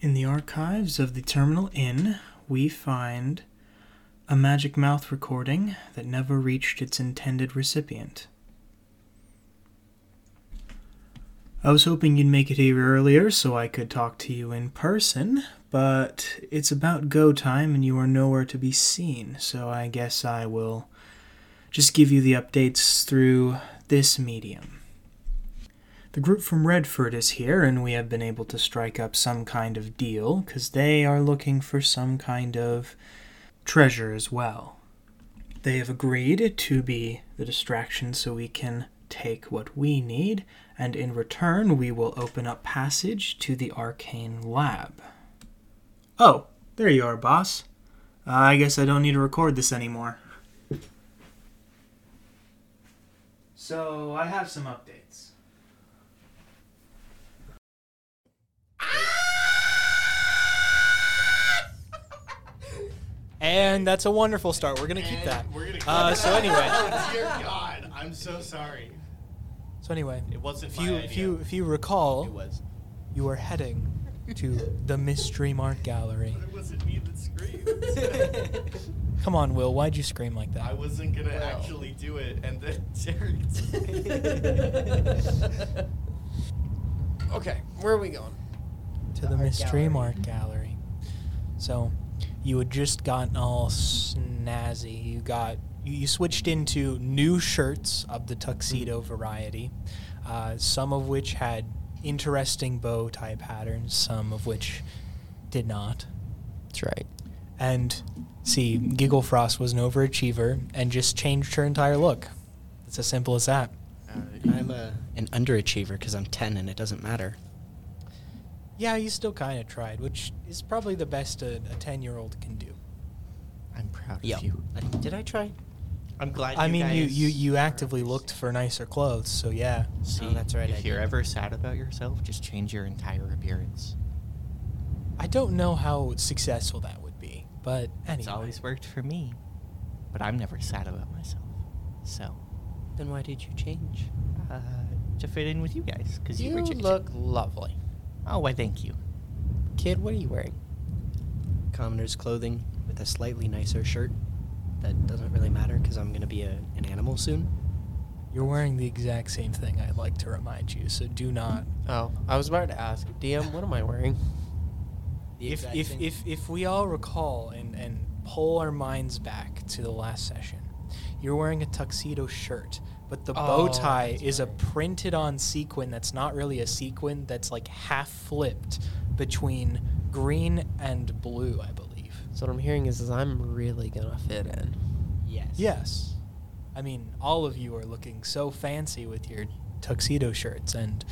In the archives of the Terminal Inn, we find a Magic Mouth recording that never reached its intended recipient. I was hoping you'd make it here earlier so I could talk to you in person, but it's about go time and you are nowhere to be seen, so I guess I will just give you the updates through this medium. The group from Redford is here, and we have been able to strike up some kind of deal, because they are looking for some kind of treasure as well. They have agreed to be the distraction so we can take what we need, and in return, we will open up passage to the arcane lab. Oh, there you are, boss. Uh, I guess I don't need to record this anymore. So, I have some updates. And that's a wonderful start. We're gonna keep And that. We're gonna keep Uh, it. so anyway, Oh, dear God, I'm so sorry. so anyway, It wasn't if my you idea. if you if you recall, It was. you are heading to the Midstream Art Gallery. It wasn't me that screamed. Come on, Will. Why'd you scream like I that? wasn't gonna actually do it, and then Jared. Okay, where are we going? To the art Midstream gallery. Art Gallery. So, you had just gotten all snazzy. You got you, you switched into new shirts of the tuxedo Mm-hmm. variety, uh, some of which had interesting bow tie patterns, some of which did not. That's right. And see, Giggle Frost was an overachiever and just changed her entire look. It's as simple as that. Uh, I'm a, an underachiever because I'm 10 and it doesn't matter. Yeah, you still kind of tried, which is probably the best a, a 10 year old can do. I'm proud of Yeah. Did I try? I'm glad. I mean, you, you, you actively looked for nicer clothes, so yeah. See, Oh, that's right, I If you're did. ever sad about yourself, just change your entire appearance. I don't know how successful that would be, but anyway. It's always worked for me, but I'm never sad about myself. So, Then why did you change? uh, to fit in with you guys, because you, You were changing. look lovely. Oh, why? Thank you. Kid, what are you wearing? Commoner's clothing with a slightly nicer shirt. That doesn't really matter because I'm going to be a, an animal soon. You're wearing the exact same thing, I'd like to remind you, so do not. Oh, I was about to ask, DM, what am I wearing? The if, exact if, same- if, if we all recall and, and pull our minds back to the last session, you're wearing a tuxedo shirt, but the bow Oh, tie that's is a right. printed on sequin that's not really a sequin, that's like half flipped between green and blue, I believe. So what I'm hearing is, is I'm really gonna fit in. Yes. Yes. I mean, all of you are looking so fancy with your tuxedo shirts, and,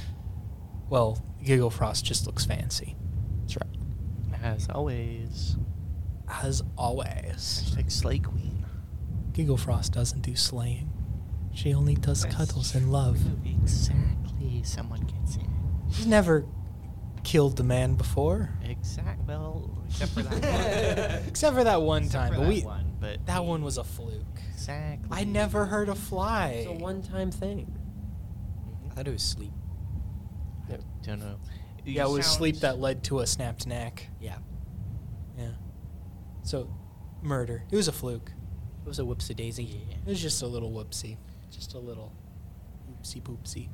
well, Giggle Frost just looks fancy. That's right. As always, As always. hashtag Slay Queen. Giggle Frost doesn't do slaying. She only does cuddles and love. Exactly. Someone gets it. She's never killed the man before. Exact. Well, except for that one. Except for that one Except time. for but that we, one, but that we- one was a fluke. Exactly. I never heard a fly. It's a one-time thing. I thought it was sleep. I Mm-hmm. don't know. You yeah, it was sound- sleep that led to a snapped neck. Yeah. Yeah. So, murder. It was a fluke. It was a whoopsie daisy. It was just a little whoopsie. Just a little oopsie poopsie.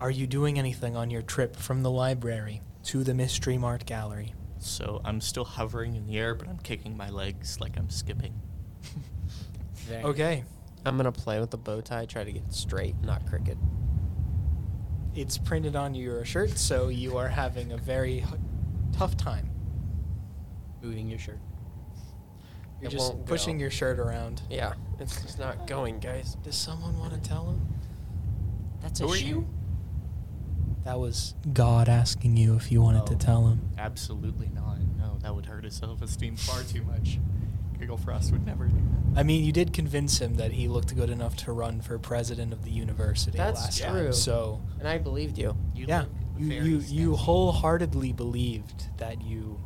Are you doing anything on your trip from the library to the Mystery Art Gallery? So I'm still hovering in the air, but I'm kicking my legs like I'm skipping. Very- Okay. I'm gonna play with the bow tie, try to get it straight, not crooked. it's printed on your shirt, so you are having a very h- tough time. Moving your shirt. You're It just won't pushing go. your shirt around. Yeah, it's just not going, guys. Does someone want to tell him? That's Who are you? That was God asking you if you wanted to Oh. tell him. Absolutely not. No, that would hurt his self-esteem far too much. Giggle Frost would never do that. I mean, you did convince him that he looked good enough to run for president of the university That's last true. time. So, And I believed you. You yeah, look you very you, you sketchy. wholeheartedly believed that you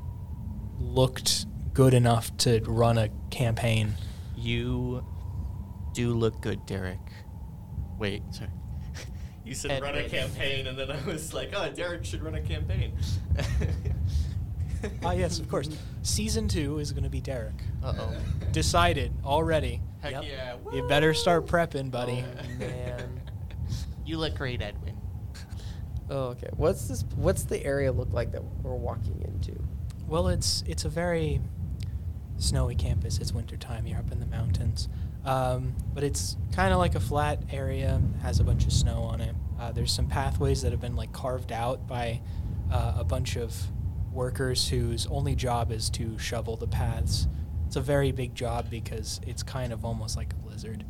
looked good enough to run a campaign. You do look good, Derek. Wait, sorry. You said Ed run a Reagan. campaign, and then I was like, oh, Derek should run a campaign. Ah, yes, of course. Season two is going to be Derek. Uh oh. Decided already. Heck Yep. yeah. You better start prepping, buddy. Oh, man. You look great, Edwin. Uh, Oh, okay. What's this? What's the area look like that we're walking into? Well, it's it's a very snowy campus. It's wintertime. You're up in the mountains, um, but it's kind of like a flat area. Has a bunch of snow on it. Uh, there's some pathways that have been like carved out by uh, a bunch of workers whose only job is to shovel the paths. It's a very big job because it's kind of almost like a blizzard.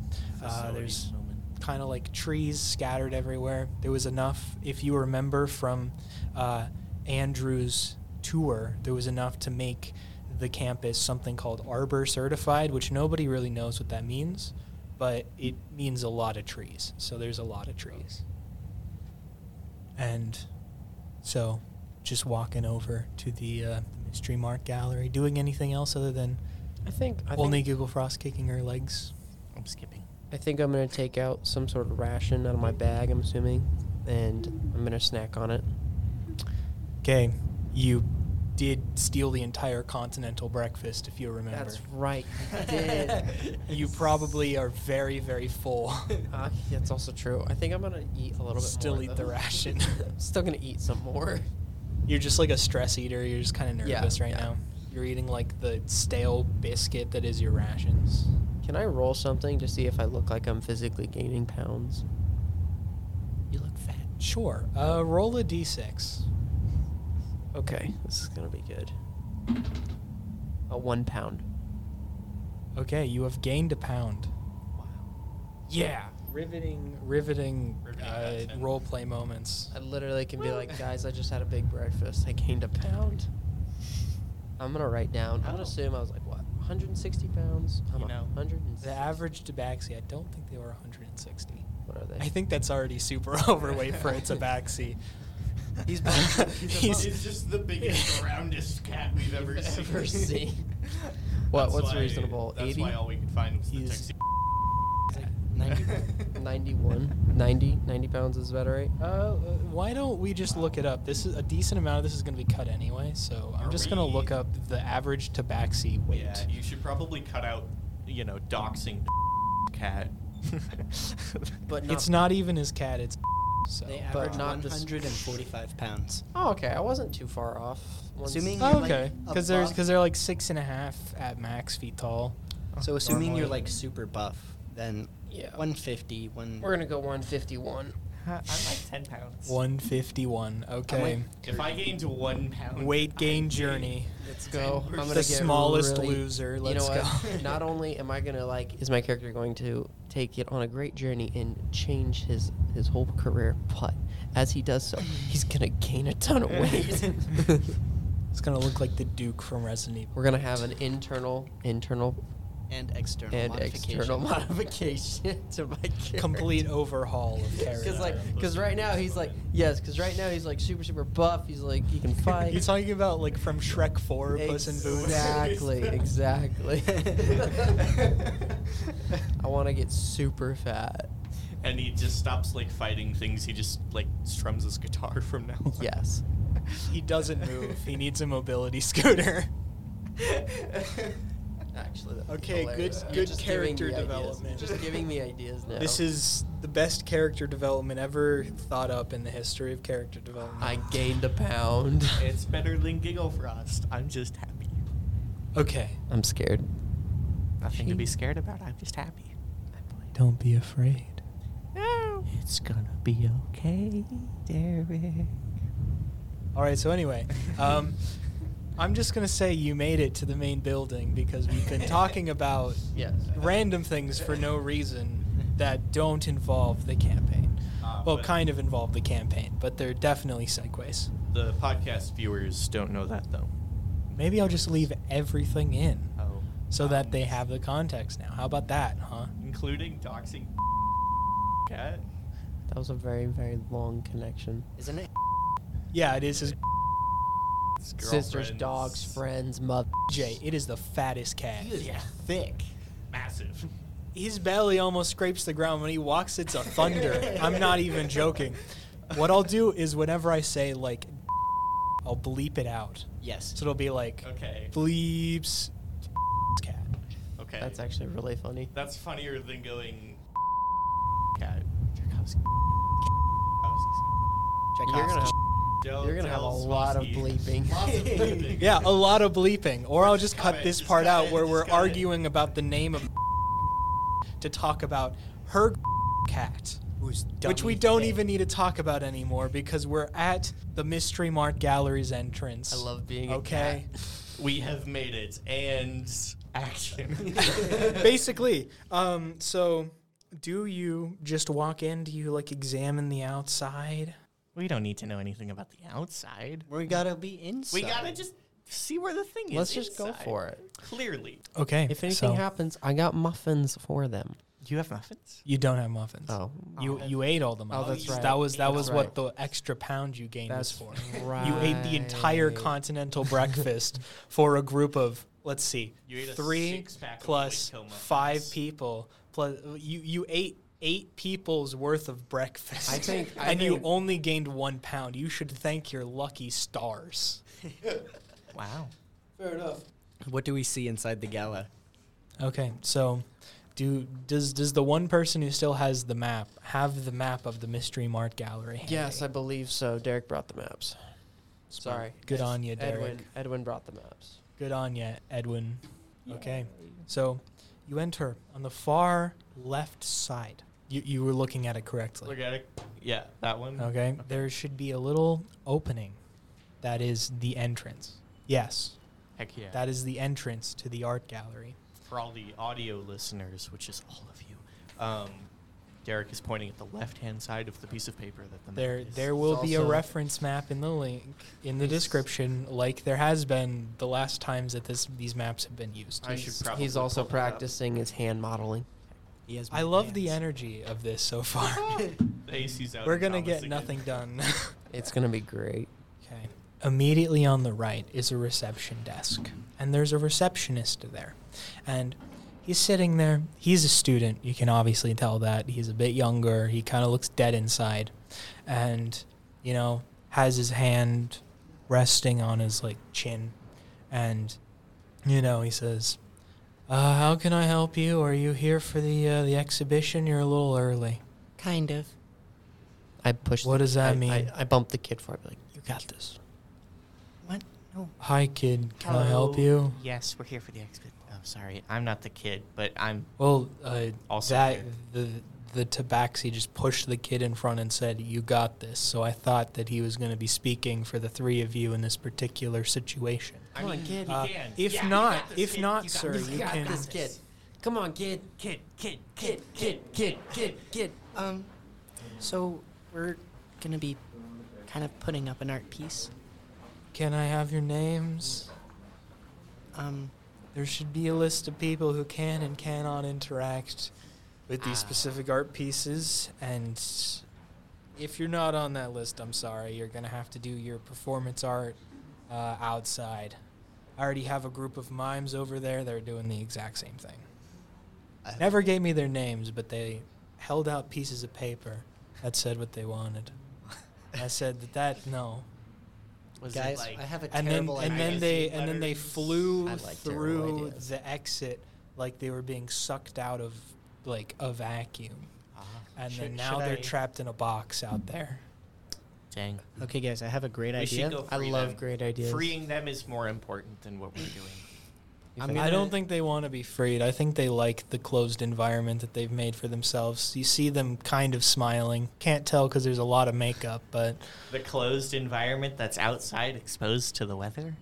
Uh, there's kind of like trees scattered everywhere. There was enough, if you remember from uh, Andrew's tour, there was enough to make the campus something called Arbor Certified, which nobody really knows what that means, but it means a lot of trees. So there's a lot of trees. And so just walking over to the uh, Mystery Mark Gallery, doing anything else other than I think. I only think, Google Frost kicking her legs. I'm skipping. I think I'm gonna take out some sort of ration out of my bag. I'm assuming, and I'm gonna snack on it. Okay, you did steal the entire continental breakfast, if you remember. That's right. You did. You probably are very, very full. Ah, that's also true. I think I'm gonna eat a little bit. Still more, eat the though. ration. I'm still gonna eat some more. You're just like a stress eater. You're just kind of Yeah, nervous right yeah. now. You're eating like the stale biscuit that is your rations. Can I roll something to see if I look like I'm physically gaining pounds? You look fat. Sure. Uh, roll a d6. Okay, this is gonna be good. A one pound. Okay, you have gained a pound. Yeah. Riveting, riveting, Riveting uh, content. role play moments. I literally can be like, guys, I just had a big breakfast. I gained a pound. I'm gonna write down. I'm gonna Ow. assume I was like what, 160 pounds? I'm You a know, 160. The average Tabaxi, I don't think they were 160. What are they? I think that's already super overweight for a tabaxi. He's big. He's- It's just the biggest, roundest cat we've ever seen. Ever seen. What- That's what's why- reasonable, That's 80? why all we could find was the He's- tuxedo. Ninety. 91, 90, 90 pounds is about right. Uh, uh, why don't we just look it up? This is a decent amount of this is going to be cut anyway, so I'm Are just going to look we- up the average tabaxi weight. Yeah, you should probably cut out, you know, doxing cat. But not, it's not even his cat. It's so. They But average not this- 145 pounds. Oh, okay. I wasn't too far off. Once- Assuming- Oh, like okay, a because they're buck. because they're like six and a half at max feet tall. Oh, So assuming you're normally. like super buff, then Yeah. 150, one. We're gonna go 151. I'm like 10 pounds. 151. Okay, If I gained one pound, weight gain I'd be journey. Let's go. I'm gonna The get smallest really- loser. you Let's know go. what? Not only am I gonna like, is my character going to take it on a great journey and change his his whole career, but as he does so, he's gonna gain a ton of weight. It's gonna look like the Duke from Resident Evil. We're gonna have an internal, internal, and external and modification. external modification to my character. complete overhaul of character. Because like, because right now he's like, yes, because right now he's like super, super buff. He's like, he can fight. You're talking about like from Shrek 4, Puss in Boots. Exactly, exactly. I want to get super fat. and he just stops like fighting things. He just like strums his guitar from now. On. Yes. He doesn't move. He needs a mobility scooter. Actually, that was Okay, hilarious. good- You're good just giving character me ideas. development. You're just giving me ideas now. This is the best character development ever thought up in the history of character development. I gained a pound. It's better than Giggle Frost. I'm just happy. Okay. I'm scared. Nothing to be scared about. I'm just happy. Don't be afraid. It's gonna be okay, Derek. All right. So anyway, um, I'm just gonna say you made it to the main building because we've been talking about Yes. random things for no reason that don't involve the campaign. Uh, Well, but kind of involve the campaign, but they're definitely segues. The podcast viewers don't know that though. Maybe I'll just leave everything in Oh, so that they have the context now. How about that, huh? including doxing cat. That was a very, very long connection. Isn't it? Yeah, it is his his Sisters, girlfriend's dogs, friends, mother. Jay. It is the fattest cat. Yeah, thick, massive. His belly almost scrapes the ground when he walks. It's a thunder. I'm not even joking. What I'll do is whenever I say like, I'll bleep it out. Yes. So it'll be like Okay. bleeps cat. Okay. That's actually really funny. That's funnier than going. Cat. Tchaikovsky. You're gonna have, Don't you're gonna have a tell lot of Swansky. bleeping. Lots of bleeping. Yeah, a lot of bleeping. Or I'll just cut cut it, this just part cut out it, where just we're cut it. arguing about the name of to talk about her cat. Who's Which we dummy don't thing. even need to talk about anymore because we're at the Mystery Mart Gallery's entrance. I love being a Okay. We have made it, and action. Basically, um, so do you just walk in? Do you like examine the outside? we don't need to know anything about the outside. We gotta be inside. We gotta just see where the thing is. Let's just go inside. for it. Clearly, Okay. If anything so happens, I got muffins for them. do you have muffins? you don't have muffins. Oh, You you ate all the muffins. that's right. That was that Ate was all what right. the extra pound you gained that's was for. right. You ate the entire continental breakfast for a group of let's see, You ate a three six-pack of plus Whitco muffins. five people plus you you ate eight people's worth of breakfast. I think- I and you think- only gained one pound. You should thank your lucky stars. Wow. Fair enough. What do we see inside the gala? Okay, so do does does the one person who still has the map have the map of the Mystery Mart Gallery? handy? Yes, I believe so. Derek brought the maps. Sorry. Good on you, Derek. Edwin. Edwin brought the maps. Good on you, Edwin. Okay. So you enter on the far left side. You, you were looking at it correctly. Look at it. Yeah, that one. Okay. There should be a little opening. That is the entrance. Yes. Heck yeah. That is the entrance to the art gallery. for all the audio listeners, which is all of you, um, Derek is pointing at the left-hand side of the piece of paper that the There map is. there will It's be a also- reference map in the link in the description like there has been the last times that this these maps have been used. I should probably. He's also pull that up. practicing his hand modeling. He has I love the energy of this so far. The AC's out. We're in going to Thomas get again. nothing done. It's gonna be great. Okay. Immediately on the right is a reception desk, and there's a receptionist there. And he's sitting there. He's a student. You can obviously tell that. He's a bit younger. He kind of looks dead inside and, you know, has his hand resting on his, like, chin. And, you know, he says, uh, How can I help you? Are you here for the, uh, the exhibition? You're a little early. Kind of. I pushed. What the- does that I- mean? I, I bumped the kid for it. Like you got this. What? No. Hi, kid. Can I help Hello. you? Yes, we're here for the exhibit. Oh, sorry, I'm not the kid, but I'm. Well, uh, Also that here. the the tabaxi just pushed the kid in front and said, "You got this." So I thought that he was going to be speaking for the three of you in this particular situation. I mean, kid, Uh, if not, if not, sir, you got can. this kid. Come on, kid. Kid. Kid. Kid. Kid. Kid. Kid. Kid. Um, so we're gonna be kind of putting up an art piece. Can I have your names? Um, There should be a list of people who can and cannot interact with these specific art pieces, and if you're not on that list, I'm sorry, you're gonna have to do your performance art uh, outside. I already have a group of mimes over there; they're doing the exact same thing. Never gave me their names, but they held out pieces of paper that said what they wanted. I said that that no, Was it guys, like- I have a and then terrible and idea. then they and then they letters. flew I like terrible through ideas. the exit like they were being sucked out of like a vacuum, Ah, and Should- then now should they're I- trapped in a box out there. dang. Okay, guys, I have a great We idea. should go I free love them. great ideas. Freeing them is more important than what we're doing. I'm I don't gonna- think they want to be freed. I think they like the closed environment that they've made for themselves. You see them kind of smiling. Can't tell because there's a lot of makeup, but the closed environment that's outside, exposed to the weather.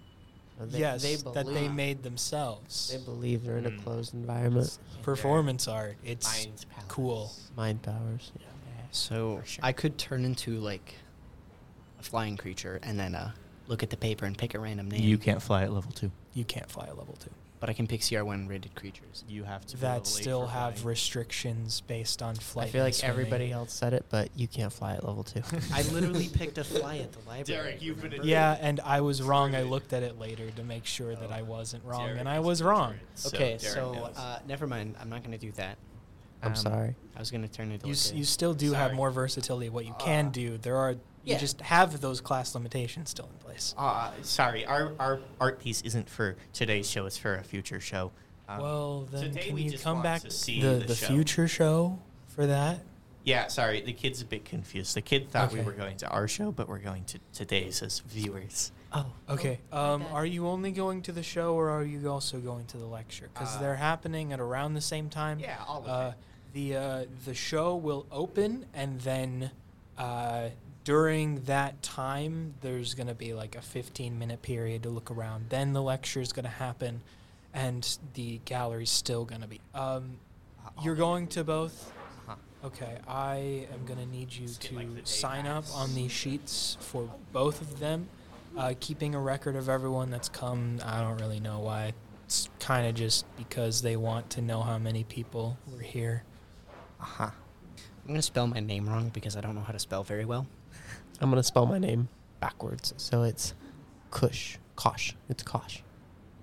They, yes, They that they believe- made themselves. They believe they're in a Mm. closed environment. Performance art. It's Mind's palace. cool. Mind powers. Yeah. So For sure. I could turn into like a flying creature and then uh, look at the paper and pick a random name. can't fly at level two. You can't fly a level two. but I can pick CR1 rated creatures. You have to. be that level eight still for have flying. restrictions based on flight. I feel and like swimming. everybody else said it, but you can't fly at level two. I literally picked a fly at the library. Derek, you've been remember? a- Yeah, and I was wrong. I Screwed. looked at it later to make sure that Oh, I wasn't wrong, Derek and I is was illiterate, wrong. uh, so okay, Derek so knows. uh, never mind. I'm not gonna do that. I'm Um, sorry. I was gonna turn it. You, s- you still do have more versatility of what you can do. There are yeah. you just have those class limitations still in place. Uh, sorry, our, our art piece isn't for today's show. It's for a future show. Um, well, then today can we you just come want back to see the, the show. future show for that? yeah, sorry, the kid's a bit confused. The kid thought we Okay. were going to our show, but we're going to today's as viewers. Uh, Oh, Okay. Oh, um, okay. are you only going to the show or are you also going to the lecture? Because Uh, they're happening at around the same time. Yeah, all of Uh, it. the uh, the show will open, and then uh, during that time, there's going to be like a 15 minute period to look around. Then the lecture is going to happen, and the gallery's still going to be. Um, Uh, you're going to both. Uh-huh. Okay, I am going to need you Just get, to like, the day sign up pass. on these sheets for both of them, uh, keeping a record of everyone that's come. I don't really know why. It's kind of just because they want to know how many people were here. Uh-huh. I'm gonna spell my name wrong because I don't know how to spell very well. I'm gonna spell my name backwards, so it's Kush. Kosh. It's Kosh.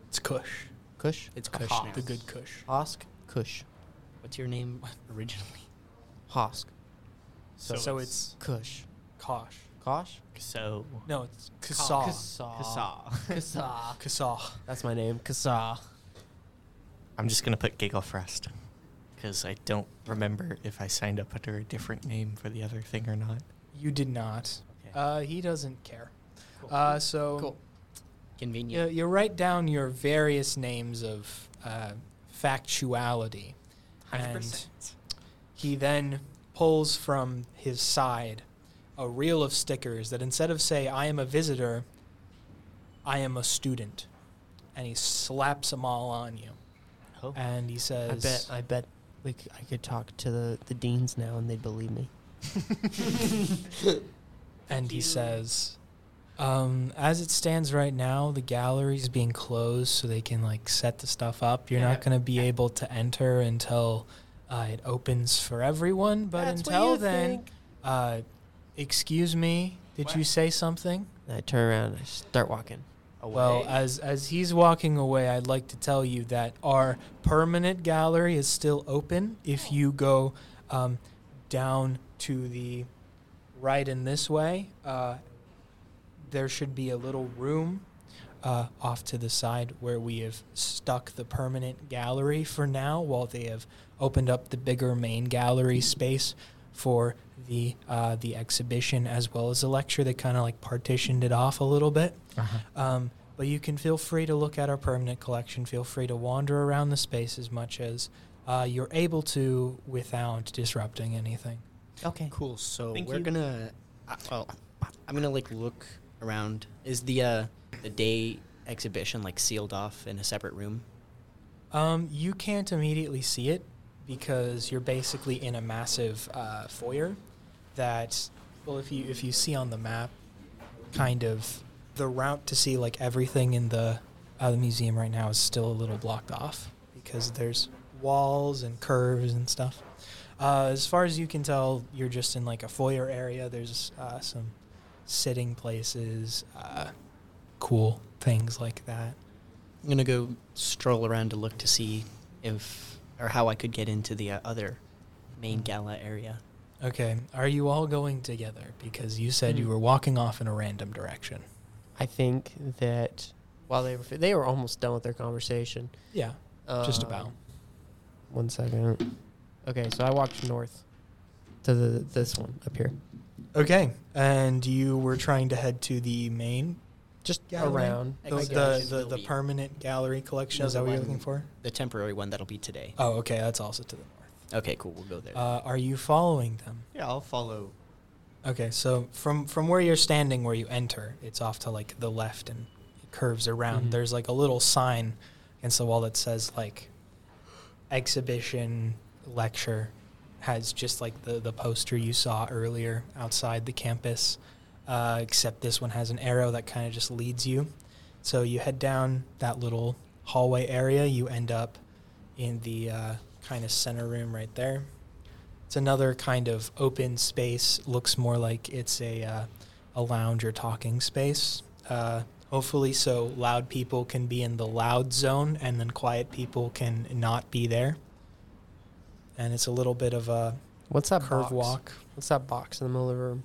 It's Kush. Kush. It's Kush. Kosh now. The good Kush. Hosk. Kush. What's your name originally? Hosk. So, it's, Kush. Kosh. Kosh. so No, it's Kasaw. Kasa. Kassaw. Kasa. Kasaw. That's my name. Kasa. I'm just gonna put Giggle Frost because I don't remember if I signed up under a different name for the other thing or not. You did not. Okay. Uh, he doesn't care. Uh, so Cool. you, Convenient. you write down your various names of uh, factuality. And 100%. he then pulls from his side a reel of stickers that instead of say, I am a visitor, I am a student. And he slaps them all on you. Oh. And he I says, bet. I bet. We c- I could talk to the, the deans now, and they'd believe me. and he says, um, as it stands right now, the gallery's being closed so they can like set the stuff up. You're not going to be able to enter until uh, it opens for everyone. But That's what until you then, think. Uh, excuse me, did you say something? And I turn around and I start walking. Well, as as he's walking away, I'd like to tell you that our permanent gallery is still open. If you go um, down to the right in this way, uh, there should be a little room uh, off to the side where we have stuck the permanent gallery for now, while they have opened up the bigger main gallery space for the uh, the exhibition as well as the lecture. They kind of like partitioned it off a little bit. Uh-huh. Um, but you can feel free to look at our permanent collection. Feel free to wander around the space as much as uh, you're able to without disrupting anything. Okay. Cool. So Thank we're you. gonna. Uh, well, I'm gonna like look around. Is the uh the day exhibition like sealed off in a separate room? Um, you can't immediately see it because you're basically in a massive uh, foyer that, well, if you if you see on the map, kind of the route to see like everything in the uh, the museum right now is still a little blocked off because there's walls and curves and stuff. Uh, as far as you can tell, you're just in like a foyer area. There's uh, some sitting places, uh, cool things like that. I'm gonna go stroll around to look to see if or how I could get into the uh, other main gala area. Okay. Are you all going together? Because you said Hmm. you were walking off in a random direction. I think that while they were fi- they were almost done with their conversation. Yeah. just Um, about. One second. Okay, so I walked north to the this one up here, Okay. And you were trying to head to the main just gallery? around. The, Exhibition the, the, will the be- permanent gallery collection. No, Is the that what you're one- looking for? The temporary one that'll be today. Oh, okay. That's also to the north. Okay, cool. We'll go there. Uh, are you following them? yeah, I'll follow. Okay. So from, from where you're standing, where you enter, it's off to like the left and it curves around. Mhm. There's like a little sign against the wall that says like exhibition lecture has just like the, the poster you saw earlier outside the campus, uh, except this one has an arrow that kind of just leads you. So you head down that little hallway area. You end up in the uh, kind of center room right there. It's another kind of open space. Looks more like it's a uh, a lounge or talking space. Uh, hopefully, so loud people can be in the loud zone, and then quiet people can not be there. and it's a little bit of a What's that curve box? walk. What's that box in the middle of the room?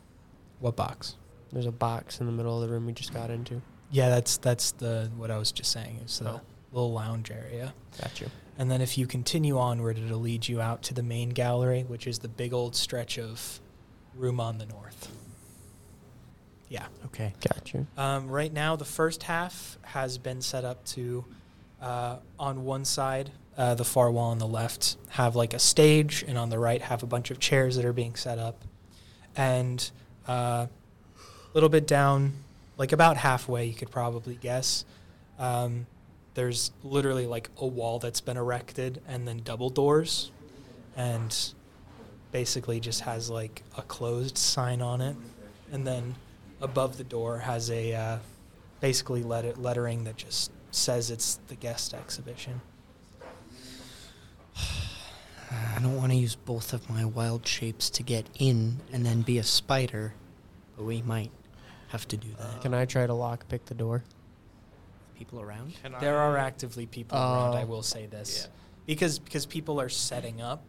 What box? There's a box in the middle of the room we just got into. Yeah, that's that's the what I was just saying. It's the Oh. little lounge area. Got you. And then if you continue onward, it'll lead you out to the main gallery, which is the big old stretch of room on the north. Yeah. Okay. Got you. Um, right now, the first half has been set up to, uh, on one side, uh, the far wall on the left, have like a stage, and on the right, have a bunch of chairs that are being set up. And uh, a little bit down, like about halfway, you could probably guess, um, there's literally like a wall that's been erected and then double doors. And basically just has like a closed sign on it, and then above the door has a uh, basically let lettering that just says it's the guest exhibition. I don't want to use both of my wild shapes to get in and then be a spider, but we might have to do that. Uh, Can I try to lock pick the door? People around? Can There are I- actively people around. I Oh. will say this Yeah. because because people are setting up.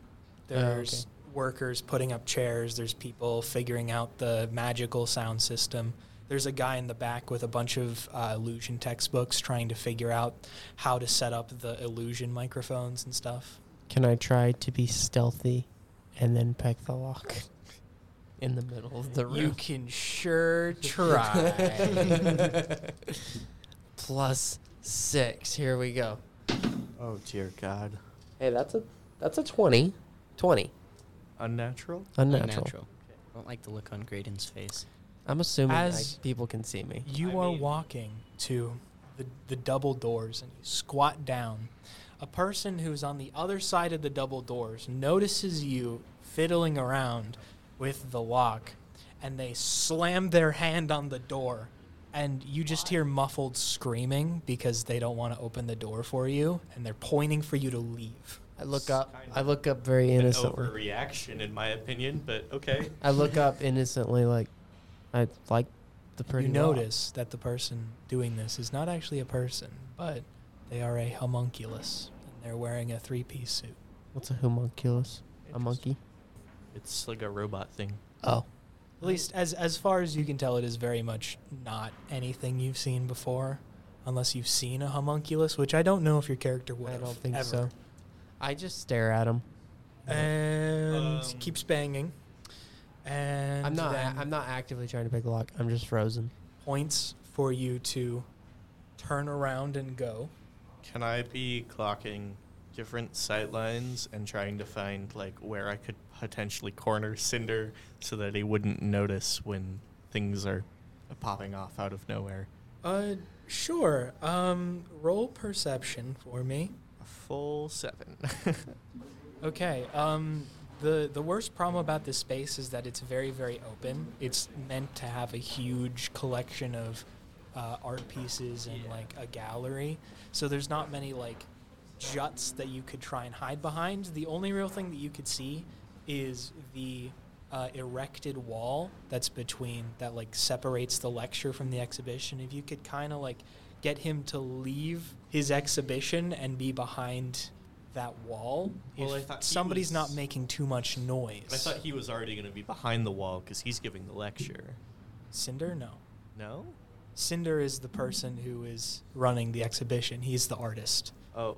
Oh, okay. There's workers putting up chairs. There's people figuring out the magical sound system. There's a guy in the back with a bunch of uh, illusion textbooks trying to figure out how to set up the illusion microphones and stuff. Can I try to be stealthy and then peck the lock in the middle of the You room? can sure try. Plus six. Here we go. Oh dear God. Hey, that's a that's a twenty. Twenty. Unnatural? Unnatural. I don't like the look on Graydon's face. I'm assuming As- like, people can see me. you I are mean- walking to the, the double doors and you squat down. A person who's on the other side of the double doors notices you fiddling around with the lock and they slam their hand on the door and you just hear muffled screaming because they don't want to open the door for you and they're pointing for you to leave. I look up. Kind I look up very An innocently. overreaction, in my opinion, but okay. Uh, I look up innocently, like I like the pretty. you lock. notice that the person doing this is not actually a person, but they are a homunculus and they're wearing a three-piece suit. What's a homunculus? A monkey. It's like a robot thing. Oh, At least as as far as you can tell, it is very much not anything you've seen before, unless you've seen a homunculus, which I don't know if your character would. I have don't think ever. so. I just stare at him. And Um, keeps banging. And I'm not. then I'm not actively trying to pick a lock. I'm just frozen. points for you to turn around and go. Can I be clocking different sight lines and trying to find like where I could potentially corner Cinder so that he wouldn't notice when things are popping off out of nowhere? Uh, sure. Um, roll perception for me. A full seven. Okay. Um, the the worst problem about this space is that it's very very open. It's meant to have a huge collection of uh, art pieces and like a gallery. So there's not many like juts that you could try and hide behind. The only real thing that you could see is the uh, erected wall that's between that like separates the lecture from the exhibition. If you could kind of like get him to leave his exhibition and be behind that wall, Well, I if thought he somebody's not was- making too much noise. I thought he was already going to be behind the wall because he's giving the lecture. Cinder, no. No? Cinder is the person who is running the exhibition. He's the artist. Oh,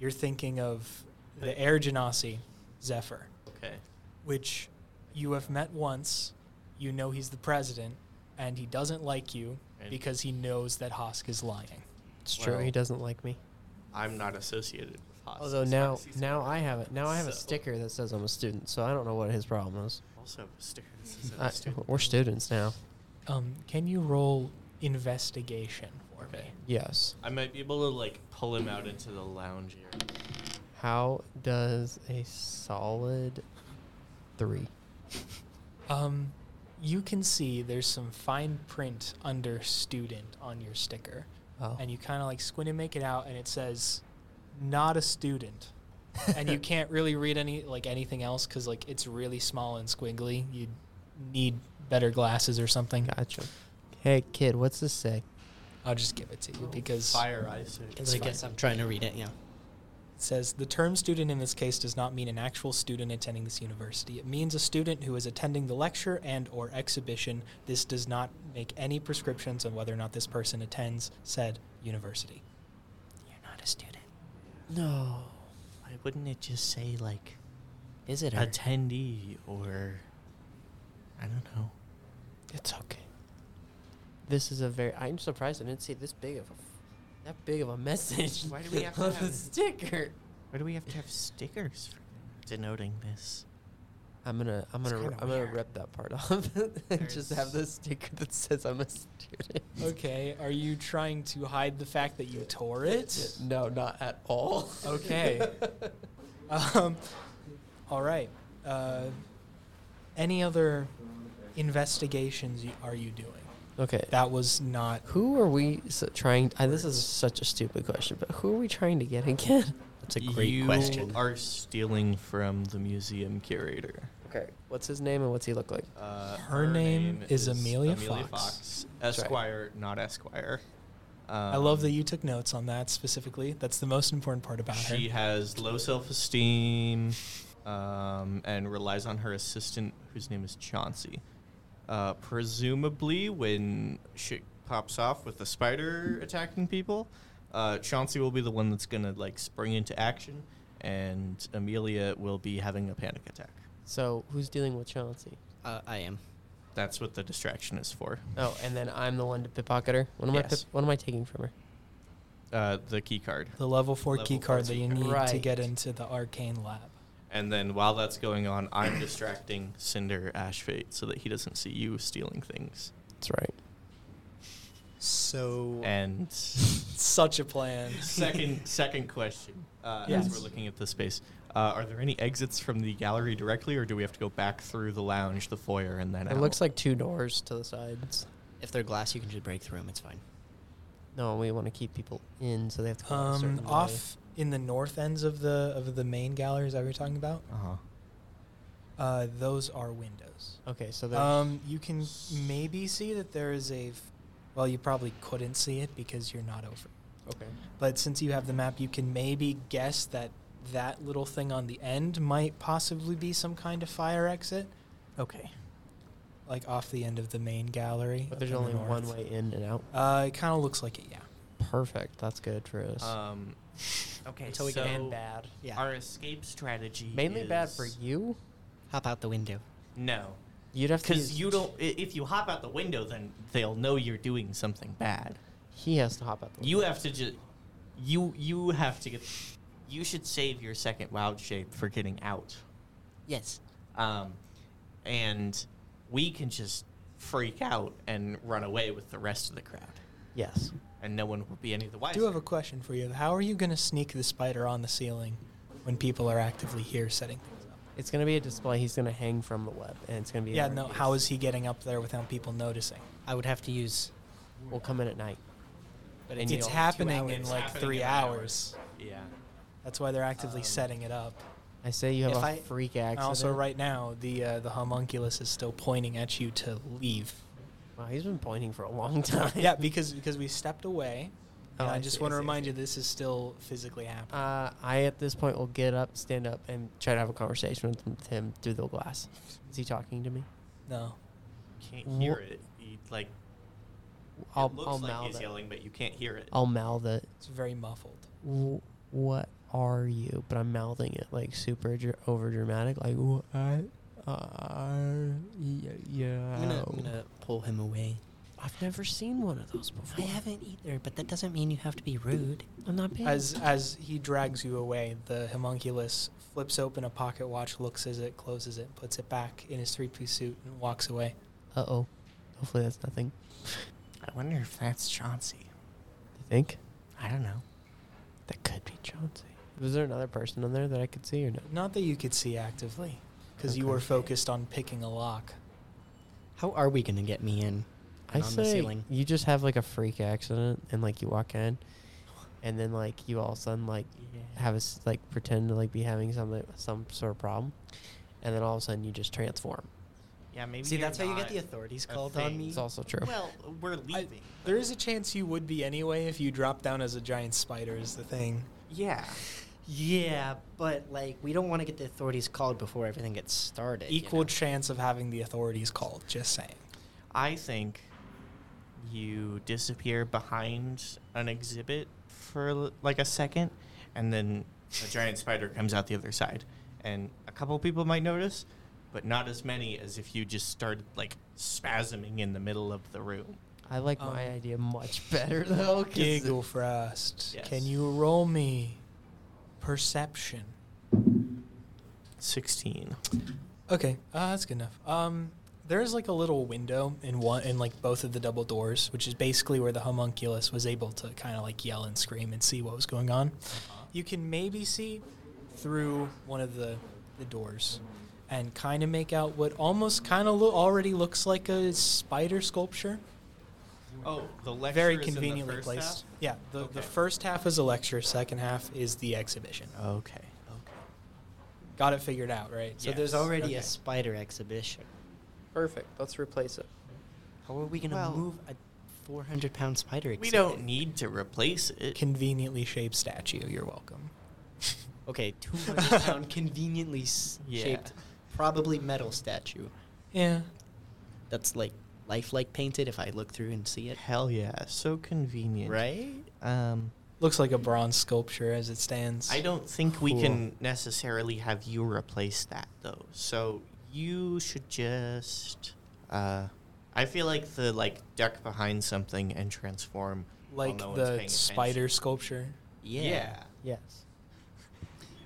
You're thinking of the Hey. Air Genasi, Zephyr, okay. which you have met once. You know he's the president, and he doesn't like you And- because he knows that Hosk is lying. It's true. Well, uh, he doesn't like me. I'm not associated with Hoss. Although now, now I have it. Now I have a So- sticker that says I'm a student. So I don't know what his problem is. Also, Cinder is a I, student. we're students now. Um, can you roll investigation for me? Yes. I might be able to like pull him out into the lounge area. How does a solid three? Um, you can see there's some fine print under student on your sticker. Oh. And you kind of like squint and make it out, and it says, not a student. and you can't really read any like anything else because like it's really small and squiggly. You need better glasses or something. Gotcha. Hey kid, what's this say? I'll just give it to you because Oh, Fire eyes. It's I fine. guess I'm trying to read it, yeah. It says the term student in this case does not mean an actual student attending this university. It means a student who is attending the lecture and or exhibition. This does not make any prescriptions on whether or not this person attends said university. You're not a student. No. Why wouldn't it just say like Is it her? attendee or I don't know. It's okay. This is a very. I'm surprised I didn't see this big of a, f- that big of a message. Why do we have to on have- the sticker? Why do we have to have stickers for denoting this? I'm gonna, I'm It's gonna, kinda I'm gonna weird. rip that part off and just There's- have the sticker that says I'm a student. Okay, are you trying to hide the fact that you tore it? No, not at all. Okay. Um, all right. Uh, any other investigations you, are you doing? okay. That was not Who are we s trying? I, this is such a stupid question, but who are we trying to get again? That's a great you question. are stealing from the museum curator. Okay. What's his name and what's he look like? Uh, Her name is Amelia Fox. Fox, That's right. Esquire, not Esquire. Um, I love that you took notes on that specifically. That's the most important part about her. She has low self-esteem, um, and relies on her assistant, whose name is Chauncey. Uh, presumably, when shit pops off with the spider attacking people, uh, Chauncey will be the one that's gonna like spring into action, and Amelia will be having a panic attack. So who's dealing with Chauncey? Uh, I am. That's what the distraction is for. Oh, and then I'm the one to pickpocket her. What am I? Yes. Pip, what am I taking from her? Uh, the key card. the level four Level key four card that key you card. need to Right. get into the arcane lab. And then while that's going on, I'm distracting Cinder Ashfate so that he doesn't see you stealing things. That's right. So And such a plan. second second question, uh, Yes. as we're looking at the space, uh, are there any exits from the gallery directly, or do we have to go back through the lounge, the foyer, and then It out? looks like two doors to the sides. If they're glass, you can just break through them. It's fine. No, we want to keep people in, so they have to go a Um, certain way. off in the north ends of the of the main galleries that we were talking about, Uh-huh. uh, those are windows. Okay, so there's Um, you can maybe see that there is a. F- well, you probably couldn't see it because you're not over. okay. But since you have the map, you can maybe guess that that little thing on the end might possibly be some kind of fire exit. Okay, like off the end of the main gallery. but up there's in the only one north. way in and out. Uh, it kind of looks like it, yeah. Perfect. That's good for us. uh, Um, Okay, so we can end bad. Yeah. Our escape strategy Mainly bad for is- you. Hop out the window. No, You'd have to because use- you don't. i- If you hop out the window, then they'll know you're doing something bad. He has to hop out. The You have to just you you have to get you should save your second wild shape for getting out. Yes. Um and we can just freak out and run away with the rest of the crowd. Yes. And no one will be any the I wiser. do have a question for you. How are you going to sneak the spider on the ceiling when people are actively here setting things up? It's gonna be a display. He's gonna hang from the web, and it's gonna be. Yeah, in our no, face. how is he getting up there without people noticing? I would have to use. We'll come in at night. But And takes it's two happening hours. in It's like happening three in hours. hours. yeah. That's why they're actively Um, setting it up. I say you have If a I- freak accident. Also, right now, the uh, the homunculus is still pointing at you to leave. Wow, he's been pointing for a long time. yeah, because because we stepped away. Oh, and I, I just see, I want to see, I remind see. you, this is still physically happening. Uh, I at this point will get up, stand up, and try to have a conversation with him- him through the glass. Is he talking to me? no. Can't Wha- hear it. You, like I'll, it looks I'll like mouth he's it. yelling, but you can't hear it. I'll mouth it. It's very muffled. "Wh- What are you? But I'm mouthing it like super dr- over dramatic, like what? Uh, yeah, yeah. I'm gonna, I'm gonna pull him away. I've never seen one of those before. I haven't either, but that doesn't mean you have to be rude. I'm not being. As as he drags you away, the homunculus flips open a pocket watch, looks at it, closes it, puts it back in his three piece suit, and walks away. Uh oh. Hopefully that's nothing. I wonder if that's Chauncey. You think? I don't know. That could be Chauncey. Was there another person in there that I could see or no? Not that you could see actively, because you Okay. were focused on picking a lock. How are we gonna get me in? I on the say ceiling. you just have like a freak accident and like you walk in, and then like you all of a sudden like have us like pretend to like be having some uh, some sort of problem, and then all of a sudden you just transform. Yeah, maybe. See, you're that's how you get not the authorities a called on thing. me. It's also true. Well, we're I- leaving. there is a chance you would be anyway if you dropped down as a giant spider. Is the thing. yeah. Yeah, but like we don't want to get the authorities called before everything gets started. you Equal know? chance of having the authorities called. Just saying. I think you disappear behind an exhibit for l- like a second, and then a giant spider comes out the other side. And a couple people might notice, but not as many as if you just started like spasming in the middle of the room. I like Um, my idea much better though. 'cause it- Giggle Frost. Yes. Can you roll me perception? 16. Okay, uh, that's good enough. Um, there's like a little window in one in like both of the double doors, which is basically where the homunculus was able to kind of like yell and scream and see what was going on. You can maybe see through one of the the doors and kind of make out what almost kind of lo- already looks like a spider sculpture. Oh, the lecture Very is in the conveniently first placed. Yeah, the, Okay. the first half is a lecture, second half is the exhibition. Uh, half? Okay. Got it figured out, right? So there's Yes. already Okay. a spider exhibition. Perfect. Let's replace it. How are we gonna Well- move a 400 pound spider? We Exhibit? don't need to replace it. Conveniently shaped statue. You're welcome. Okay, 200 pound conveniently s- Yeah. shaped, probably metal statue. Yeah. That's like lifelike painted. If I look through and see it, Hell yeah, so convenient. right? Um, Looks like a bronze sculpture as it stands. I don't think we Cool. can necessarily have you replace that though. So you should just. Uh, I feel like the like duck behind something and transform. while like no one's paying the attention. spider sculpture. Yeah. Yes.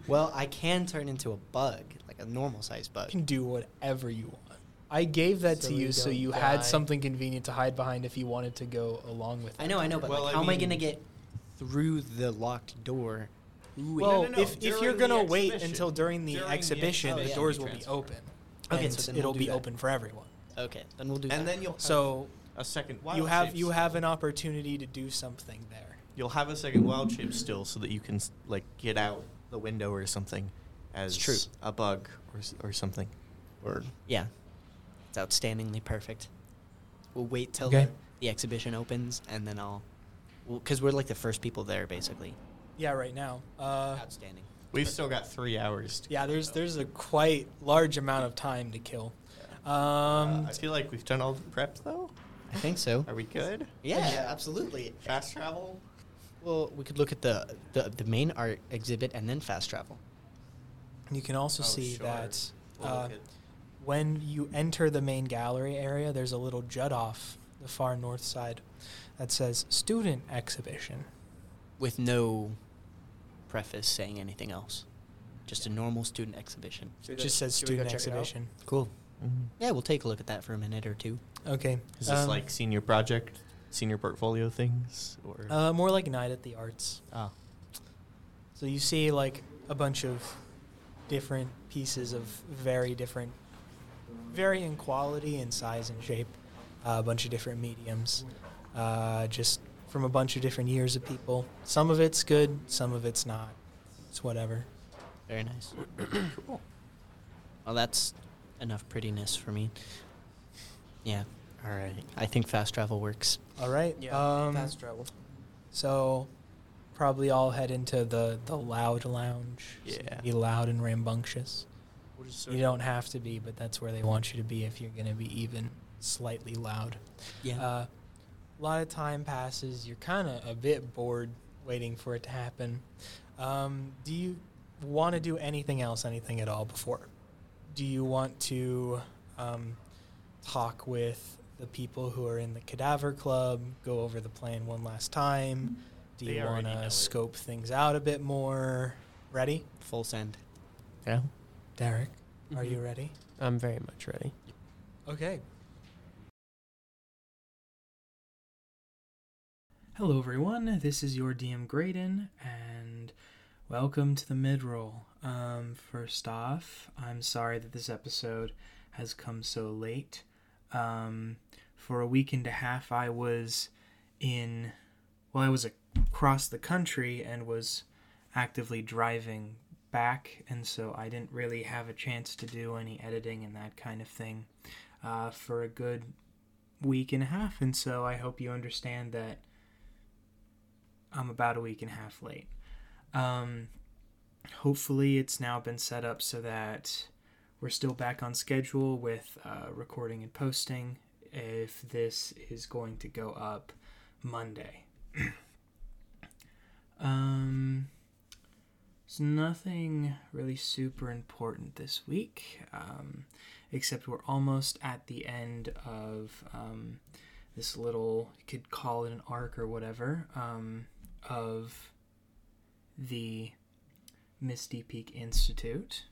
Well, I can turn into a bug, like a normal sized You bug. can do whatever you want. I gave that So to you you so don't you die. had something convenient to hide behind if you wanted to go along with it. I know, I know, but Well, like, I how am I gonna mean- get through the locked door? Ooh, Well, no, no, if, if during you're the gonna wait exhibition. until during the During the exhibition, the, exhibition, doors you will be transfer. open. Okay, and so then it'll we'll do be that. open for everyone. okay, then we'll do that. And then you'll have So a second. Wild you have shape you still. have an opportunity to do something there. You'll have a second wild shape still, so that you can s- like get out the window or something, as true. a bug or s- or something, or yeah, it's outstandingly perfect. We'll wait till Okay. the, the exhibition opens, and then I'll, because we're like the first people there, basically. Yeah, right now. Uh, Outstanding. we've still got three hours. To yeah, go, there's though. there's a quite large amount of time to kill. Uh, Um, I feel like we've done all the prep though. I think so. Are we good? Yeah, absolutely. Fast travel. Well, we could look at the, the the main art exhibit and then fast travel. You can also Oh, see sure. that We'll uh, look at- when you enter the main gallery area, there's a little jut off the far north side that says student exhibition. with no preface saying anything else. Just a normal student exhibition. It just says student exhibition. Cool. Mhm. Yeah, we'll take a look at that for a minute or two. Oh. Okay. Is this um, like senior project, senior portfolio things, or uh, more like night at the arts? Ah. Oh. So you see like a bunch of different pieces of very different, vary in quality and size and shape, uh, a bunch of different mediums, uh, just from a bunch of different years of people. Some of it's good, some of it's not. It's whatever. Very nice. cool. Well, that's enough prettiness for me. Yeah. All right. I think fast travel works. All right. um, Fast travel. So probably all head into the the loud lounge. So Yeah. be loud and rambunctious. We'll just sort You of- don't have to be, but that's where they want you to be if you're going to be even slightly loud. Yeah. Uh, a lot of time passes. You're kind of a bit bored waiting for it to happen. Um, do you want to do anything else, anything at all before? Do you want to um, talk with the people who are in the cadaver club, go over the plan one last time? Do They you already want know to it. scope things out a bit more? Ready? Full send. yeah. Derek, are Mhm. you ready? I'm very much ready. Okay. Hello, everyone. This is your DM Graydon, and welcome to the midroll. Um, first off, I'm sorry that this episode has come so late. Um, for a week and a half, I was in, well, I was across the country and was actively driving back, and so I didn't really have a chance to do any editing and that kind of thing uh, for a good week and a half. And so I hope you understand that I'm about a week and a half late. Um, hopefully it's now been set up so that we're still back on schedule with uh, recording and posting if this is going to go up Monday. um, so nothing really super important this week, um, except we're almost at the end of um, this little, you could call it an arc or whatever, um, of the Misty Peak Institute.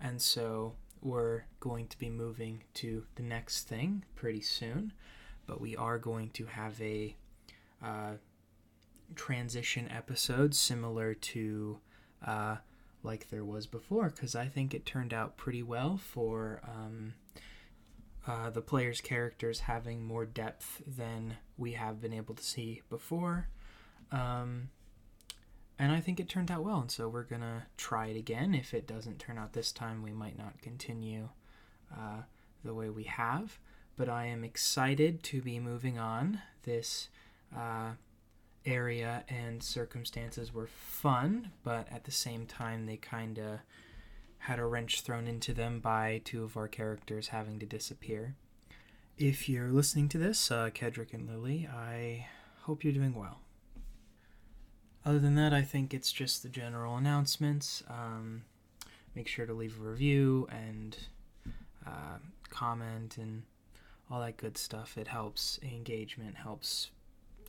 And so we're going to be moving to the next thing pretty soon, but we are going to have a uh, transition episode similar to uh, like there was before, because I think it turned out pretty well for um, uh, the players' characters having more depth than we have been able to see before. Um, and I think it turned out well, and so we're gonna try it again. If it doesn't turn out this time, we might not continue uh, the way we have. But I am excited to be moving on. This uh, area and circumstances were fun, but at the same time, they kind of had a wrench thrown into them by two of our characters having to disappear. If you're listening to this, uh, Kedrick and Lily, I hope you're doing well other than that, I think it's just the general announcements. Um, make sure to leave a review and uh, comment and all that good stuff. It helps engagement, helps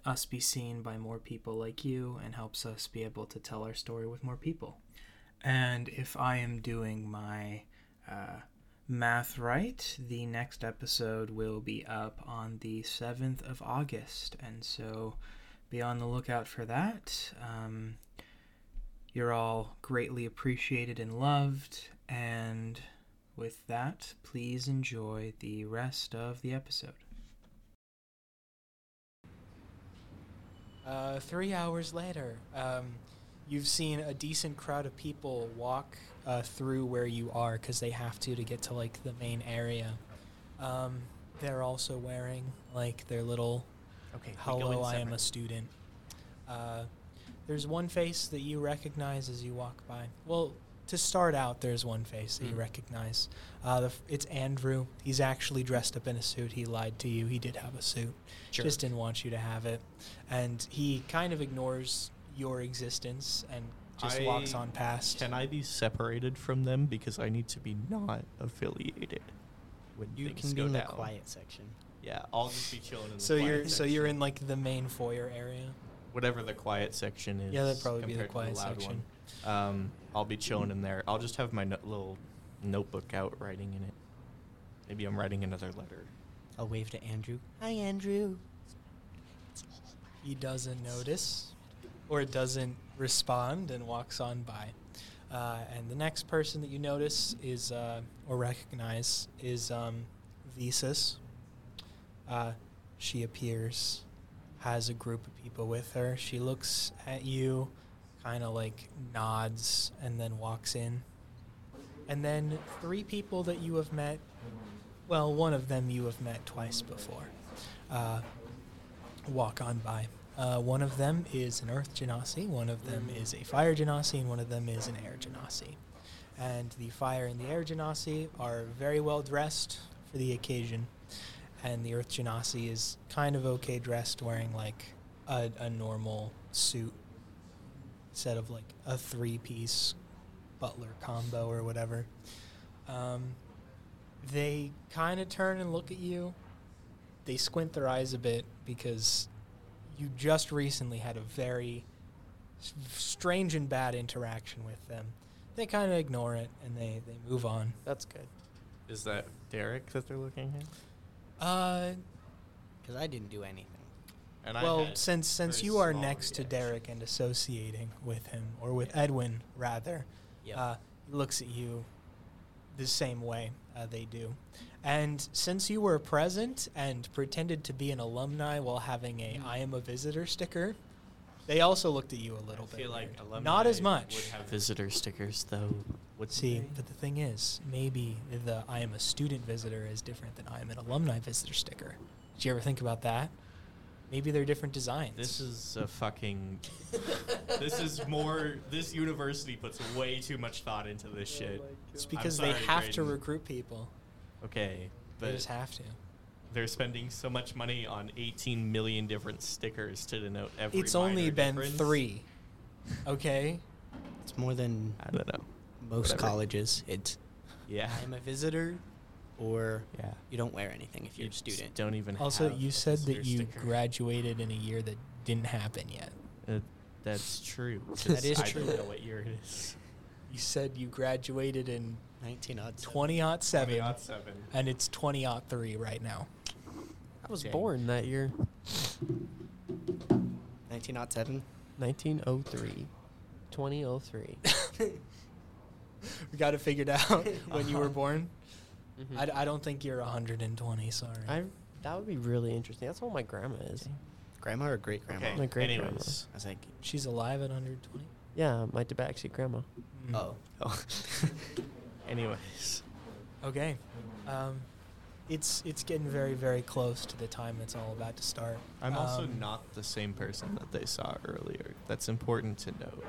us be seen by more people like you, and helps us be able to tell our story with more people. And if I am doing my uh, math right, the next episode will be up on the 7th of August. And so be on the lookout for that. Um, you're all greatly appreciated and loved. And with that, please enjoy the rest of the episode. Uh, three hours later, um, you've seen a decent crowd of people walk uh, through where you are because they have to to get to like the main area. Um, they're also wearing like their little Okay. we go hello, in I am separate. a student. Uh, there's one face that you recognize as you walk by. Well, to start out, there's one face that you Mm. recognize. Uh, the, f- it's Andrew. He's actually dressed up in a suit. He lied to you. He did have a suit. Just didn't want you to have it. And he kind of ignores your existence and just I- walks on past. Can I be separated from them because I need to be not affiliated when You things can be go in down? the quiet section. Yeah, I'll just be chilling in the so quiet you're so section. you're in like the main foyer area. whatever the quiet section is. Yeah, that'd probably be the compared to quiet loud section. one. Um, I'll be chilling in there. I'll just have my no- little notebook out, writing in it. Maybe I'm writing another letter. I'll wave to Andrew. Hi, Andrew. He doesn't notice or doesn't respond and walks on by. Uh, and the next person that you notice is uh, or recognize is um, Visas. Uh, she appears, has a group of people with her. She looks at you, kind of like nods, and then walks in. And then three people that you have met, well, one of them you have met twice before. Uh, walk on by. Uh, one of them is an earth genasi, one of them is a fire genasi, and one of them is an air genasi. And the fire and the air genasi are very well dressed for the occasion, and the earth genasi is kind of okay dressed, wearing like a, a normal suit instead of like a three piece butler combo or whatever. Um, they kind of turn and look at you, they squint their eyes a bit because you just recently had a very s- strange and bad interaction with them. They kind of ignore it and they, they move on. That's good. Is that Derek that they're looking at? Uh, Because I didn't do anything. And well, had since since very you are small next to reaction. Derek and associating with him or with Edwin rather, Yep. uh, he looks at you the same way uh, they do. And since you were present and pretended to be an alumni while having a "I am a visitor" sticker, they also looked at you a little Hmm. I bit. feel like weird. alumni not as Would much. have visitor stickers though. Would See, they? but the thing is, maybe the "I am a student visitor" is different than "I am an alumni visitor" sticker. Did you ever think about that? Maybe they're different designs. This is a fucking. this is more. This university puts way too much thought into this shit. It's I'm because they sorry, have to Graydon. recruit people. Okay, They just but have to. they're spending so much money on 18 million different stickers to denote every. it's only minor been difference. three. Okay. It's more than I don't know. most Whatever. colleges. It's Yeah. I'm a visitor, or Yeah. you don't wear anything if you're a student. Don't e- even. Also, have you a said visitor that you sticker. graduated in a year that didn't happen yet. Uh, that's true. That is I true. don't know what year it is. You said you graduated in 19 odds. 20 aught seven, seven. and it's 20 aught three right now. I was Dang. born that year, 19 odd 7. 1903, 2003. We got it figured out when you were Uh-huh. born. Mm-hmm. Mhm. I, I don't think you're 120. Sorry. I that would be really interesting. That's what my grandma is. Grandma or great grandma? Okay. My great Anyways, I was like, She's alive at 120. Yeah, my Tabaxi grandma. oh. oh. anyways, Okay. Um, it's it's getting very very close to the time it's all about to start. I'm also Um, not the same person that they saw earlier. That's important to note.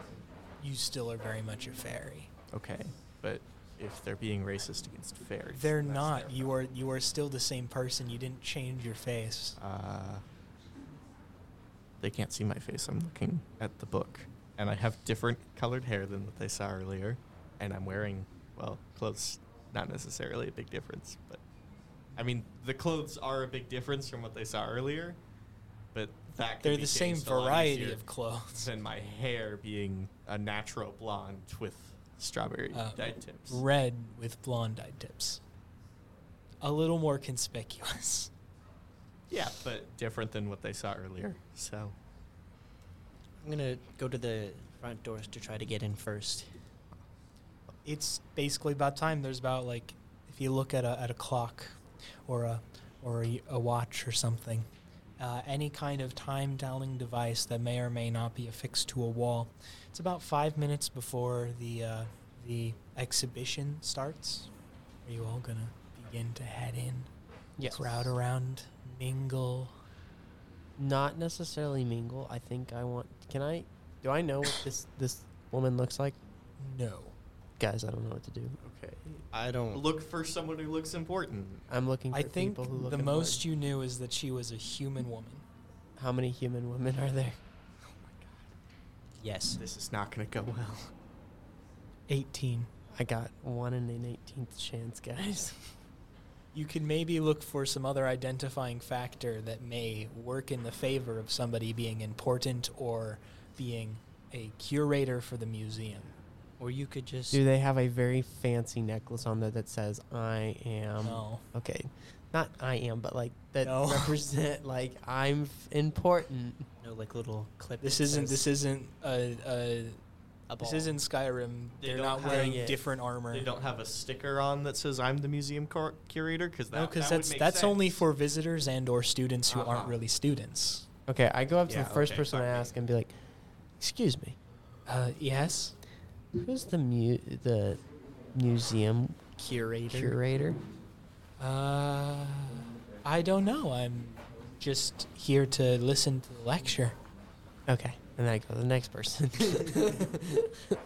You still are very much a fairy. Okay, but if they're being racist against fairies, They're that's not. their You are you are still the same person. You didn't change your face. Uh, they can't see my face. I'm looking at the book, and I have different colored hair than what they saw earlier, and I'm wearing well clothes. Not necessarily a big difference, but I mean the clothes are a big difference from what they saw earlier. But that could They're be the same changed a lot variety easier of clothes. than my hair being a natural blonde with strawberry Uh, dyed tips. Red with blonde dyed tips. A little more conspicuous. Yeah, but different than what they saw earlier. So I'm going to go to the front doors to try to get in first. It's basically about time. There's about like if you look at a at a clock or a or a, a watch or something. Uh, any kind of time telling device that may or may not be affixed to a wall. It's about five minutes before the uh, the exhibition starts. Are you all gonna begin to head in? Yes. Crowd around, mingle. Not necessarily mingle. I think I want. Can I? Do I know what this this woman looks like? No. Guys, I don't know what to do. okay, I don't. look for someone who looks important. I'm looking. For I think people who look the important. most you knew is that she was a human woman. How many human women are there? Yes. This is not going to go well. 18. I got one in an eighteenth chance, guys. You can maybe look for some other identifying factor that may work in the favor of somebody being important or being a curator for the museum. Or you could just. Do they have a very fancy necklace on there that says "I am"? no. Okay, not "I am," but like that No. represent like I'm f- important. No, like little clip. This that isn't says this isn't a, a a this ball. isn't Skyrim. They They're don't not have wearing it. different armor. They don't have a sticker on that says I'm the museum cur- curator because that no, because because that's that's only for visitors and or students who aren't Uh-huh. really students. Okay, I go up to Yeah, the first okay, person I fuck me. ask and be like, "Excuse me, Uh, yes. who's the mu- the museum curator. curator?" Uh, I don't know. I'm just here to listen to the lecture. Okay, and then I go to the next person.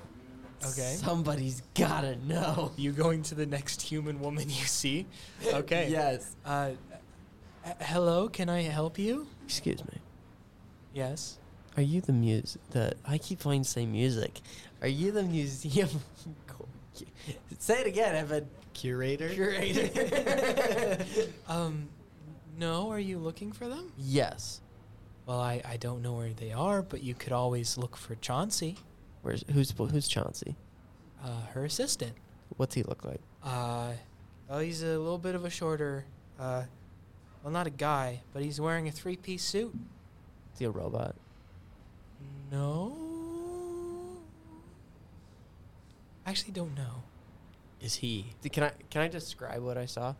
Okay. somebody's gotta know. You going to the next human woman you see? Okay. Yes. Uh, h- hello. Can I help you? Excuse me. Yes. Are you the muse? The I keep wanting to say music. Are you the museum? co- cu- say it again, Evan. Curator? Curator. Um, no. Are you looking for them? yes. Well, I I don't know where they are, but you could always look for Chauncey, Where's who's who's Chauncey? uh, her assistant. What's he look like? Uh, oh, he's a little bit of a shorter. Uh, well, not a guy, but he's wearing a three-piece suit. Is he a robot? No. Actually, don't know. Is he? D- Can I can I describe what I saw?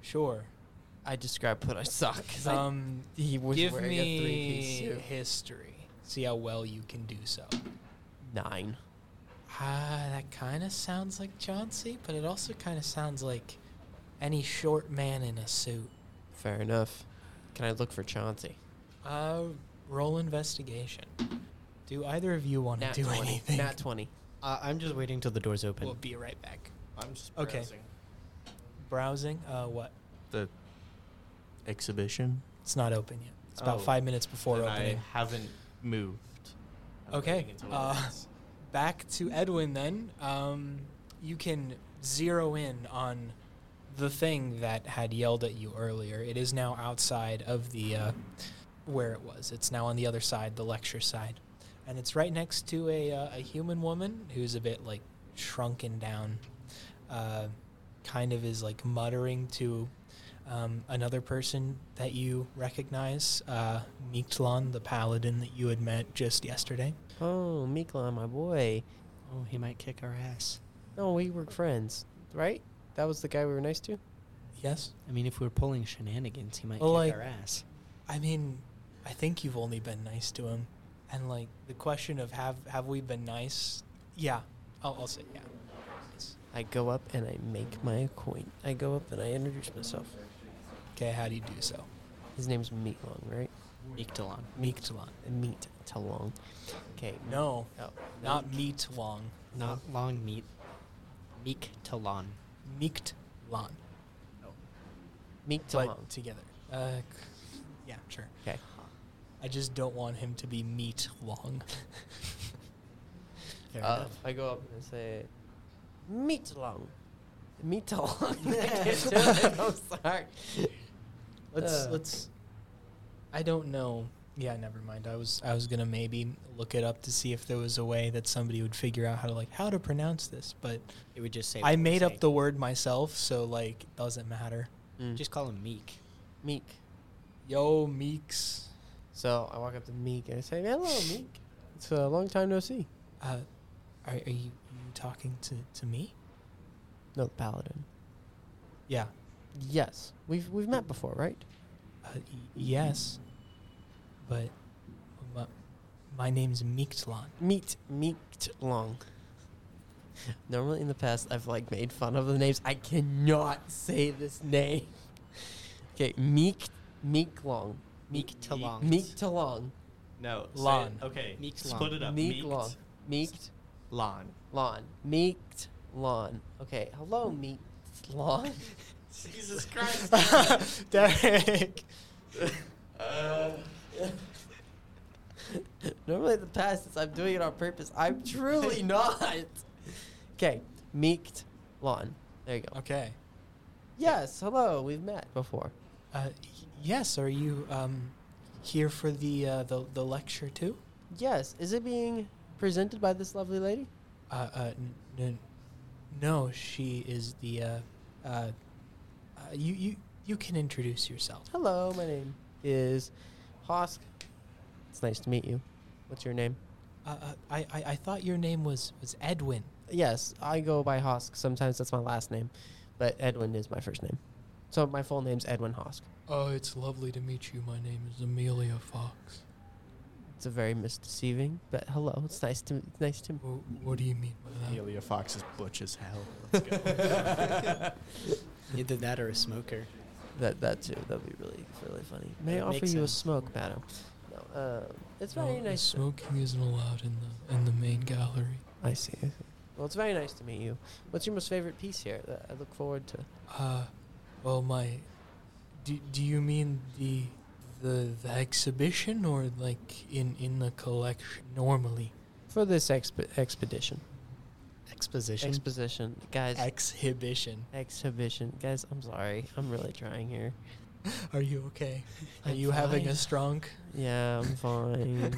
Sure. I described what I saw because Um, I, he was give wearing a three-piece me suit. history. See how well you can do so. Nine. Ah, that kind of sounds like Chauncey, but it also kind of sounds like any short man in a suit. Fair enough. Can I look for Chauncey? Uh, roll investigation. Do either of you want to Nat do 20. anything? Nat 20. Uh, I'm just waiting till the door's open. We'll be right back. I'm just Okay. browsing. Browsing. Uh, what? The exhibition. It's not open yet. It's about Oh. five minutes before Then opening. I haven't moved. I'm Okay, waiting until it uh, ends. back to Edwin then. Um, you can zero in on the thing that had yelled at you earlier. It is now outside of the uh, where it was. It's now on the other side, the lecture side, and it's right next to a uh, a human woman who's a bit like shrunken down. Uh, kind of is like muttering to um, another person that you recognize, uh, Mictlan, the paladin that you had met just yesterday. Oh, Mikla, my boy. oh, he might kick our ass. No, we were friends, right? That was the guy we were nice to? Yes. I mean, if we're pulling shenanigans, he might Well, kick like- our ass. I mean, I think you've only been nice to him, and like the question of have have we been nice? Yeah, I'll, I'll say yeah. Yes. I go up and I make my acquaint. I go up and I introduce myself. Okay, how do you do so? His name's Meat Long, right? Ictalon. Meektalon. Meat Talong. Okay. No, Oh, not Meetlong. Not long meat. Ictalon. Meetlon. Meat Talong. But together. Uh, c- yeah, sure. Okay. I just don't want him to be Meetlong. Fair Uh, enough. I go up and I say, Meat Long. Meat Long. I can't do it. I'm sorry. Let's Uh. let's. I don't know. Yeah, never mind. I was I was gonna maybe look it up to see if there was a way that somebody would figure out how to like how to pronounce this, but It would just say. I what we made say. up the word myself, so like it doesn't matter. Mm. Just call him Meek. Meek. Yo, Meeks. So I walk up to Meek and I say, Hello, Meek. It's a long time no see. Uh, are, are you, you talking to to me? No, the Paladin. Yeah. Yes, we've we've met before, right? Uh, y- yes. But my, my name's Meektlan. Meat meat long. Normally in the past, I've like made fun of the names. I cannot say this name. Okay, meek meek long, Meek Talon. meek to long, No. say it- Lon. Okay. Meek's Split Lon. it up. meek long, meek Lon. lawn, meek lawn. Okay, hello meek lawn. Jesus Christ. Derek. uh, Normally in the past, since I'm doing it on purpose, I'm truly not. Okay, meek lawn. There you go. Okay. Yes, hello. We've met before. Uh, y- yes, are you um, here for the, uh, the the lecture too? Yes, is it being presented by this lovely lady? Uh, uh, n- n- no, she is the. Uh, uh, uh, you you you can introduce yourself. Hello, my name is Hosk. It's nice to meet you. What's your name? Uh, uh, I, I I thought your name was was Edwin. Yes, I go by Hosk. Sometimes that's my last name, but Edwin is my first name. So my full name's Edwin Hosk. Oh, it's lovely to meet you. My name is Amelia Fox. It's a very misdeceiving, but hello. It's nice to it's nice to what do you mean Amelia Fox is butch as hell. Let's go. Either that or a smoker. that that too. That'd be really really funny. May I It offer makes you a sense. smoke, madam? No, uh, it's very nice. to- Smoking isn't allowed in the in the main gallery. I see. I see. Well, it's very nice to meet you. What's your most favorite piece here? That I look forward to. Uh, well, my. Do, do you mean the, the the exhibition or like in in the collection normally? For this exp- expedition. Exposition. Exposition. Guys, Exhibition. exhibition. Guys, I'm sorry. I'm really trying here. Are you okay? Are I'm you having a fine. strong? Yeah, I'm fine.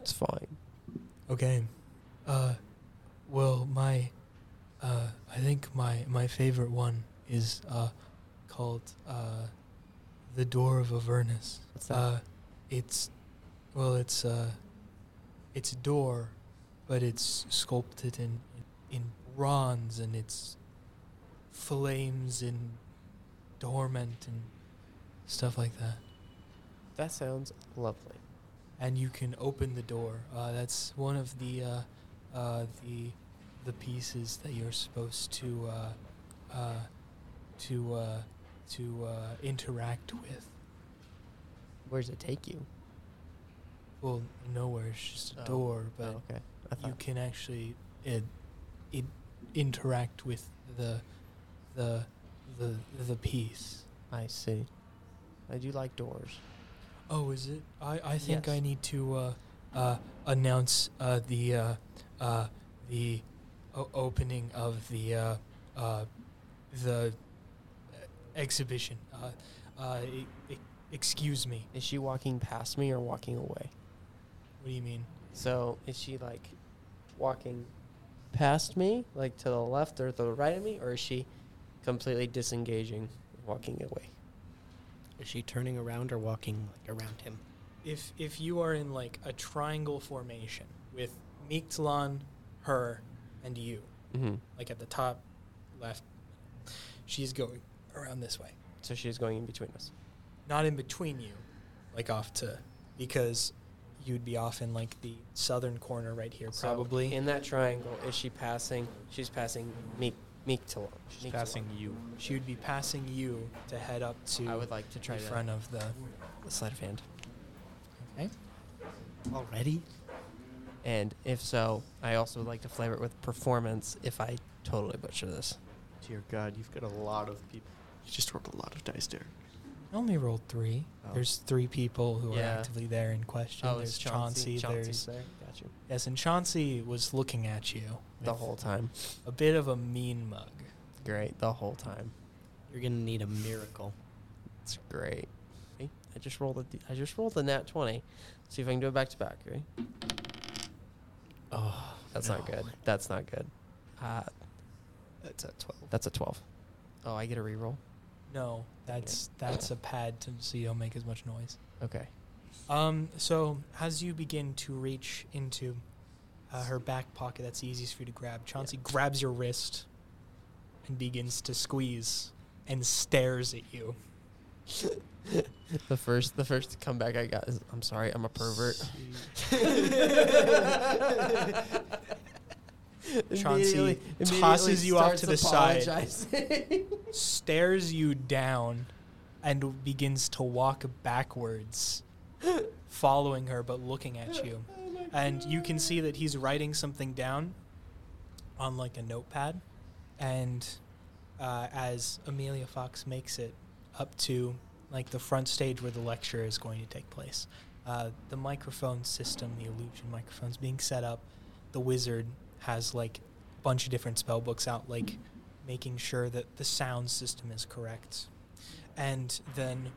it's fine. Okay. Uh, well, my, uh, I think my my favorite one is uh, called uh, the Door of Avernus. What's that? Uh, it's, well, it's uh, it's a door, but it's sculpted in in bronze and it's flames and torment and stuff like that. that sounds lovely. and you can open the door. Uh, that's one of the uh, uh, the the pieces that you're supposed to uh, uh, to uh, to uh, interact with. Where does it take you? Well, nowhere. It's just a Oh, door, but oh, okay. I you thought. can actually it, it interact with the the the the piece. I see. I do like doors. Oh, is it? I, I think I Yes. need to uh, uh, announce uh, the uh, uh, the o- opening of the uh, uh, the exhibition. Uh, uh, e- e- excuse me. Is she walking past me or walking away? What do you mean? So is she like walking past me, like to the left or to the right of me, or is she completely disengaging, walking away? Is she turning around or walking like around him? If if you are in like a triangle formation with Miktalan, her, and you, Mm-hmm. like at the top left, she's going around this way. So she's going in between us. not in between you, like off to, because you'd be off in like the southern corner right here, So probably. in that triangle, is she passing? She's passing Meek Meek to She's passing you. she would be passing you to head up to I would like to try the to- front of the. the sleight of hand. Okay. Already? And if so, I also would like to flavor it with performance. If I totally butcher this, Dear God, you've got a lot of people. You just rolled a lot of dice, Derek. I only rolled three. Oh. There's three people who Yeah. are actively there in question. oh, there's it's Chauncey. There's Chauncey's there. Got you. yes, and Chauncey was looking at you The with whole time. a bit of a mean mug. Great. The whole time. You're gonna need a miracle. It's great. See? I just rolled a d- I just rolled a nat twenty. See if I can do it back to back. Right? Oh, that's not good. That's not good. Uh, That's at twelve. that's a twelve. Oh, I get a reroll. No, that's that's a pad to so you don't make as much noise. Okay. Um, so as you begin to reach into uh, her back pocket, that's the easiest for you to grab. Chauncey grabs your wrist and begins to squeeze and stares at you. The first the first comeback I got is I'm sorry, I'm a pervert. Chauncey immediately tosses you off to the starts side. apologizing. Stares you down and begins to walk backwards, following her but looking at you. Oh And you can see that he's writing something down on like a notepad. And uh, as Amelia Fox makes it up to like the front stage where the lecture is going to take place, uh, the microphone system, the illusion microphones being set up, the wizard has like a bunch of different spell books out, like making sure that the sound system is correct. And then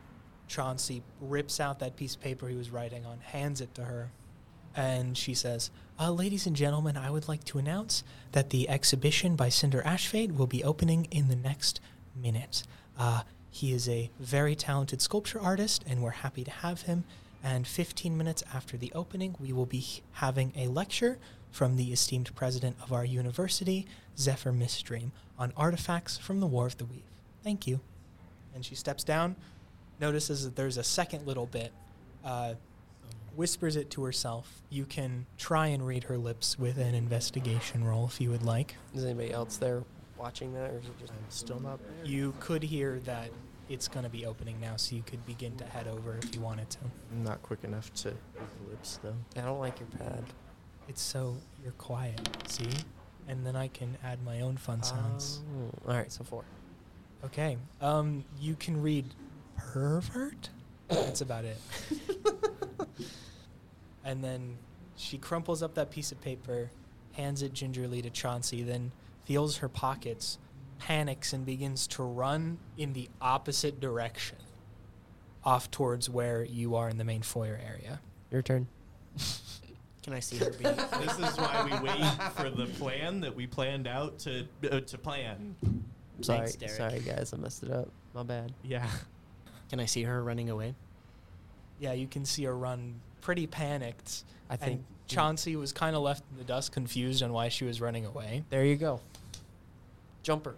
Chauncey rips out that piece of paper he was writing on, hands it to her, and she says, uh, Ladies and gentlemen, I would like to announce that the exhibition by Cinder Ashfade will be opening in the next minute. Uh, he is a very talented sculpture artist, and we're happy to have him. And 15 minutes after the opening, we will be having a lecture from the esteemed president of our university, Zephyr Mistream, on artifacts from the War of the Weave. Thank you. And she steps down, notices that there's a second little bit. Uh, whispers it to herself. You can try and read her lips with an investigation roll if you would like. Is anybody else there watching that or is it just I'm still not You could hear that it's going to be opening now, so you could begin to head over if you wanted to. I'm not quick enough to move the lips, though. I don't like your pad. It's so you're quiet, see? And then I can add my own fun sounds. Oh, All right, so four. Okay. Um, you can read pervert. That's about it. and then she crumples up that piece of paper, hands it gingerly to Chauncey, then feels her pockets, panics, and begins to run in the opposite direction, off towards where you are in the main foyer area. Your turn. Can I see her being this is why we wait for the plan that we planned out to uh, to plan. Sorry, Thanks, Derek. sorry guys, I messed it up. My bad. Yeah. Can I see her running away? Yeah, you can see her run pretty panicked. I think and Chauncey was kind of left in the dust, confused on why she was running away. there you go. Jumper.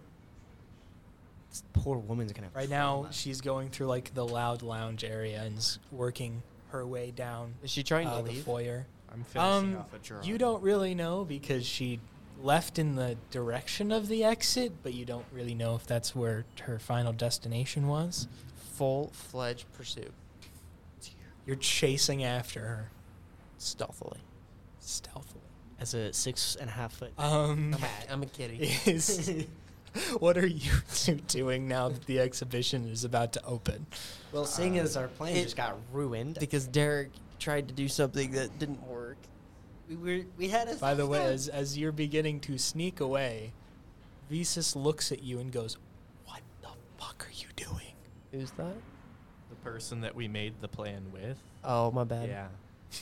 This poor woman's gonna have Right now, she's going through like the loud lounge area and is working her way down Is she trying uh, to the leave? foyer. I'm finishing Um, off a draw. You don't really know because she left in the direction of the exit, but you don't really know if that's where her final destination was. Full fledged pursuit. You're chasing after her stealthily. stealthily. As a six and a half foot. Um, I'm a, I'm a kitty. is what are you two doing now that the exhibition is about to open? well, seeing as our plan it- just got ruined, because Derek tried to do something that didn't work. we were we had a. By the way, as as you're beginning to sneak away, Visus looks at you and goes, "What the fuck are you doing?" Who's that? The person that we made the plan with. Oh, my bad. Yeah.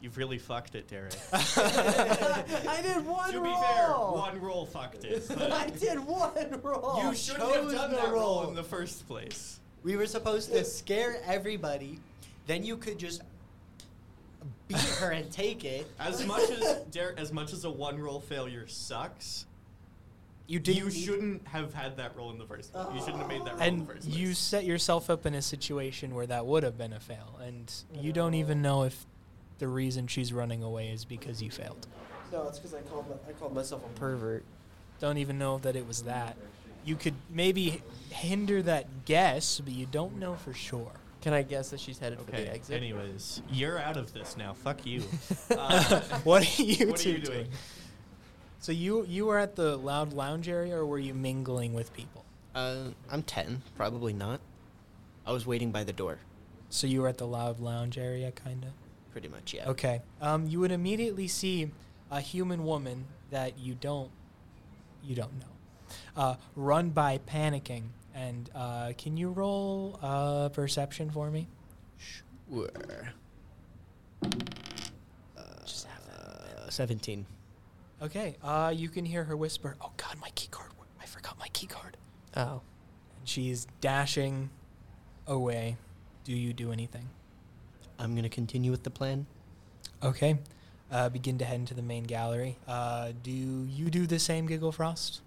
You've really fucked it, Derek. I did one to roll. be fair, one roll fucked it. but I did one roll. you shouldn't have Chose done the that roll in the first place. We were supposed to scare everybody. Then you could just beat her and take it. As much as Derek, as much as a one roll failure sucks, you did, you shouldn't have had that roll in the first place. You shouldn't have made that roll in the And first place. you set yourself up in a situation where that would have been a fail, and you don't even know if the reason she's running away is because you failed. No, it's because I called I called myself a pervert. Don't even know that it was that. You could maybe hinder that guess, but you don't know for sure. Can I guess that she's headed for the okay. exit? Anyways, you're out of this now. Fuck you. Uh, What are you, what are two you doing? So you you were at the loud lounge area, or were you mingling with people? Uh, I'm ten. Probably not. I was waiting by the door. So you were at the loud lounge area, kind of. Pretty much, yeah. Okay. Um, you would immediately see a human woman that you don't you don't know uh, run by panicking. And uh, can you roll uh, perception for me? Sure. Just have that. Uh, Seventeen. Okay. Uh, you can hear her whisper, "Oh God, my key card! I forgot my key card." Oh. And she's dashing away. Do you do anything? I'm gonna continue with the plan. Okay. Uh, begin to head into the main gallery. Uh, do you do the same, Giggle Frost?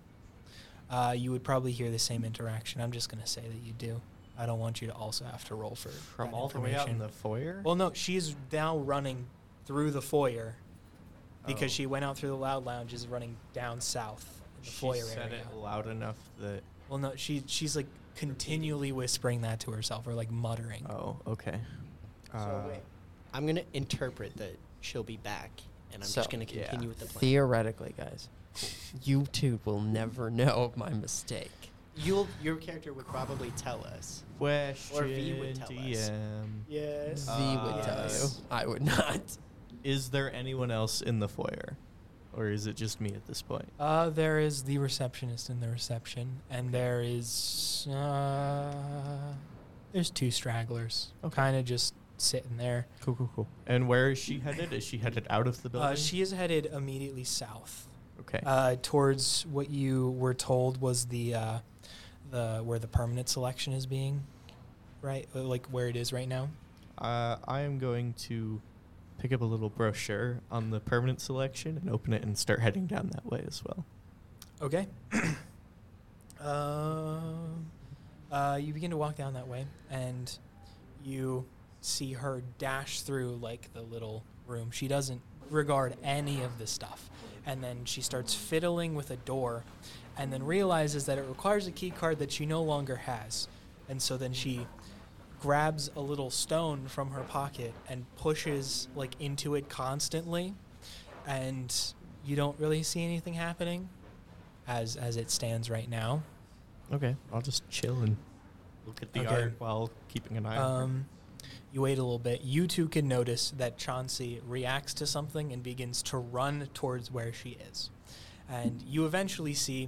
Uh, you would probably hear the same interaction. I'm just going to say that you do. I don't want you to also have to roll for From that all the way out in the information. foyer. Well, no, she's now running through the foyer because Oh. she went out through the loud lounge. Is running down south in the she foyer said area. it loud enough that. Well, no, she she's like continually whispering that to herself or like muttering. Oh, okay. Uh, I'm gonna interpret that she'll be back, and I'm So, just gonna yeah. continue with the plan. Theoretically, guys, you two will never know of my mistake. You'll your character would probably tell us. Question Or V would tell us. DM. Yes. Z would tell you. Yes. I would not. Is there anyone else in the foyer? Or is it just me at this point? Uh, there is the receptionist in the reception, and there is uh, there's two stragglers, Okay. kind of just sitting there. Cool, cool, cool. And where is she headed? Is she headed out of the building? Uh, she is headed immediately south, Okay. uh, towards what you were told was the uh, the where the permanent selection is being, right? Uh, Like where it is right now. Uh, I am going to pick up a little brochure on the permanent selection and open it and start heading down that way as well. Okay. um, uh, you begin to walk down that way, and you see her dash through like the little room. She doesn't regard any of the stuff, and then she starts fiddling with a door, and then realizes that it requires a key card that she no longer has, and so then she grabs a little stone from her pocket and pushes like into it constantly and you don't really see anything happening as as it stands right now. Okay. I'll just chill and look at the Okay. art while keeping an eye on Um, you wait a little bit. You two can notice that Chauncey reacts to something and begins to run towards where she is. And you eventually see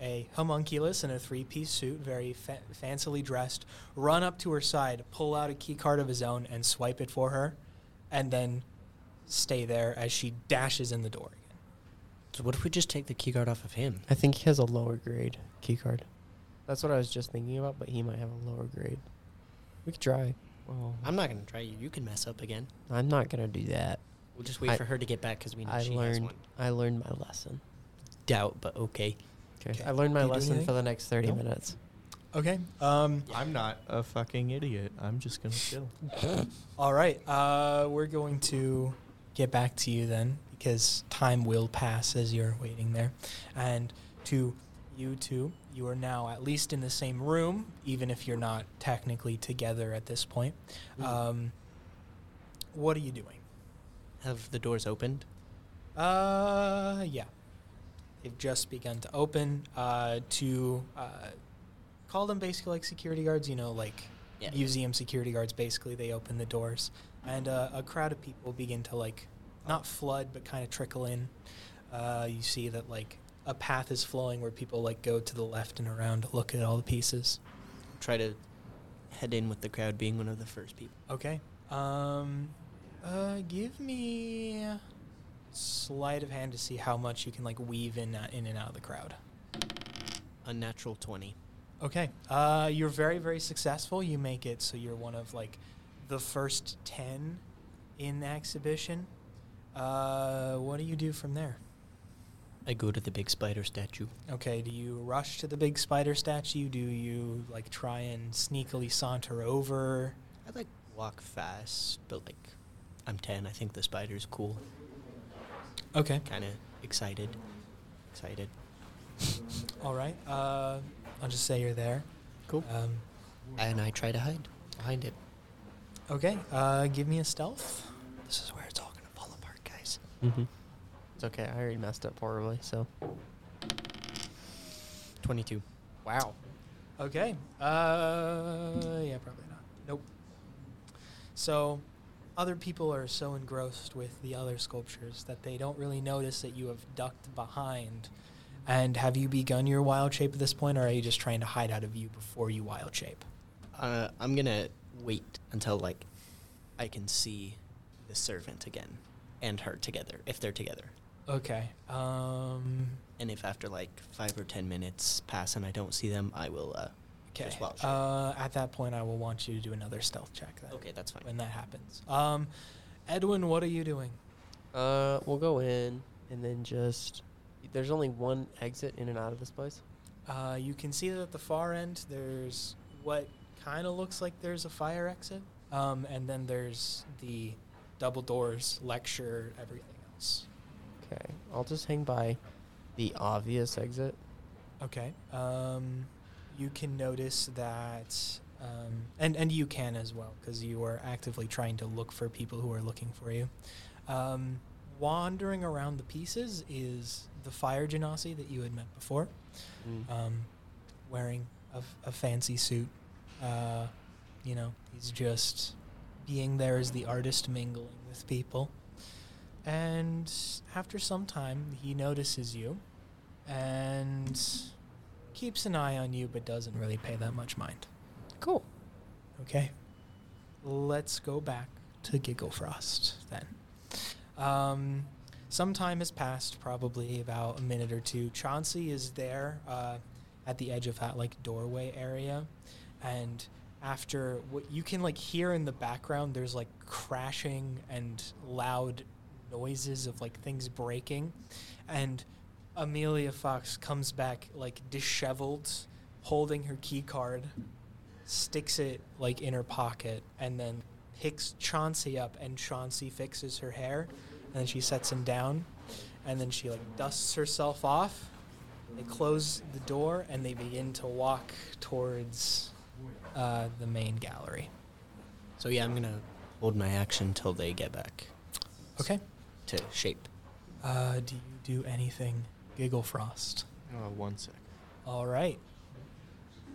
a homunculus in a three piece suit, very fa- fancily dressed, run up to her side, pull out a key card of his own, and swipe it for her, and then stay there as she dashes in the door again. So what if we just take the keyguard off of him? I think he has a lower grade key card. That's what I was just thinking about, but he might have a lower grade. We could try. Well, I'm not gonna try you. You can mess up again. I'm not gonna do that. We'll just wait I- for her to get back because we know I she has learned. one. I learned my lesson. Doubt, but okay. I learned my Do you do lesson for anything? the next thirty No. minutes. Okay. Um, I'm not a fucking idiot. I'm just going to chill. All right. Uh, we're going to get back to you then because time will pass as you're waiting there. And to You two, you are now at least in the same room, even if you're not technically together at this point. Um, what are you doing? Have the doors opened? Uh, yeah. They've just begun to open. Uh, to uh, call them basically like security guards. You know, like Yeah. museum security guards. Basically, they open the doors, and uh, a crowd of people begin to like not flood, but kind of trickle in. Uh, you see that like a path is flowing where people like go to the left and around to look at all the pieces. Try to head in with the crowd being one of the first people. Okay. Um, uh, give me sleight of hand to see how much you can like weave in uh, in and out of the crowd. Unnatural 20. Okay. Uh, you're very very successful. You make it, so you're one of like the first ten in the exhibition. Uh, what do you do from there? I go to the big spider statue. Okay, do you rush to the big spider statue? Do you like try and sneakily saunter over? I like walk fast, but like I'm 10. I think the spider's cool. Okay. Kind of excited. Excited. All right. Uh, I'll just say you're there. Cool. Um, and I try to hide behind it. Okay, uh, give me a stealth. This is where it's all going to fall apart, guys. Mm-hmm. It's okay. I already messed up horribly, so 22. wow. Okay. Uh, yeah, probably not. Nope. So, other people are so engrossed with the other sculptures that they don't really notice that you have ducked behind. And have you begun your wild shape at this point, or are you just trying to hide out of view before you wild shape? Uh, I'm going to wait until like I can see the servant again and her together, if they're together. Okay. Um. And if after like five or 10 minutes pass and I don't see them, I will uh, Okay. just wild shape. Uh, at that point, I will want you to do another stealth check. Then, okay, that's fine. When that happens. Um, Edwin, what are you doing? Uh, we'll go in and then just. There's only one exit in and out of this place. Uh, you can see that at the far end, there's what kind of looks like there's a fire exit, um, and then there's the double doors, lecture, everything else. Okay, I'll just hang by the obvious exit. Okay. Um, you can notice that, um, and and you can as well because you are actively trying to look for people who are looking for you. Um, wandering around the pieces is the fire genasi that you had met before. um, wearing a, f- a fancy suit. Uh, you know, he's just being there as the artist mingling with people. And after some time, he notices you and keeps an eye on you, but doesn't really pay that much mind. Cool. Okay. Let's go back to Giggle Frost then. Um, some time has passed, probably about a minute or two. Chauncey is there uh, at the edge of that like doorway area, and after what you can like hear in the background, there's like crashing and loud noises of like things breaking, and Amelia Fox comes back like disheveled, holding her key card sticks it like in her pocket and then picks Chauncey up and Chauncey fixes her hair and then she sets him down and then she like dusts herself off. They close the door and they begin to walk towards uh, the main gallery. So yeah, I'm going to hold my action till they get back Okay. to shape. Uh, do you do anything? Giggle Frost. Uh, one sec. All right.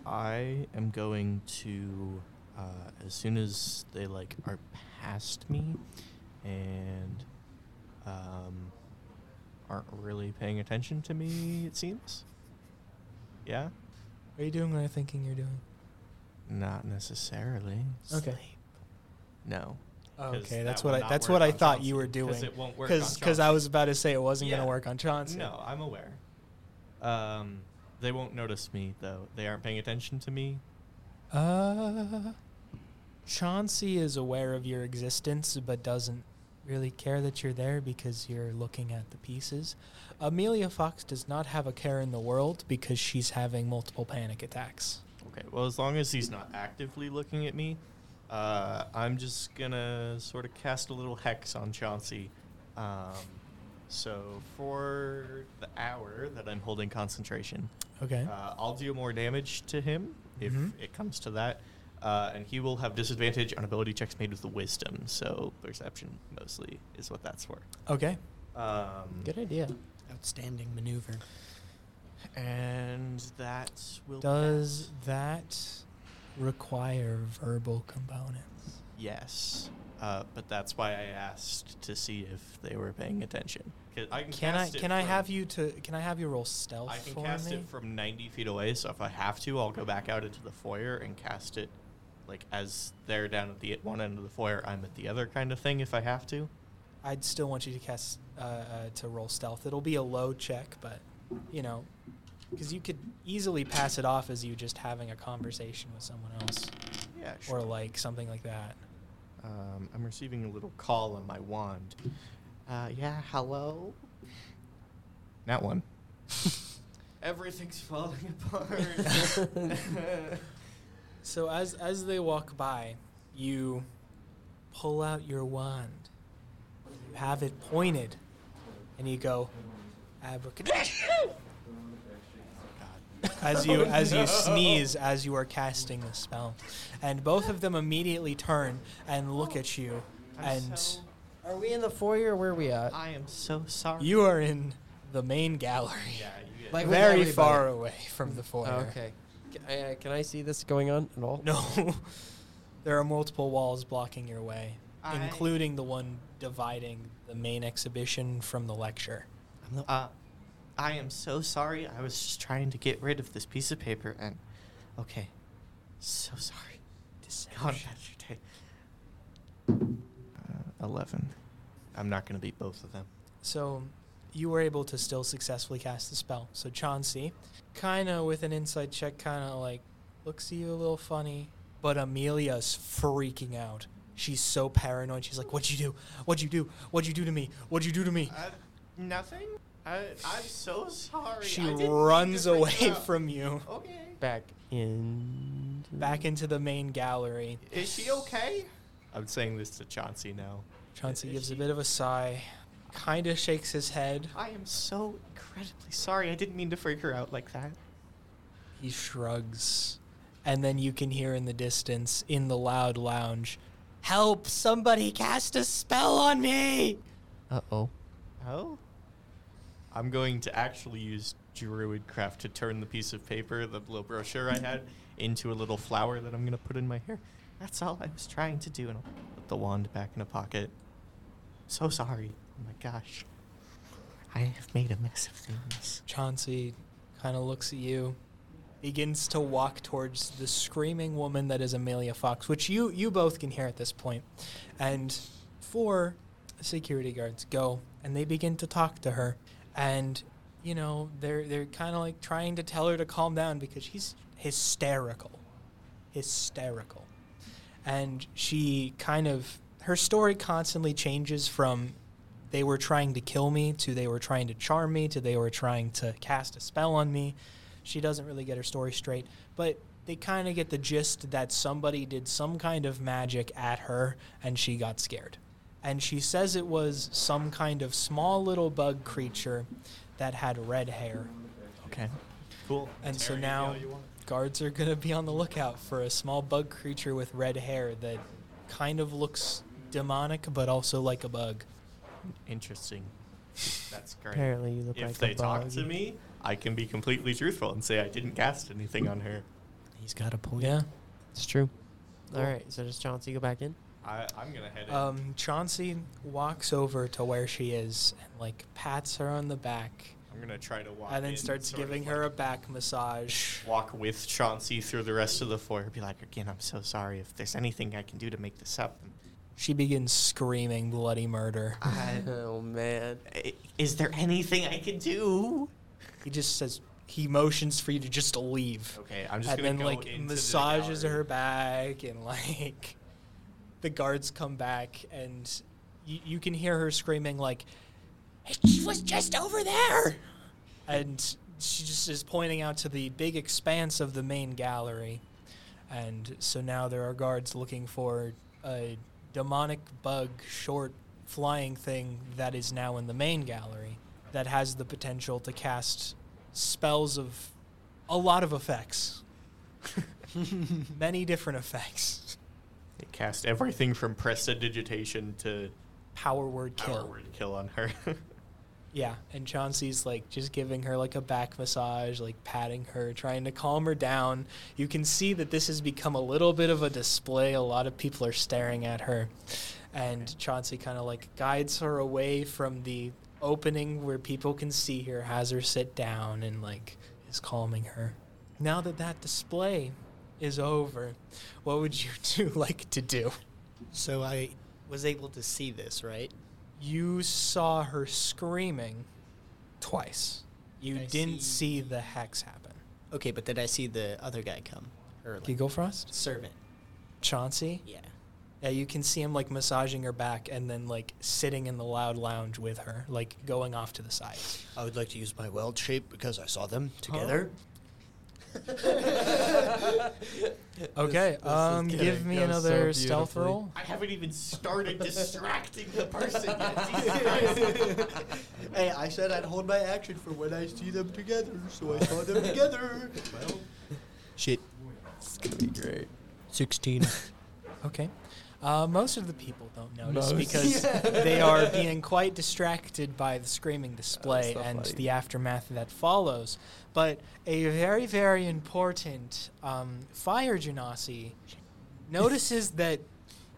I am going to, uh, as soon as they like are past me, and um, aren't really paying attention to me. It seems. Yeah. Are you doing what I'm thinking you're doing? Not necessarily. Okay. Oh, No. Oh, Okay, that's what I that's what I thought you were doing. Because it won't work. on Because I Chauncey. was about to say it wasn't going Yeah. to work on Chauncey. No, I'm aware. Um, they won't notice me though. They aren't paying attention to me. Uh, Chauncey is aware of your existence, but doesn't really care that you're there because you're looking at the pieces. Amelia Fox does not have a care in the world because she's having multiple panic attacks. Okay. Well, as long as he's not actively looking at me, uh, I'm just gonna sort of cast a little hex on Chauncey, um, So for the hour that I'm holding concentration, Okay. uh, I'll deal more damage to him if Mhm. it comes to that. Uh, and he will have disadvantage on ability checks made with the wisdom. So perception mostly is what that's for. okay. Um, Good idea. Outstanding maneuver. And that will. Does pass. that require verbal components? Yes. Uh, but that's why I asked to see if they were paying attention. 'Cause I can, Can I cast it can I from- have you to can I have you roll stealth I can for cast me? it from 90 feet away, so if I have to, I'll go back out into the foyer and cast it, like as they're down at the at one end of the foyer, I'm at the other kind of thing. If I have to, I'd still want you to cast uh, uh, to roll stealth. It'll be a low check, but you know, because you could easily pass it off as you just having a conversation with someone else, yeah, or like something like that. um, I'm receiving a little call on my wand. Uh, yeah, hello. That one. Everything's falling apart. So as as they walk by, you pull out your wand. You have it pointed, and you go, abracadabra. As you as you sneeze as you are casting the spell, and both of them immediately turn and look at you, I'm and so- Are we in the foyer? Where are we at? I am so sorry. you are in the main gallery, Yeah, you get Like- with very everybody. far away from the foyer. Oh, okay. Can I, uh, can I see this going on at all? No. there are multiple walls blocking your way, I- including the one dividing the main exhibition from the lecture. I'm the Uh, I am so sorry. I was just trying to get rid of this piece of paper and. Okay. So sorry. God, that's your day. Uh, 11. I'm not going to beat both of them. So you were able to still successfully cast the spell. So Chauncey, kind of with an inside check, kind of like looks at you a little funny, but Amelia's freaking out. She's so paranoid. She's like, "What'd you do? What'd you do? What'd you do to me? What'd you do to Uh, me?" nothing? I, I'm so sorry. she runs away from you Okay. Back in. back into the main gallery. Is she okay? I'm saying this to Chauncey now. Chauncey Is gives a she- bit of a sigh, kind of shakes his head. I am so incredibly sorry. I didn't mean to freak her out like that. He shrugs. And then you can hear in the distance, in the loud lounge, Help! Somebody cast a spell on me! Uh oh. Oh? I'm going to actually use Druidcraft to turn the piece of paper, the little brochure I had, into a little flower that I'm going to put in my hair. That's all I was trying to do, and I'll put the wand back in a pocket. So sorry. Oh my gosh. I have made a mess of things. Chauncey kind of looks at you, begins to walk towards the screaming woman that is Amelia Fox, which you, you both can hear at this point. And four security guards go and they begin to talk to her. And, you know, they're, they're kind of like trying to tell her to calm down because she's hysterical. hysterical. And she kind of her story constantly changes from they were trying to kill me to they were trying to charm me to they were trying to cast a spell on me. She doesn't really get her story straight, but they kind of get the gist that somebody did some kind of magic at her and she got scared. And she says it was some kind of small little bug creature that had red hair. Okay. Cool. And so Taryn, you now know you want- guards are going to be on the lookout for a small bug creature with red hair that kind of looks demonic but also like a bug. Interesting. That's great. Apparently you look if like a they talk bug. to me, I can be completely truthful and say I didn't cast anything on her. He's got a point. Yeah. It's true. All right. So does Chauncey go back in? I, I'm going to head in. Um, Chauncey walks over to where she is and like pats her on the back I'm going to try to walk and then in, starts sort of giving like- her a back massage. walk with Chauncey through the rest of the foyer. Be like, again, I'm so sorry. If there's anything I can do to make this up, She begins screaming bloody murder. I, Oh man. I- is there anything I can do? He just says he motions for you to just leave. Okay, I'm just and gonna then go like into the massages gallery. her back and like the guards come back and you, you can hear her screaming like she was just over there and she just is pointing out to the big expanse of the main gallery and so now there are guards looking for a demonic bug short flying thing that is now in the main gallery that has the potential to cast spells of a lot of effects. Many different effects. It cast everything from prestidigitation to Power word kill. power word kill on her. Yeah, and Chauncey's like just giving her like a back massage, like patting her, trying to calm her down. You can see that this has become a little bit of a display. A lot of people are staring at her. And Chauncey kind of like guides her away from the opening where people can see her, has her sit down, and like is calming her. Now that that display is over, what would you two like to do? So I was able to see this, right? You saw her screaming twice. You I didn't see. see- the hex happen. Okay, but did I see the other guy come? Or like, Giggle Frost? servant? Chauncey? Yeah. Yeah, you can see him like massaging her back and then like sitting in the loud lounge with her, like going off to the side. I would like to use my weld shape because I saw them together. Okay, This- this is um, gonna give me go another so stealth beautifully. roll. I haven't even started distracting the person hey, I said I'd hold my action for when I see them together, so I saw them together. Shit. It's gonna be great. 16. Okay. Uh, most of the people don't notice Most. because they are being quite distracted by the screaming display stuff and like- the aftermath that follows. But a very, very important um, fire genasi notices that.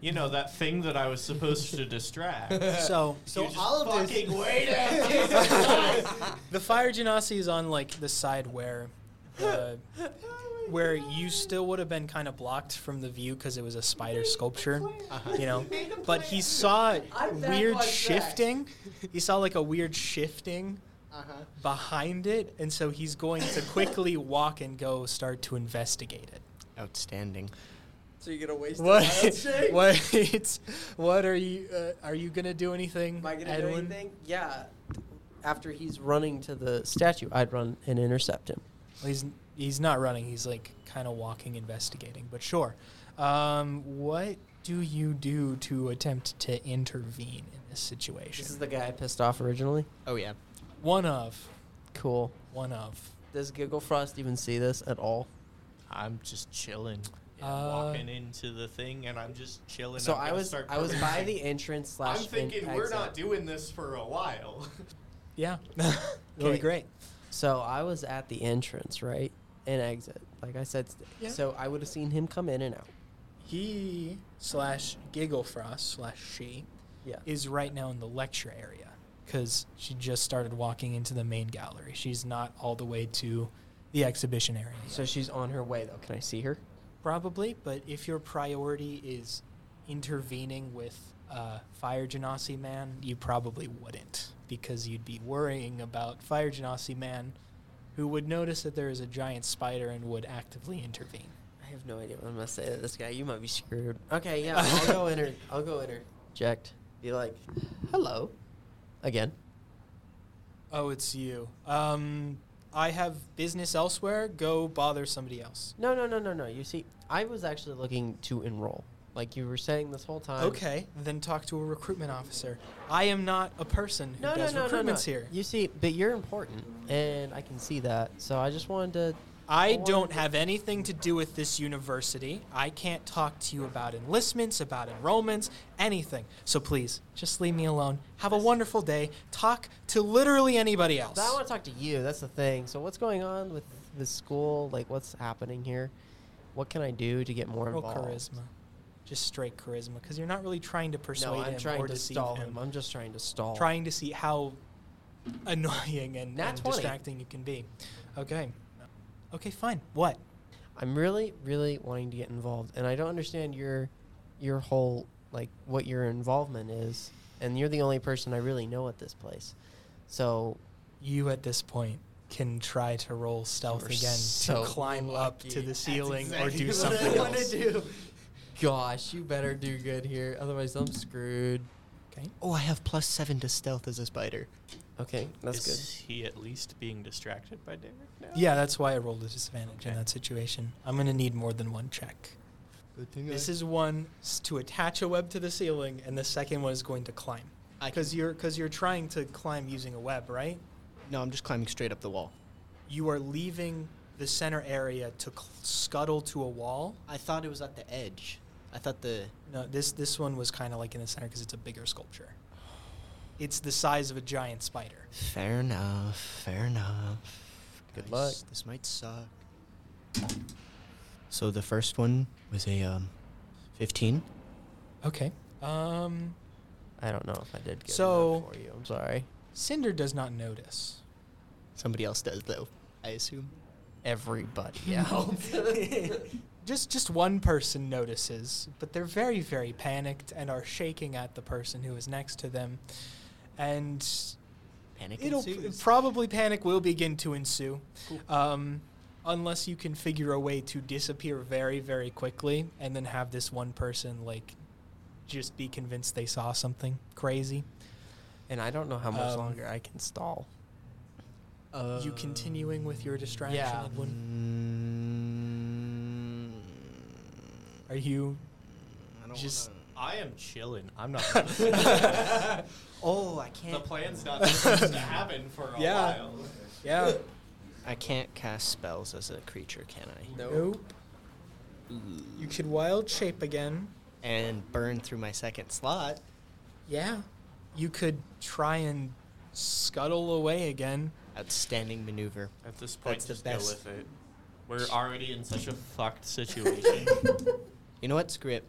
You know that thing that I was supposed to distract. So, so all of this. fucking wait at the fire genasi is on like the side where the where you still would have been kind of blocked from the view because it was a spider sculpture Uh-huh. you know but he saw weird shifting he saw like a weird shifting Uh-huh. behind it and so he's going to quickly walk and go start to investigate it Outstanding. So you're gonna waste what the wild what shape? it's what are you uh, are you gonna do anything Am I gonna do Edwin? anything? Yeah. After he's running to the statue, I'd run and intercept him. Well, he's he's not running. He's like kind of walking, investigating. But sure, um, what do you do to attempt to intervene in this situation? This is the guy I pissed off originally. Oh, yeah. one of, Cool. one of. Does Giggle Frost even see this at all? I'm just chilling. and Uh, walking into the thing, and I'm just chilling. so I'm I gonna was start I was by covering- the entrance I'm slash. in thinking we're exit. not doing this for a while. Yeah, that'll be Okay. great. So I was at the entrance, right, and exit. Like I said, st- Yeah. so I would have seen him come in and out. He slash Giggle Frost slash she Yeah. is right now in the lecture area because she just started walking into the main gallery. She's not all the way to the exhibition area. yet. So she's on her way though. Can I see her? Probably, but if your priority is intervening with uh, Fire Genasi Man, you probably wouldn't because you'd be worrying about Fire Genasi Man, who would notice that there is a giant spider and would actively intervene. I have no idea what I'm gonna say to this guy. You might be screwed. Okay, yeah, I'll go inter. I'll go interject. Be like, hello, again. Oh, it's you. Um, I have business elsewhere. Go bother somebody else. No, no, no, no, no. You see, I was actually looking to enroll. Like you were saying this whole time. Okay, then talk to a recruitment officer. I am not a person who No, no, does no, no, no. recruitments here. You see, but you're important, and I can see that. So I just wanted to. I Or- don't have anything to do with this university. I can't talk to you about enlistments, about enrollments, anything. So please, just leave me alone. Have a wonderful day. Talk to literally anybody else. But I want to talk to you. That's the thing. So what's going on with the school? Like, what's happening here? What can I do to get more Real involved? charisma. Just straight charisma, because you're not really trying to persuade No, I'm him trying or to deceive stall him. him. I'm just trying to Oh. stall. Trying to see how annoying and, Nat and 20. distracting you can be. Okay. Okay, fine. What? I'm really, really wanting to get involved, and I don't understand your, your whole like what your involvement is, and you're the only person I really know at this place. So You at this point can try to roll stealth You're again so to climb up to the ceiling or do That's something what I wanna else. do. Gosh, you better do good here, otherwise I'm screwed. Okay. Oh, I have plus seven to stealth as a spider. Okay, that's good. Is he at least being distracted by Derek now? Yeah, that's why I rolled a disadvantage in Okay. that situation. I'm going to need more than one check. Good thing This is one s- to attach a web to the ceiling, and the second one is going to climb. I can- Because you're because you're trying to climb using a web, right? No, I'm just climbing straight up the wall. You are leaving the center area to cl- scuttle to a wall. I thought it was at the edge. I thought the No, this this one was kind of like in the center because it's a bigger sculpture. It's the size of a giant spider. Fair enough. Fair enough. Good luck. This might suck. So the first one was a um, 15. Okay. Um, I don't know if I did good So- so, for you. I'm sorry. Cinder does not notice. Somebody else does though. I assume. Everybody else. Just just one person notices, but they're very very panicked and are shaking at the person who is next to them, and Panic it'll ensues. probably panic will begin to ensue, um, unless you can figure a way to disappear very very quickly and then have this one person like just be convinced they saw something crazy. and I don't know how much Um, longer I can stall. you continuing with your distraction, yeah. Edwin? Mm, Are you I don't Just- wanna- I am chilling. I'm not. Oh, I can't. The plan's not supposed to happen for a Yeah. while. Yeah. I can't cast spells as a creature, can I? Nope. You could wild shape again. And burn through my second slot. Yeah. You could try and scuttle away again. Outstanding maneuver. At this point, That's the just best. deal with it. We're already in such a fucked situation. You know what? Screw it.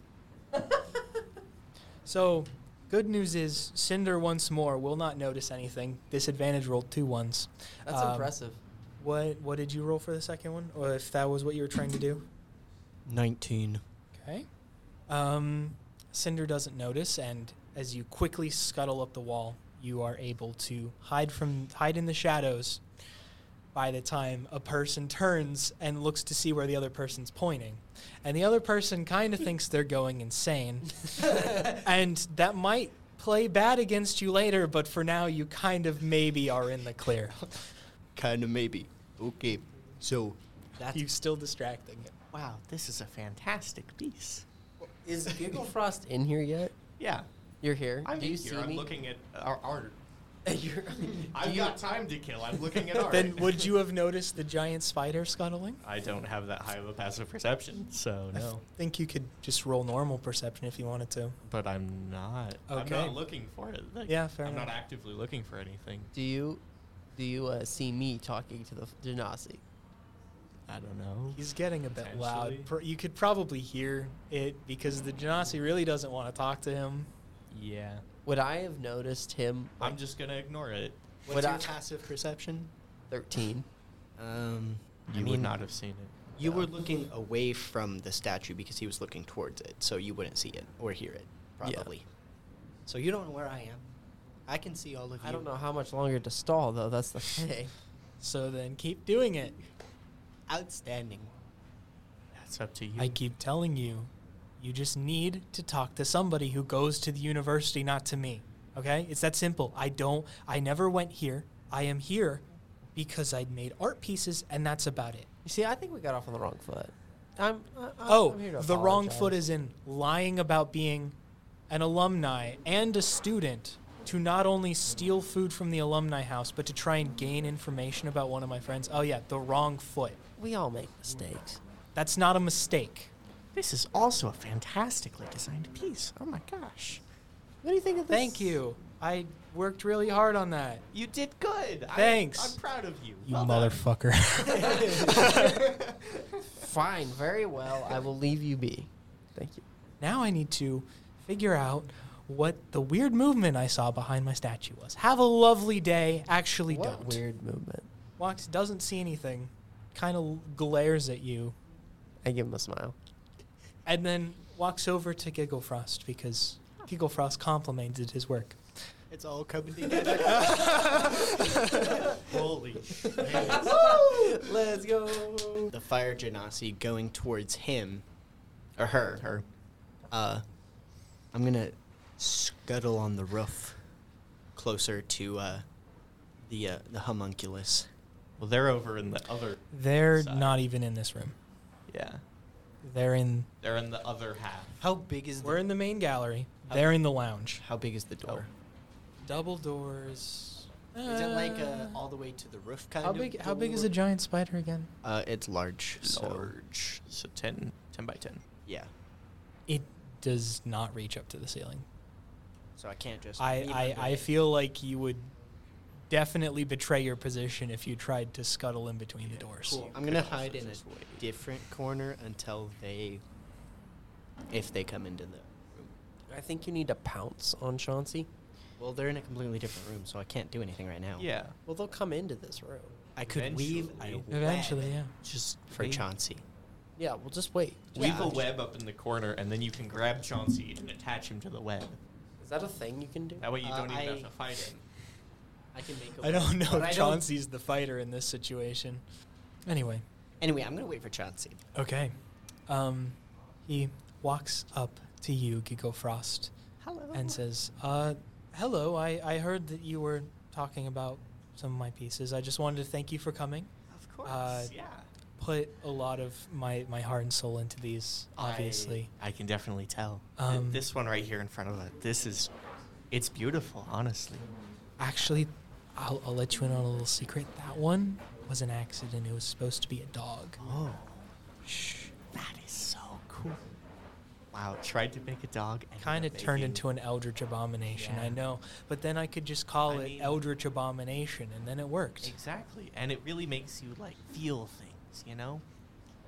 So, good news is Cinder once more will not notice anything. Disadvantage rolled two ones. That's Um, impressive. What what did you roll for the second one? Or if that was what you were trying to do? 19. Okay. Um, Cinder doesn't notice, and as you quickly scuttle up the wall, you are able to hide from hide in the shadows. By the time a person turns and looks to see where the other person's pointing, and the other person kind of thinks they're going insane, and that might play bad against you later. But for now, you kind of maybe are in the clear. Kinda maybe. Okay. So that's you still distracting. wow, this is a fantastic piece. Is Giggle Frost in here yet? Yeah, You're here. I'm Do in you here. see I'm me? looking at our art. You're- I've got time to kill. I'm looking at art. Then would you have noticed the giant spider scuttling? I don't have that high of a passive perception, so I no. think you could just roll normal perception if you wanted to. But I'm not. I'm Okay. not looking for it. Like, Yeah, fair I'm not enough. actively looking for anything. do you do you uh, see me talking to the Genasi? I don't know. He's getting a bit loud. Potentially. Pr- You could probably hear it because the Genasi really doesn't want to talk to him. Yeah. Would I have noticed him? I'm just gonna ignore it. what's Would your I- passive perception? Thirteen. Um You I would mean, not have seen it. You were looking away from the statue because he was looking towards it, so you wouldn't see it or hear it, Yeah. probably. So you don't know where I am. I can see all of you. I don't know how much longer to stall though. That's the thing. So then keep doing it. Outstanding. That's up to you. I keep telling you, you just need to talk to somebody who goes to the university, not to me. Okay? It's that simple. I don't, I never went here. I am here because I'd made art pieces and that's about it. You see, I think we got off on the wrong foot. I'm. I, I- Oh, I'm here to the wrong apologize. foot is in lying about being an alumni and a student to not only steal food from the alumni house, but to try and gain information about one of my friends. Oh, yeah, the wrong foot. We all make mistakes. That's not a mistake. This is also a fantastically designed piece. Oh my gosh. What do you think of this? Thank you. I worked really hard on that. You did good. I- Thanks. I'm proud of you. You Well done. motherfucker. Fine, very well. I will leave you be. Thank you. now I need to figure out what the weird movement I saw behind my statue was. Have a lovely day. Actually, what don't. weird movement? Walks, doesn't see anything, kind of glares at you, I give him a smile. and then walks over to Giggle Frost because Giggle Frost complimented his work. It's all coming together. Holy shit. Let's go. the fire genasi going towards him or her. Her. Uh I'm gonna scuttle on the roof closer to uh the uh, the homunculus. Well, they're over in the other. They're Side. not even in this room. Yeah. They're in. They're in the other half. How big is We're in the main gallery. They're in the lounge. How big is the door? double doors. Oh. Is it like uh, all the way to the roof kind how of? big? How big is door? a giant spider again? Uh, it's large. So Large. So 10, 10 by 10. yeah. It does not reach up to the ceiling. So I can't just. lean I, under I, I it. feel like you would definitely betray your position if you tried to scuttle in between the doors. Cool. I'm gonna hide in a just wait. different corner until they, if they come into the room. I think you need to pounce on Chauncey. Well, they're in a completely different room, so I can't do anything right now. Yeah. Well, they'll come into this room. I could weave a Eventually. web Eventually, yeah. just for Weave- Chauncey. Yeah, well, just wait. Weave a web up in the corner, and then you can grab Chauncey and attach him to the web. Is that a thing you can do? That way you Uh, don't even I- have to fight him. I can make. I don't know But I if Chauncey's the fighter in this situation. Anyway, Anyway, I'm gonna wait for Chauncey. okay. Um, he walks up to you, Gigo Frost, Hello. and says, uh, Hello, I, I heard that you were talking about some of my pieces. I just wanted to thank you for coming. Of course. Uh, yeah. Put a lot of my, my heart and soul into these, obviously. I, can definitely tell. Th- Um, this one right here in front of us. This is, it's beautiful, honestly. Actually, I'll, I'll let you in on a little secret. That one was an accident. It was supposed to be a dog. Oh, shh, that is so cool. Wow, tried to make a dog. ended Kind of up turned making- into an eldritch abomination, I Yeah. know. But then I could just call I it mean- eldritch abomination, and then it worked. Exactly, and it really makes you like feel things, you know.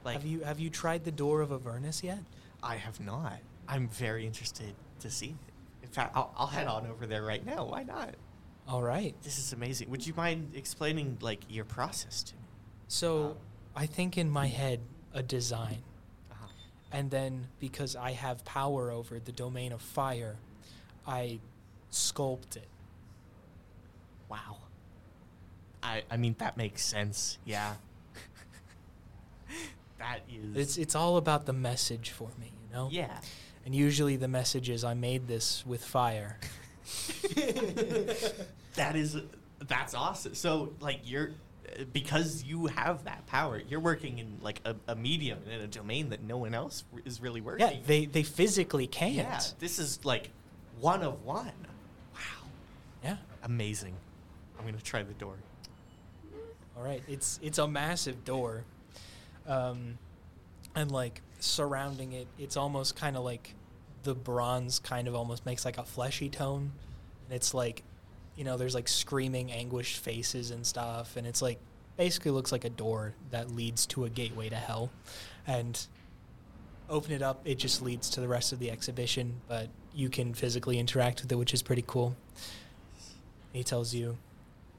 Like have you have you tried the door of Avernus yet? I have not. I'm very interested to see it. In fact, I'll, I'll head on over there right now. Why not? All right. This is amazing. Would you mind explaining like your process to me? So Um, I think in my head a design, Uh-huh. and then because I have power over the domain of fire, I sculpt it. Wow. I I mean that makes sense. Yeah. that is. It's it's all about the message for me, you know. yeah. And usually the message is, "I made this with fire." That is that's awesome. So like you're because you have that power, you're working in like a, a medium and in a domain that no one else r- is really working. Yeah, they they physically can't. yeah. This is like one of one. Wow. Yeah. Amazing. I'm gonna try the door. All right. It's it's a massive door, um, and like surrounding it, it's almost kind of like the bronze kind of almost makes like a fleshy tone, and it's like, you know, there's like screaming anguished faces and stuff, and it's like basically looks like a door that leads to a gateway to hell, and open it up, it just leads to the rest of the exhibition, but you can physically interact with it, which is pretty cool. He tells you,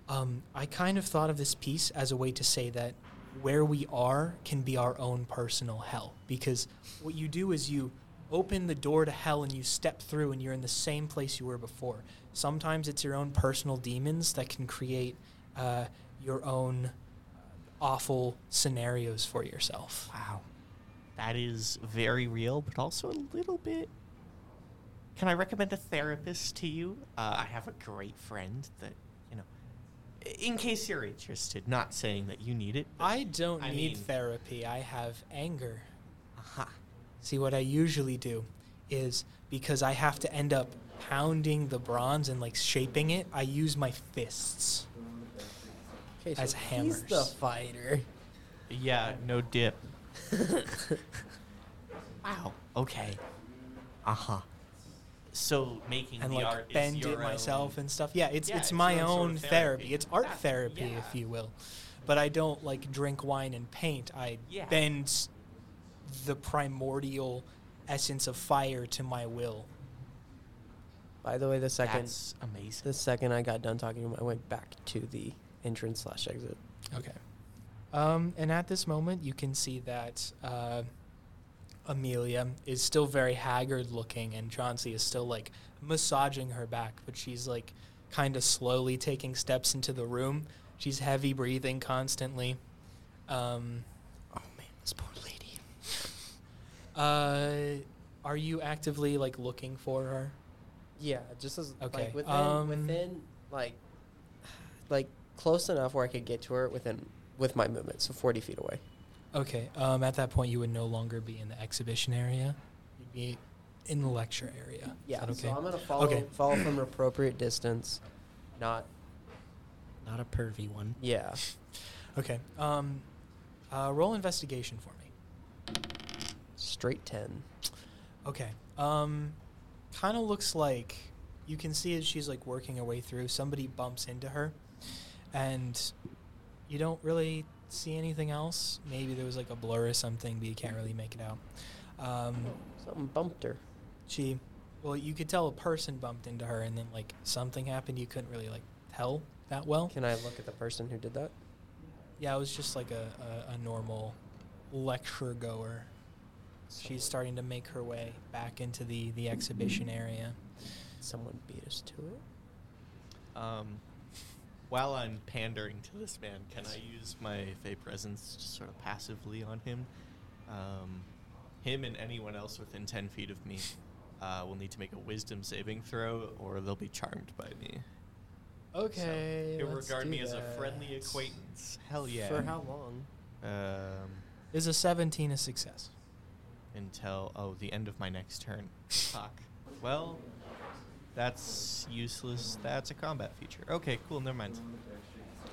um, I kind of thought of this piece as a way to say that where we are can be our own personal hell. Because what you do is you open the door to hell and you step through and you're in the same place you were before. Sometimes it's your own personal demons that can create uh, your own uh, awful scenarios for yourself. Wow. That is very real, but also a little bit. Can I recommend a therapist to you? Uh, I have a great friend that, you know, in case you're interested, not saying that you need it. I don't I need mean- therapy. I have anger. Uh-huh. Aha. See, what I usually do is because I have to end up pounding the bronze and like shaping it, I use my fists. Okay, so As he's the hammers. fighter. Yeah, no dip. wow. Okay. Uh huh. So making And the like art bend is your it myself own- and stuff. Yeah, it's Yeah, it's it's my your own sort own of therapy. therapy. It's art That- therapy, yeah. if you will. But I don't like drink wine and paint. I Yeah. bend s- the primordial essence of fire to my will. By the way, the second That's amazing. the second I got done talking to him, I went back to the entrance slash exit. Okay. Um, and at this moment, you can see that uh, Amelia is still very haggard looking, and Chauncey is still like massaging her back, but she's like kind of slowly taking steps into the room. She's heavy breathing constantly. Um, Oh man, this poor lady. uh, are you actively like looking for her? Yeah, just as Okay, like within um, within like like close enough where I could get to her within with my movement, so forty feet away. Okay. Um, at that point, you would no longer be in the exhibition area. You'd be in the lecture area. Is Yeah, that so I'm gonna follow Okay. follow from an appropriate distance. Not Not a pervy one. yeah. Okay. Um, uh, roll investigation for me. Straight ten. Okay. Um, kind of looks like you can see as she's like working her way through, somebody bumps into her, and you don't really see anything else. Maybe there was like a blur or something, but you can't really make it out. Um, Something bumped her. she, well, you could tell a person bumped into her, and then like something happened. You couldn't really like tell that well. Can I look at the person who did that? Yeah, it was just like a, a, a normal lecture goer. She's starting to make her way back into the, the exhibition area. Someone beat us to it. Um, while I'm pandering to this man, can I use my Fey presence just sort of passively on him? Um, him and anyone else within 10 feet of me uh, will need to make a wisdom saving throw or they'll be charmed by me. Okay. He'll regard me as a friendly acquaintance. Hell yeah. For how long? Um, Is a 17 a success? until, oh, the end of my next turn. Fuck. Well, that's useless. That's a combat feature. Okay, cool. Never mind.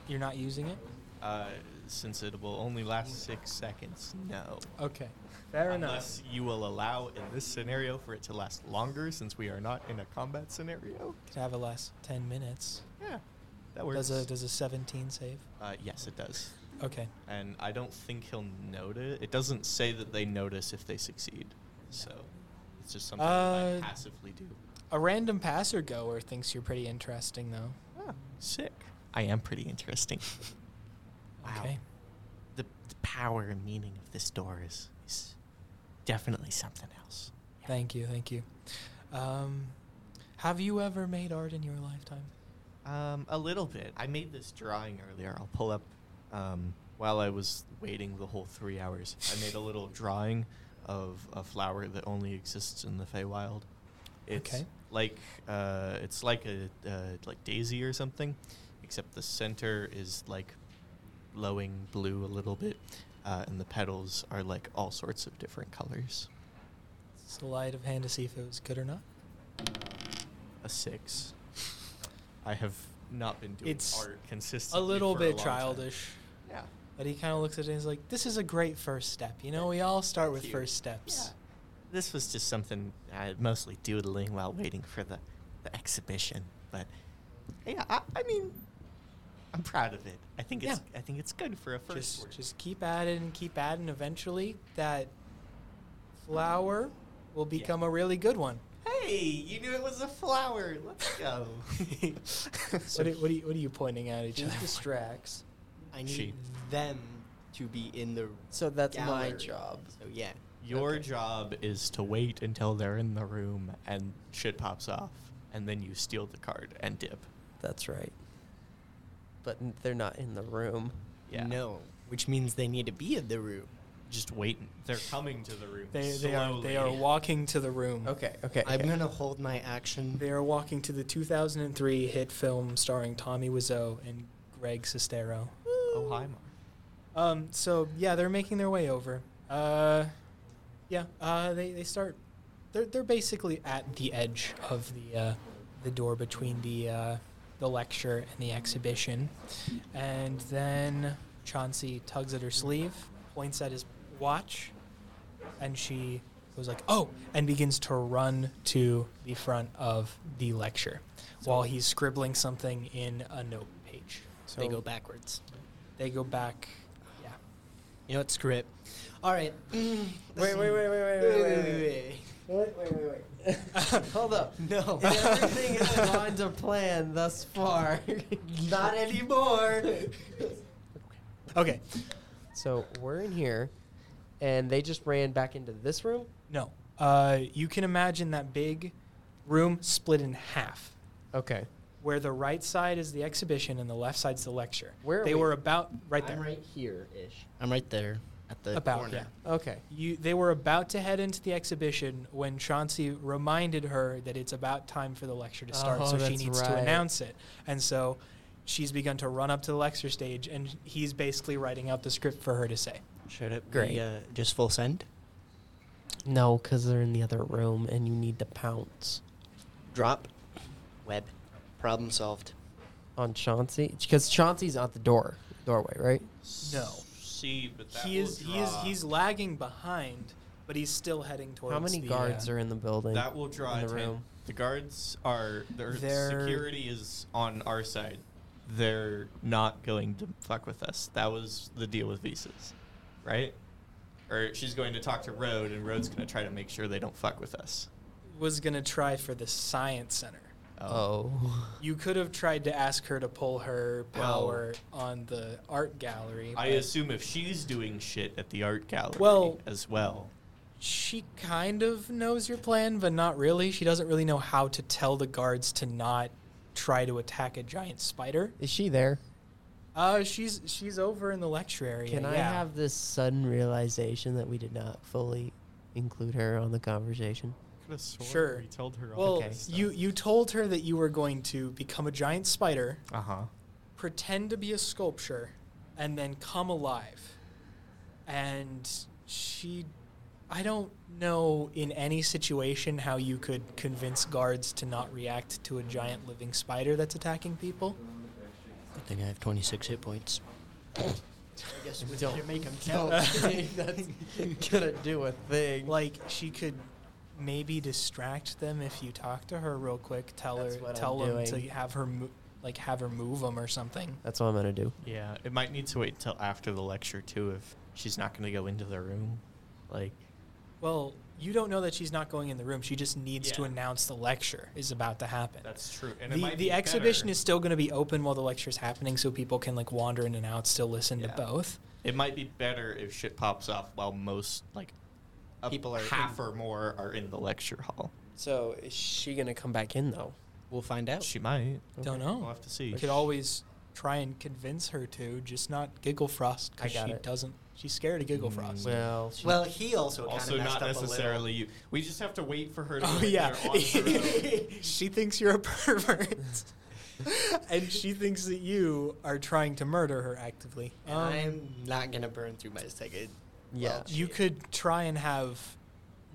You're not using it? Uh, since it will only last six seconds, no. Okay. Oh, Fair Unless you will allow in this scenario for it to last longer since we are not in a combat scenario. Could have a last 10 minutes. Yeah, that works. Does a, does a 17 save? uh, yes, it does. Okay. And I don't think he'll notice. It doesn't say that they notice if they succeed. So it's just something Uh, that I passively do. A random passer goer thinks you're pretty interesting, though. Ah, Ah, Sick. I am pretty interesting. Wow. Okay. The, the power and meaning of this door is, is definitely something else. Thank you. Thank you. Um, have you ever made art in your lifetime? Um, a little bit. I made this drawing earlier. I'll pull up. Um, while I was waiting the whole three hours, I made a little drawing of a flower that only exists in the Feywild. It's Okay. like uh, it's like a uh, like daisy or something, except the center is like glowing blue a little bit, uh, and the petals are like all sorts of different colors. Sleight of hand to see if it was good or not. A six. I have not been doing It's art a consistently. little for bit long time. childish. Yeah. But he kind of looks at it and is like, "This is a great first step. You know, we all start with Thank you. first steps." This was just something I mostly doodling while waiting for the, the exhibition. But yeah, I, I mean, I'm proud of it. I think it's I think it's good for a first. Just, word. just keep at it and keep at it, and eventually that flower will Yeah. become a really good one. hey, you knew it was a flower. Let's go. what, are, what, are you, what are you pointing at each She other? distracts. I need She. them to be in the. So that's my gallery. job. So yeah. Your job is to wait until they're in the room and shit pops off, and then you steal the card and dip. That's right. But n- they're not in the room. Yeah. No, which means they need to be in the room. Just wait. They're coming to the room. They, they are they are walking to the room. Okay. Okay. I'm okay. gonna hold my action. They are walking to the 2003 hit film starring Tommy Wiseau and Greg Sestero. Oh hi, Mark. Um, so yeah, they're making their way over. Uh, yeah, uh, they, they start. They're, they're basically at the edge of the uh, the door between the uh, the lecture and the exhibition, and then Chauncey tugs at her sleeve, points at his watch, and she goes like, "Oh!" and begins to run to the front of the lecture, while he's scribbling something in a note page. So they go backwards. They go back. Yeah. You know what? Screw it. All right. Mm, Wait, listen. wait, wait, wait, wait, wait, Wait, wait, wait. wait, Wait, wait, wait, wait. Hold up. wait. No. Everything has gone to plan thus far. Not anymore. Okay. so we're in here, and they just ran back into this room. No. Uh, you can imagine that big room split in half, Okay. where the right side is the exhibition and the left side's the lecture. Where are they we? were about right there. I'm right here ish. I'm right there at the About corner. Oh, yeah. Okay. You, they were about to head into the exhibition when Chauncey reminded her that it's about time for the lecture to start, Oh, so she that's needs to right. announce it. And so she's begun to run up to the lecture stage, and he's basically writing out the script for her to say. Should it Great. be uh, just full send? No, because they're in the other room, and you need to pounce. Drop. Web. Problem solved. on Chauncey? Because Chauncey's at the door doorway, right? No. See, but that He will is he is draw- he's lagging behind, but he's still heading towards How many the, guards uh, are in the building? That will draw in the atten- room. The guards are their They're- security is on our side. They're not going to fuck with us. That was the deal with visas, right? Or she's going to talk to Road, and Road's going to try to make sure they don't fuck with us. Um, was gonna try for the science center. oh. You could have tried to ask her to pull her power on the art gallery. I but assume if she's doing shit at the art gallery Well- as well. she kind of knows your plan, but not really. She doesn't really know how to tell the guards to not try to attack a giant spider. Is she there? Uh, she's she's over in the lecture area. Can I yeah. have this sudden realization that we did not fully include her on the conversation? Could have sworn Sure. We told her all Well, Okay. this stuff. you you told her that you were going to become a giant spider, Uh Uh-huh. huh. pretend to be a sculpture, and then come alive. And she, I don't know in any situation how you could convince guards to not react to a giant living spider that's attacking people. I think I have 26 hit points. I guess we don't make them count. That's gonna do a thing. Like she could maybe distract them if you talk to her real quick. Tell That's her, what I'm tell them to doing. have her, mo- like have her move them or something. That's what I'm gonna do. Yeah, it might need to wait until after the lecture too, if she's not going to go into the room. Like, Well, you don't know that she's not going in the room. She just needs to Yeah. announce the lecture is about to happen. that's true. And it the might the be exhibition better- is still going to be open while the lecture's happening, so people can like wander in and out, still listen Yeah. to both. It might be better if shit pops off while most like a People are half in- or more are in the lecture hall. So is she gonna come back in though? We'll find out. She might. Don't We'll know. have to see. You could always try and convince her to, just not Giggle Frost, I because she got it. Mm, doesn't. She's scared of Giggle Mm. Frost. Well, she, Well, he also kind also of messed not up a little. necessarily you. We just have to wait for her to Oh get yeah, there on the road. she thinks you're a pervert, and she thinks that you are trying to murder her actively. And Um, I'm not gonna burn through my second. yeah. you could try and have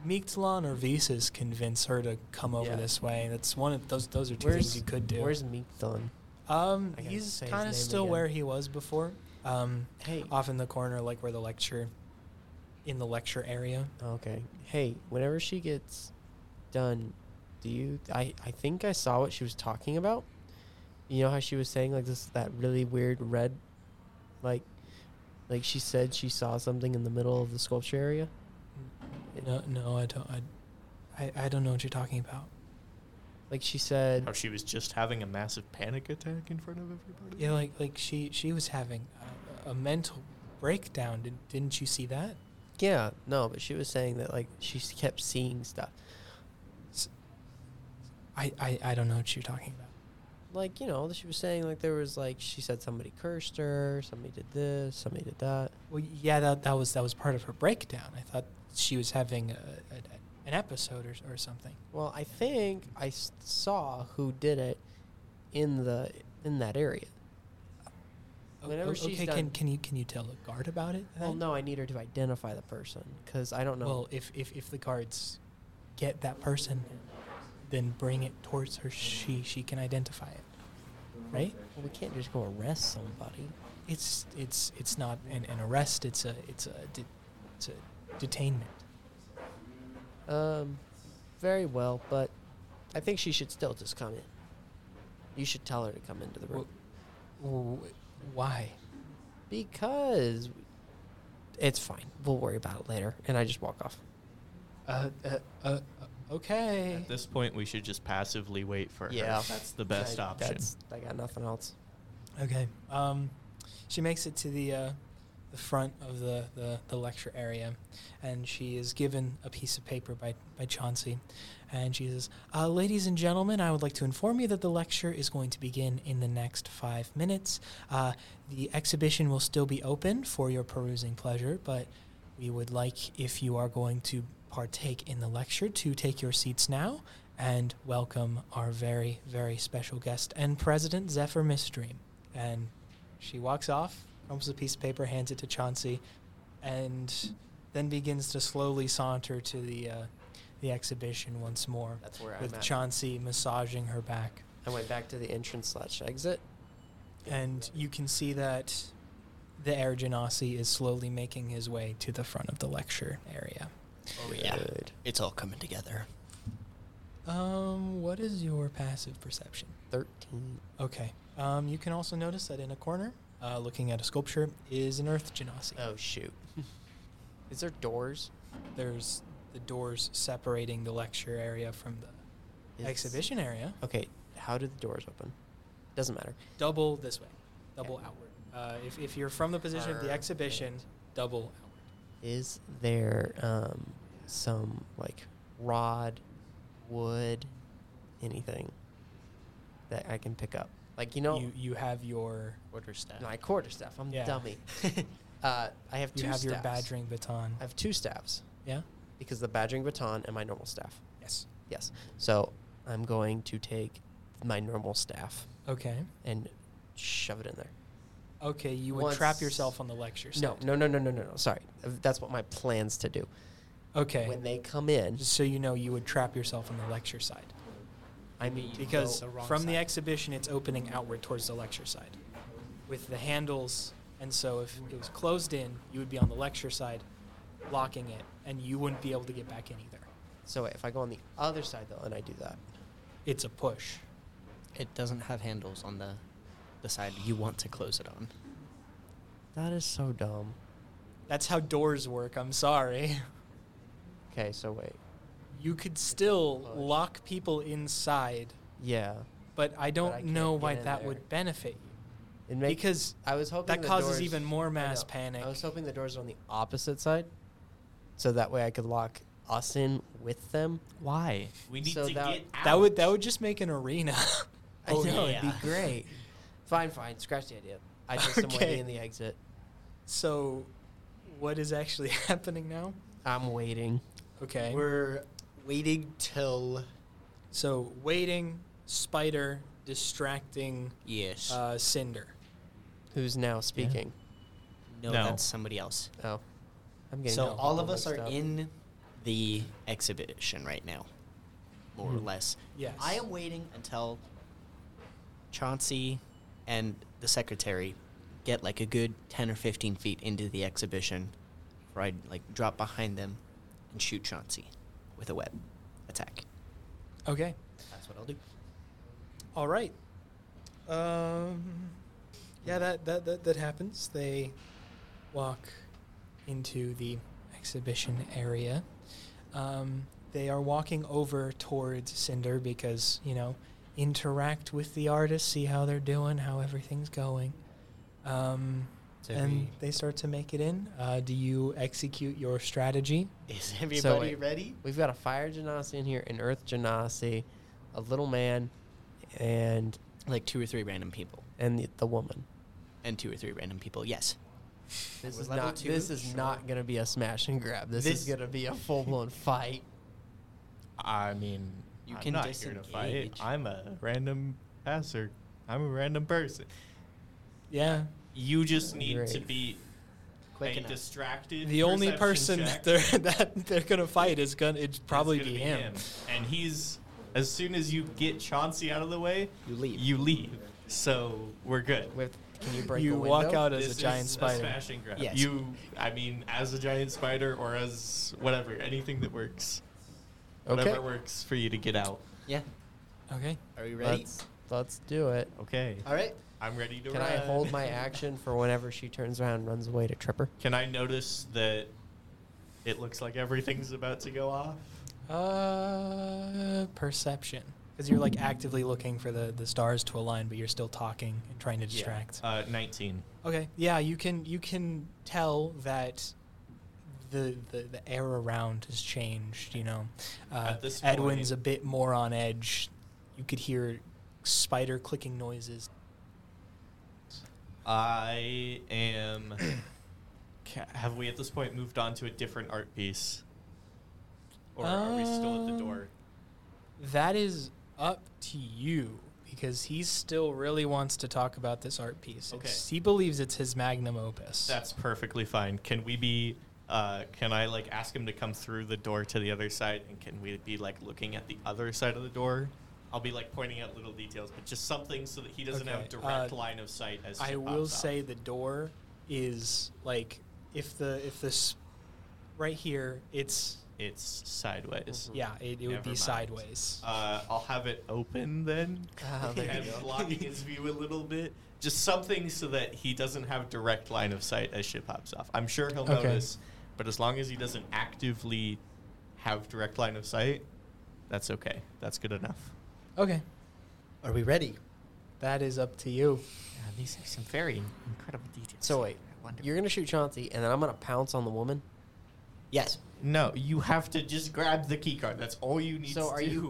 Meektlon or Visas convince her to come over Yeah. this way. That's one of those. Those are two things you could do. Where's Meek done? um, I gotta he's say his kind name of still again. where he was before. Um, Hey. off in the corner, like where the lecture, in the lecture area. Okay. Hey, whenever she gets done, do you? I I think I saw what she was talking about. You know how she was saying like this that really weird red, like, like she said she saw something in the middle of the sculpture area. No, no, I don't. I, I, I don't know what you're talking about. Like she said, How she was just having a massive panic attack in front of everybody. Yeah, like like she she was having a, a mental breakdown. Did, didn't you see that? yeah, no, but she was saying that like she s- kept seeing stuff. I, I I don't know what you're talking about. Like you know, she was saying like there was like she said somebody cursed her, somebody did this, somebody did that. Well, yeah, that that was that was part of her breakdown. I thought she was having a, a, a- an episode or, or something. Well, I think I s- saw who did it in the in that area. O- Whenever o- she's okay, done- can can you can you tell the guard about it? Well, then? no, I need her to identify the person because I don't know. Well, if if if the guards get that person, then bring it towards her. She she can identify it, right? Well, we can't just go arrest somebody. It's it's it's not an, an arrest. It's a it's a de- it's a detainment. Um, very well, but I think she should still just come in. You should tell her to come into the room W- Why? because it's fine. We'll worry about it later. And I just walk off. Uh, uh, uh, okay. At this point, we should just passively wait for Yeah. her. That's the best I, option. That's, I got nothing else. Okay. Um, she makes it to the uh, the front of the, the, the lecture area, and she is given a piece of paper by by Chauncey, and she says, uh, "Ladies and gentlemen, I would like to inform you that the lecture is going to begin in the next five minutes. Uh, the exhibition will still be open for your perusing pleasure, but we would like if you are going to partake in the lecture to take your seats now." And welcome our very, very special guest and president, Zephyr Mistream. And she walks off, opens a piece of paper, hands it to Chauncey, and then begins to slowly saunter to the uh, the exhibition once more, That's where with Chauncey massaging her back. I went back to the entrance slash exit. and you can see that the Air Genasi is slowly making his way to the front of the lecture area. Oh yeah, it's all coming together. Um, what is your passive perception? 13. Okay. Um, you can also notice that in a corner, uh, looking at a sculpture, is an Earth Genasi. Oh shoot. Is there doors? There's the doors separating the lecture area from the Is- exhibition area. Okay, how do the doors open? Doesn't matter. Double this way, double outward. Uh, if, if you're from the position of the exhibition, double outward. Is there um, some like rod, wood, anything that I can pick up? Like you know, You you have your Order staff. my quarter staff. I'm Yeah. dummy. Uh, I have you two. have your staffs. badgering baton. I have two staffs yeah. because the badgering baton and my normal staff. Yes. Yes. So I'm going to take my normal staff Okay. and shove it in there. Okay. You would Once- trap yourself on the lecture. Side. No, no, no, no, no, no, no. Sorry, that's what my plans to do. Okay. When they come in, Just so you know, you would trap yourself on the lecture side. I mean, because the wrong from the side. exhibition it's opening outward towards the lecture side with the handles and so if it was closed in you would be on the lecture side locking it and you wouldn't be able to get back in either so if I go on the other side though, and I do that, it's a push It doesn't have handles on the the side you want to close it on. that is so dumb. that's how doors work i'm sorry Okay, so wait, you could still push. lock people inside yeah, but i don't I can't know get why in that there. would benefit you it makes because I was hoping that the causes doors- even more I mass know. panic I was hoping the doors are on the opposite side, so that way I could lock us in with them. Why? We need So to that- get out. that would that would just make an arena Oh, I know yeah. it'd be great. fine, fine, scratch the idea. I just am Okay. waiting in the exit. so what is actually happening now I'm waiting. okay We're waiting till So waiting, spider, distracting, yes. uh, cinder. Who's now speaking? no, no. that's somebody else. Oh, I'm getting So all of us mixed are up. in the exhibition right now, more or less. Yes. I am waiting until Chauncey and the secretary get like a good ten or fifteen feet into the exhibition, where I like drop behind them and shoot Chauncey with a web attack. Okay. That's what I'll do. All right. Um, yeah, that, that, that, that happens. They walk into the exhibition area. Um, they are walking over towards Cinder because, you know, interact with the artist, see how they're doing, how everything's going. Um, So and we- they start to make it in. Uh, do you execute your strategy? Is everybody everybody ready? We've got a fire genasi in here, an earth genasi, a little man, and Like two or three random people, and the, the woman. and two or three random people. Yes. This We're is level not. two, this is sure. not gonna be a smash and grab. This, is This- gonna be a full blown fight. I mean, You I'm can not here to fight. disengage. I'm a random passer. I'm a random person. Yeah. You just need to Great. be Quick a enough. distracted. The only perception person check that they're that they're gonna fight is gonna it's is probably gonna be him. And he's as soon as you get Chauncey out of the way, You leave. You leave. So we're good. With can you break? You a walk window? out as This a giant is spider. smash and grab. Yes. You, I mean, as a giant spider or as whatever, anything that works. Whatever Okay. works for you to get out. Yeah. Okay. Are we ready? Let's let's do it. Okay. All right. I'm ready to Can run. I hold my action for whenever she turns around and runs away to trip her? Can I notice that it looks like everything's about to go off? Uh, perception. Because you're like actively looking for the, the stars to align, but you're still talking and trying to distract. Uh, 19. Okay. Yeah, you can you can tell that the the, the air around has changed. You know, uh, At this Edwin's point- a bit more on edge. You could hear spider clicking noises. I am. Ca- Have we at this point moved on to a different art piece? Or are we still at the Um, door? That is up to you because he still really wants to talk about this art piece. It's- Okay. He believes it's his magnum opus. That's perfectly fine. Can we be? Uh, can I like ask him to come through the door to the other side, and can we be like looking at the other side of the door? I'll be like pointing out little details, but just something so that he doesn't Okay, have direct uh, line of sight as I shit will pops off. say the door is like if the if this right here it's it's sideways. yeah it, it would Never be mind. sideways. Uh, I'll have it open then, Ah, there and you go. blocking his view a little bit. Just something so that he doesn't have direct line of sight as shit pops off. I'm sure he'll Okay. notice, but as long as he doesn't actively have direct line of sight, that's okay. That's good enough. Okay, Are we ready? that is up to you. these are some very incredible details. So wait, you're gonna shoot Chauncey, and then I'm gonna pounce on the woman. Yes. No, you have to just grab the key card. That's all you need So to are do. you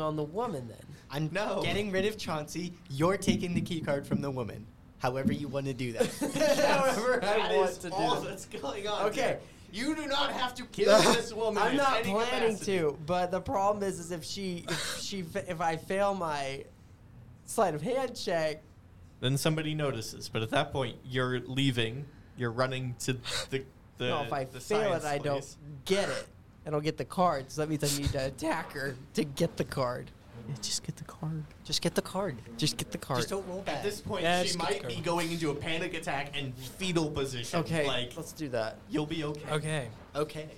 on the woman then? I'm No. getting rid of Chauncey. You're taking the key card from the woman. However you want to do that. However That I is want to do all that. that's going on. Okay. You do not have to kill this woman. I'm in not any planning capacity. to, but the problem is, is if she, if she, fa- if I fail my sleight of hand check, Then somebody notices, but at that point you're leaving. You're running to the the. no, if I the fail it, science I don't place. get it. I don't get the card, so that means I need to attack her to get the card. just get the card. Just get the card. Just get the card. Just don't roll At back. this point, Yeah, she just get might the be card. going into a panic attack and fetal position. okay, like let's do that. you'll be okay. Okay, Okay.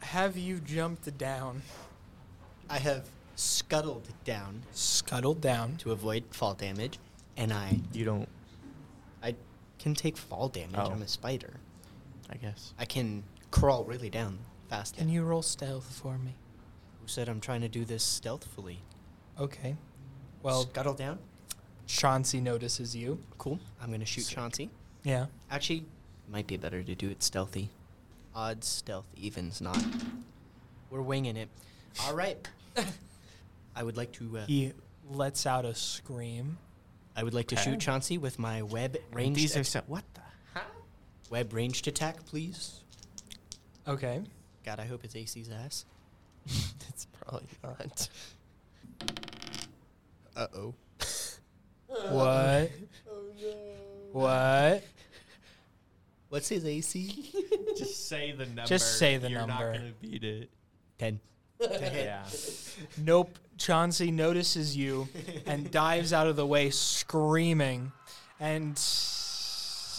have you jumped down, I have scuttled down scuttled down? to avoid fall damage, and I You don't, I can take fall damage. Oh. I'm a spider. I guess. I can crawl really down fast. Can you roll stealth for me? Who said I'm trying to do this stealthfully? Okay, well scuttle down. Chauncey notices you. Cool. I'm gonna shoot Chauncey. Yeah. Actually, might be better to do it stealthy. Odds stealth evens not. We're winging it. All right. I would like to. Uh, He lets out a scream. I would like to shoot Chauncey with my web ranged. These are at- so. What the? web ranged attack, please. Okay. God, I hope it's AC's ass. It's probably not. Uh oh. What? Oh, What? What's his AC? Just say the number. say the You're number. not gonna beat it. Ten. Yeah. Nope. Chauncey notices you and dives out of the way screaming. And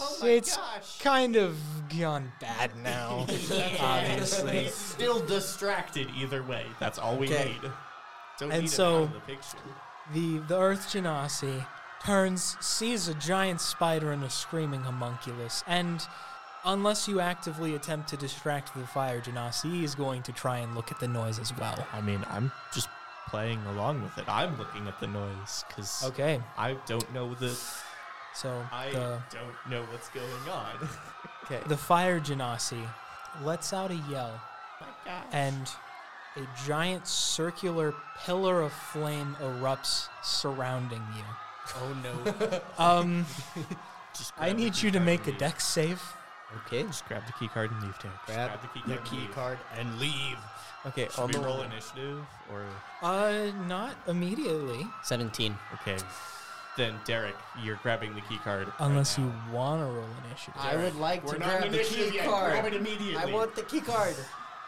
Oh my it's gosh. kind of gone bad now, obviously. Still distracted either way. That's all we Okay. need. Don't And need so- it out of the picture. The, the Earth Genasi turns, sees a giant spider and a screaming homunculus, and unless you actively attempt to distract the fire Genasi, he is going to try and look at the noise as well. I mean, I'm just playing along with it. I'm looking at the noise because Okay, I don't know the. so I the, don't know what's going on. Okay. the fire Genasi lets out a yell and a giant circular pillar of flame erupts surrounding you. Oh no. Um, Just I grab the need key you to card make a and leave. deck save. okay. Just grab the key card and leave, Derek. Just Grab the key the card, and key leave. card and leave. Okay, Should on we the roll woman. initiative or Uh, not immediately, Seventeen. okay? Then Derek, you're grabbing the key card. right unless now. you want to roll initiative. I would like We're to not grab in the initiative key yet. Grab it card. immediately. I want the key card.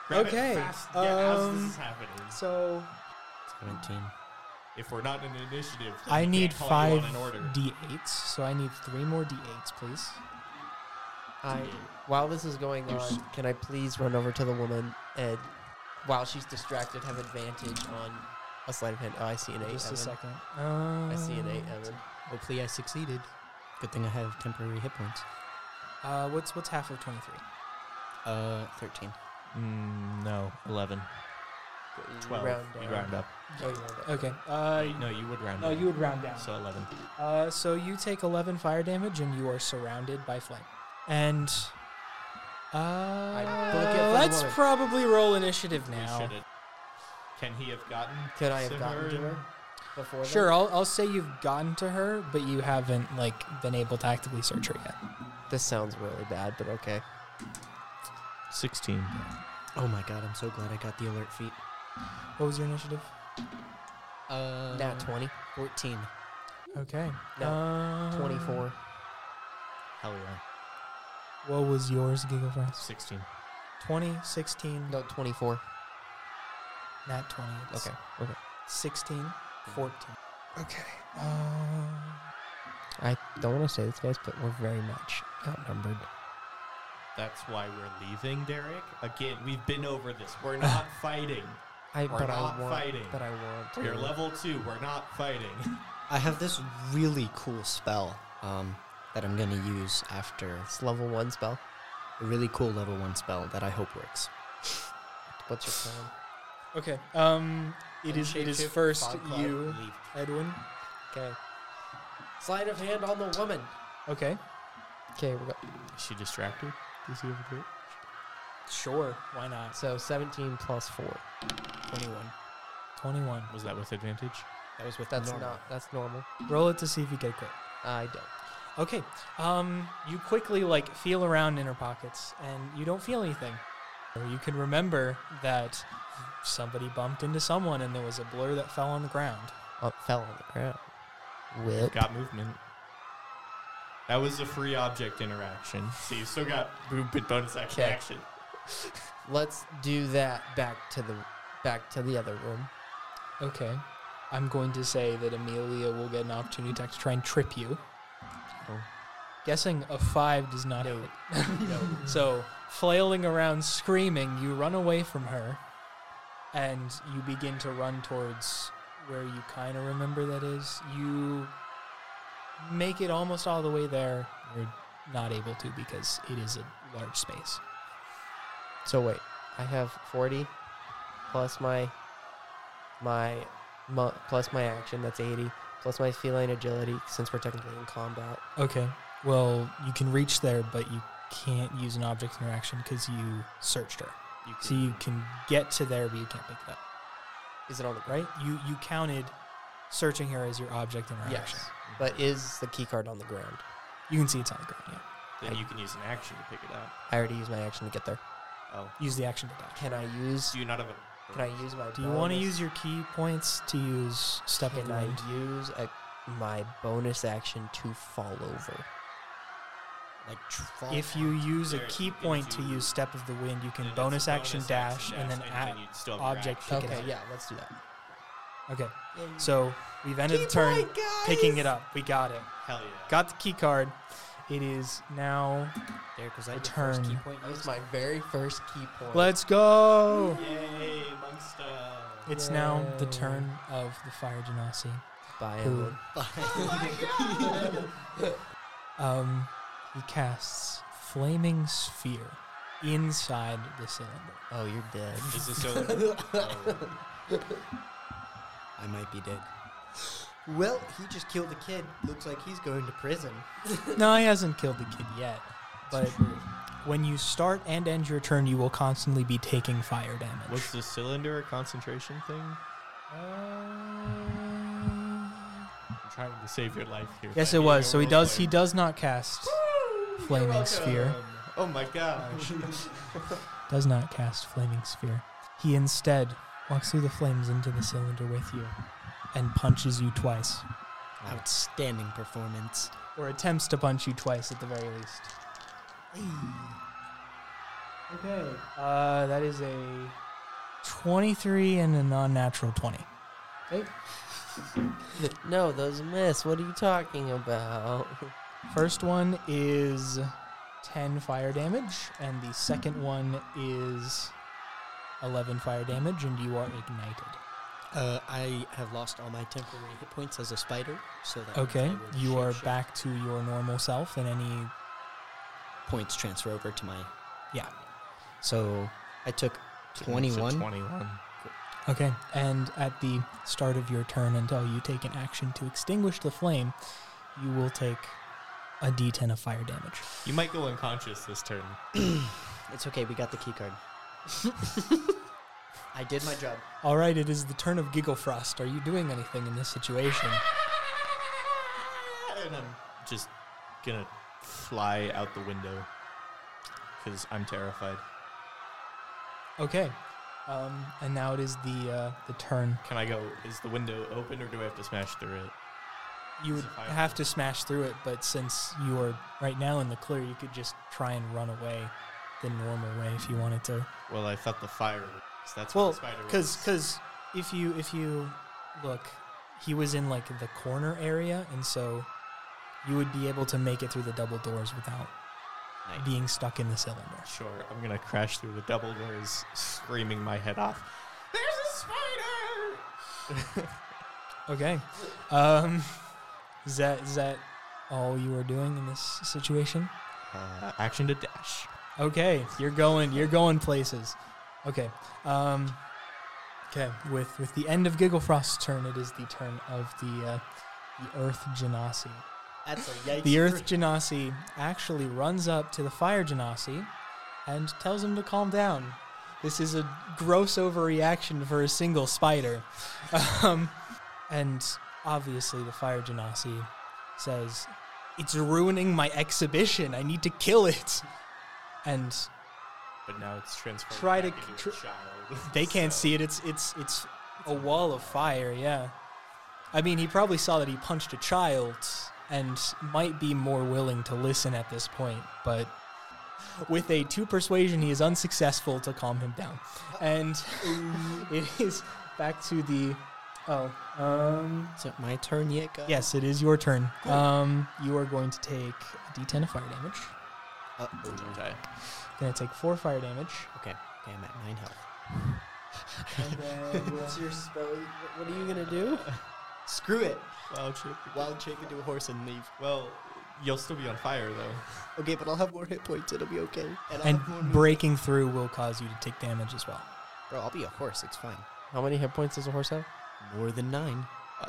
Grab Okay, It fast. Yeah, how's this um, is happening? So Seventeen. If we're not in initiative, then I we need can't call you five on an order. d8s. So I need three more d8s, please. I, while this is going You on, can I please run over to the woman and, while she's distracted, have advantage on a sleight of hand? Oh, I see an eight. Just a Evan. second. Um, I see an eight, Evan. Hopefully, I succeeded. Good thing I have temporary hit points. Uh, what's what's half of twenty three? Uh, thirteen. Mm, no, eleven. You Twelve. Round You'd down. round up. Oh, you round up. Okay. Uh, No, you would round no, up. you would round down. So eleven. Uh, so you take 11 fire damage and you are surrounded by flame. And I book it for uh, the let's woman. probably roll initiative We now. should've- Can he have gotten? Could I have gotten to similar- her before? that? Sure, I'll, I'll say you've gotten to her, but you haven't like been able to actively search her yet. This sounds really bad, but okay. Sixteen. Oh my god, I'm so glad I got the alert feat. What was your initiative? Uh, Nat twenty. 14. Okay. No, Um, Twenty-four. Hell yeah. What was yours, Giggle Frost? Sixteen. 20, 16, No, twenty-four. nat 20. It's Okay. Okay. 16. Fourteen. Okay. Uh, I don't want to say this, guys, but we're very much outnumbered. That's why we're leaving, Derek. Again, we've been over this. We're not fighting. I, We're but not I want, fighting. But I want to. We're level two. We're not fighting. I have this really cool spell um, that I'm gonna use after It's level one spell. a really cool level one spell that I hope works. What's your plan? Okay. Um, it And is it is shapeshift, first fog cloud, you, leave. Edwin. Okay. Sleight of hand on the woman. Okay. Okay, we're go- Is she distracted? Does he have a bit? Sure. Why not? so 17 plus four. Twenty-one. Twenty-one. Was that with advantage? That was with That's normal. not. That's normal. Roll it to see if you get it quick. I don't. Okay. Um, you quickly like feel around in her pockets, and you don't feel anything. Or you can remember that somebody bumped into someone, and there was a blur that fell on the ground. Oh, it fell on the ground. Whip. Got movement. That was a free object interaction. So you still got movement bonus action. Okay. action. Let's do that back to the back to the other room. Okay. I'm going to say that Amelia will get an opportunity attack to try and trip you. Oh. Guessing a five does not hit. So, flailing around screaming, you run away from her and you begin to run towards where you kind of remember that is. You make it almost all the way there. You're not able to because it is a large space. So wait, I have 40 plus my my mu- plus my action. That's 80 plus my feline agility since we're technically in combat. Okay. Well, you can reach there, but you can't use an object interaction because you searched her. You So you can get to there, but you can't pick it up, Is it on the ground? right? You you counted searching her as your object interaction. Yes. But is the key card on the ground? You can see it's on the ground. Yeah. then you can use an action to pick it up. I already used my action to get there. Oh. Use the action to dodge. Can I use? Do you not have a. Can I use my? Do you want to bonus- use your key points to use step of Can the I wind? use a, my bonus action to fall over? like tr- If you use a There, key you can point to do- use step of the wind, you can Then it's a bonus action dash action and then add. you'd still have your object action. Pick it Okay, up. yeah, let's do that. Okay. So we've ended the turn picking it up. We got it. Hell yeah. Got the key card. It is now. there because I a did first key turn. point That was used. my very first key point. Let's go. Yay, monster. It's now the Yay. turn of the Fire Genasi. Buy Who- him. Um, he casts Flaming Sphere inside the cylinder. Oh, you're dead. Is this so? I might be dead. Well, he just killed a kid. Looks like he's going to prison. no, he hasn't killed the kid yet. But when you start and end your turn, you will constantly be taking fire damage. Was the cylinder a concentration thing? Uh, I'm trying to save your life here. yes, buddy. it was. So he Role does. player. He does not cast Flaming Sphere. Oh my gosh. Does not cast Flaming Sphere. He instead walks through the flames into the cylinder with you, and punches you twice, Outstanding performance. or attempts to punch you twice at the very least. Okay. Uh, that is a 23 and a non natural 20. no, those miss. What are you talking about? First one is 10 fire damage, and the second one is 11 fire damage, and you are ignited. Uh, I have lost all my temporary hit points as a spider, so that means Okay. I will You are shapeshift. back to your normal self, and any. Points transfer over to my Yeah. So I took twenty-one. 21. Okay. And at the start of your turn, until you take an action to extinguish the flame, you will take a d10 of fire damage. You might go unconscious this turn. It's okay. We got the key card. I did my job. All right, it is the turn of Giggle Frost. Are you doing anything in this situation? And I'm just gonna fly out the window because I'm terrified. Okay, um, and now it is the uh, the turn. Can I go? Is the window open or do I have to smash through it? You would It's a fire. have to smash through it, but since you are right now in the clear, you could just try and run away the normal way if you wanted to. Well, I thought the fire. Was. That's what Well, the spider was. because if you if you look, he was in like the corner area, and so you would be able to make it through the double doors without Nice. being stuck in the cylinder. Sure, I'm gonna crash through the double doors, screaming my head off. There's a spider! Okay. Um, is that is that all you are doing in this situation? Uh, action to dash. Okay, you're going you're going places. Okay. Um, okay. With with the end of Gigglefrost's turn, it is the turn of the uh, the Earth Genasi. That's a yikes. The Earth Genasi actually runs up to the Fire Genasi and tells him to calm down. This is a gross overreaction for a single spider. Um, and obviously, the Fire Genasi says, It's ruining my exhibition. I need to kill it. And But now it's transformed. Try to back tr- into a child. they can't So- see it. It's, it's, it's a wall of fire, yeah. I mean, he probably saw that he punched a child and might be more willing to listen at this point, but with a two persuasion, he is unsuccessful to calm him down. And it is back to the. Oh, um. Is it my turn yet, guys? Yes, it is your turn. Um, you are going to take a d10 of fire damage. Oh, Uh-oh. Okay. Gonna take four fire damage. Okay. Okay, I'm at nine health. What's your spell? What are you gonna do? Screw it. Wild shape. Wild shape into a horse and leave. Well, you'll still be on fire though. Okay, but I'll have more hit points. It'll be okay. And, I'll And have more movement. breaking through will cause you to take damage as well. Bro, I'll be a horse. It's fine. How many hit points does a horse have? More than nine. Uh,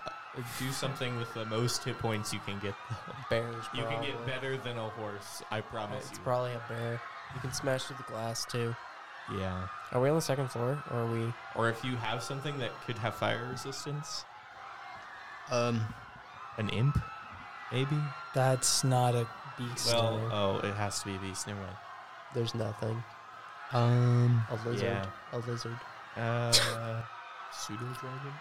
do something with the most hit points you can get. Bears. You can get Uh, better than a horse. I promise It's you. probably a bear. You can smash through the glass too. yeah. Are we on the second floor or are we? Or if you have something that could have fire resistance, Um, an imp, maybe. That's not a beast. Well, or- oh, it has to be a beast. Never mind. There's nothing. um, A lizard. Yeah. A lizard. Uh, pseudo dragon.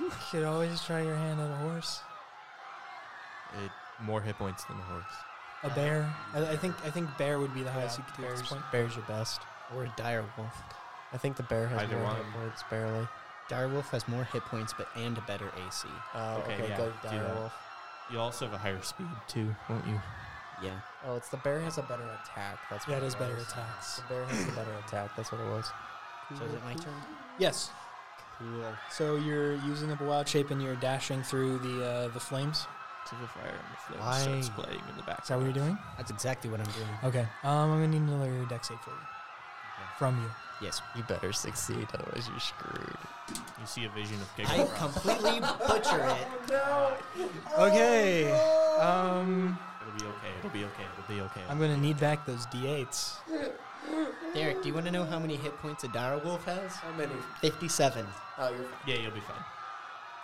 you could always try your hand at a horse, It more hit points than a horse. a bear. I, I think I think bear would be the highest Yeah, you could do at this point. Bear's your best. or a dire wolf. I think the bear has Either more one. hit points, barely. Dire wolf has more hit points, but and a better AC. Oh, Okay, okay, yeah, go do that. direwolf. You also have a higher speed too, won't you? Yeah. Oh, it's the bear has a better attack. That's what That it is better was. attacks. The bear has a better attack. That's what it was. So is it my turn? Yes. Cool. So you're using up a wild shape and you're dashing through the uh, the flames. To the fire and the flame Why? starts playing in the back. Is that what you're doing? That's exactly what I'm doing. Okay. Um, I'm gonna need another dex save for you. From you. Yes. You better succeed, otherwise you're screwed. You see a vision of I Giggle completely butcher it. Okay. Um, It'll be okay. It'll be okay. It'll be okay. I'm gonna need back those d8s. Derek, do you want to know how many hit points a dire wolf has? How many? 57. Oh, you're. yeah, you'll be fine.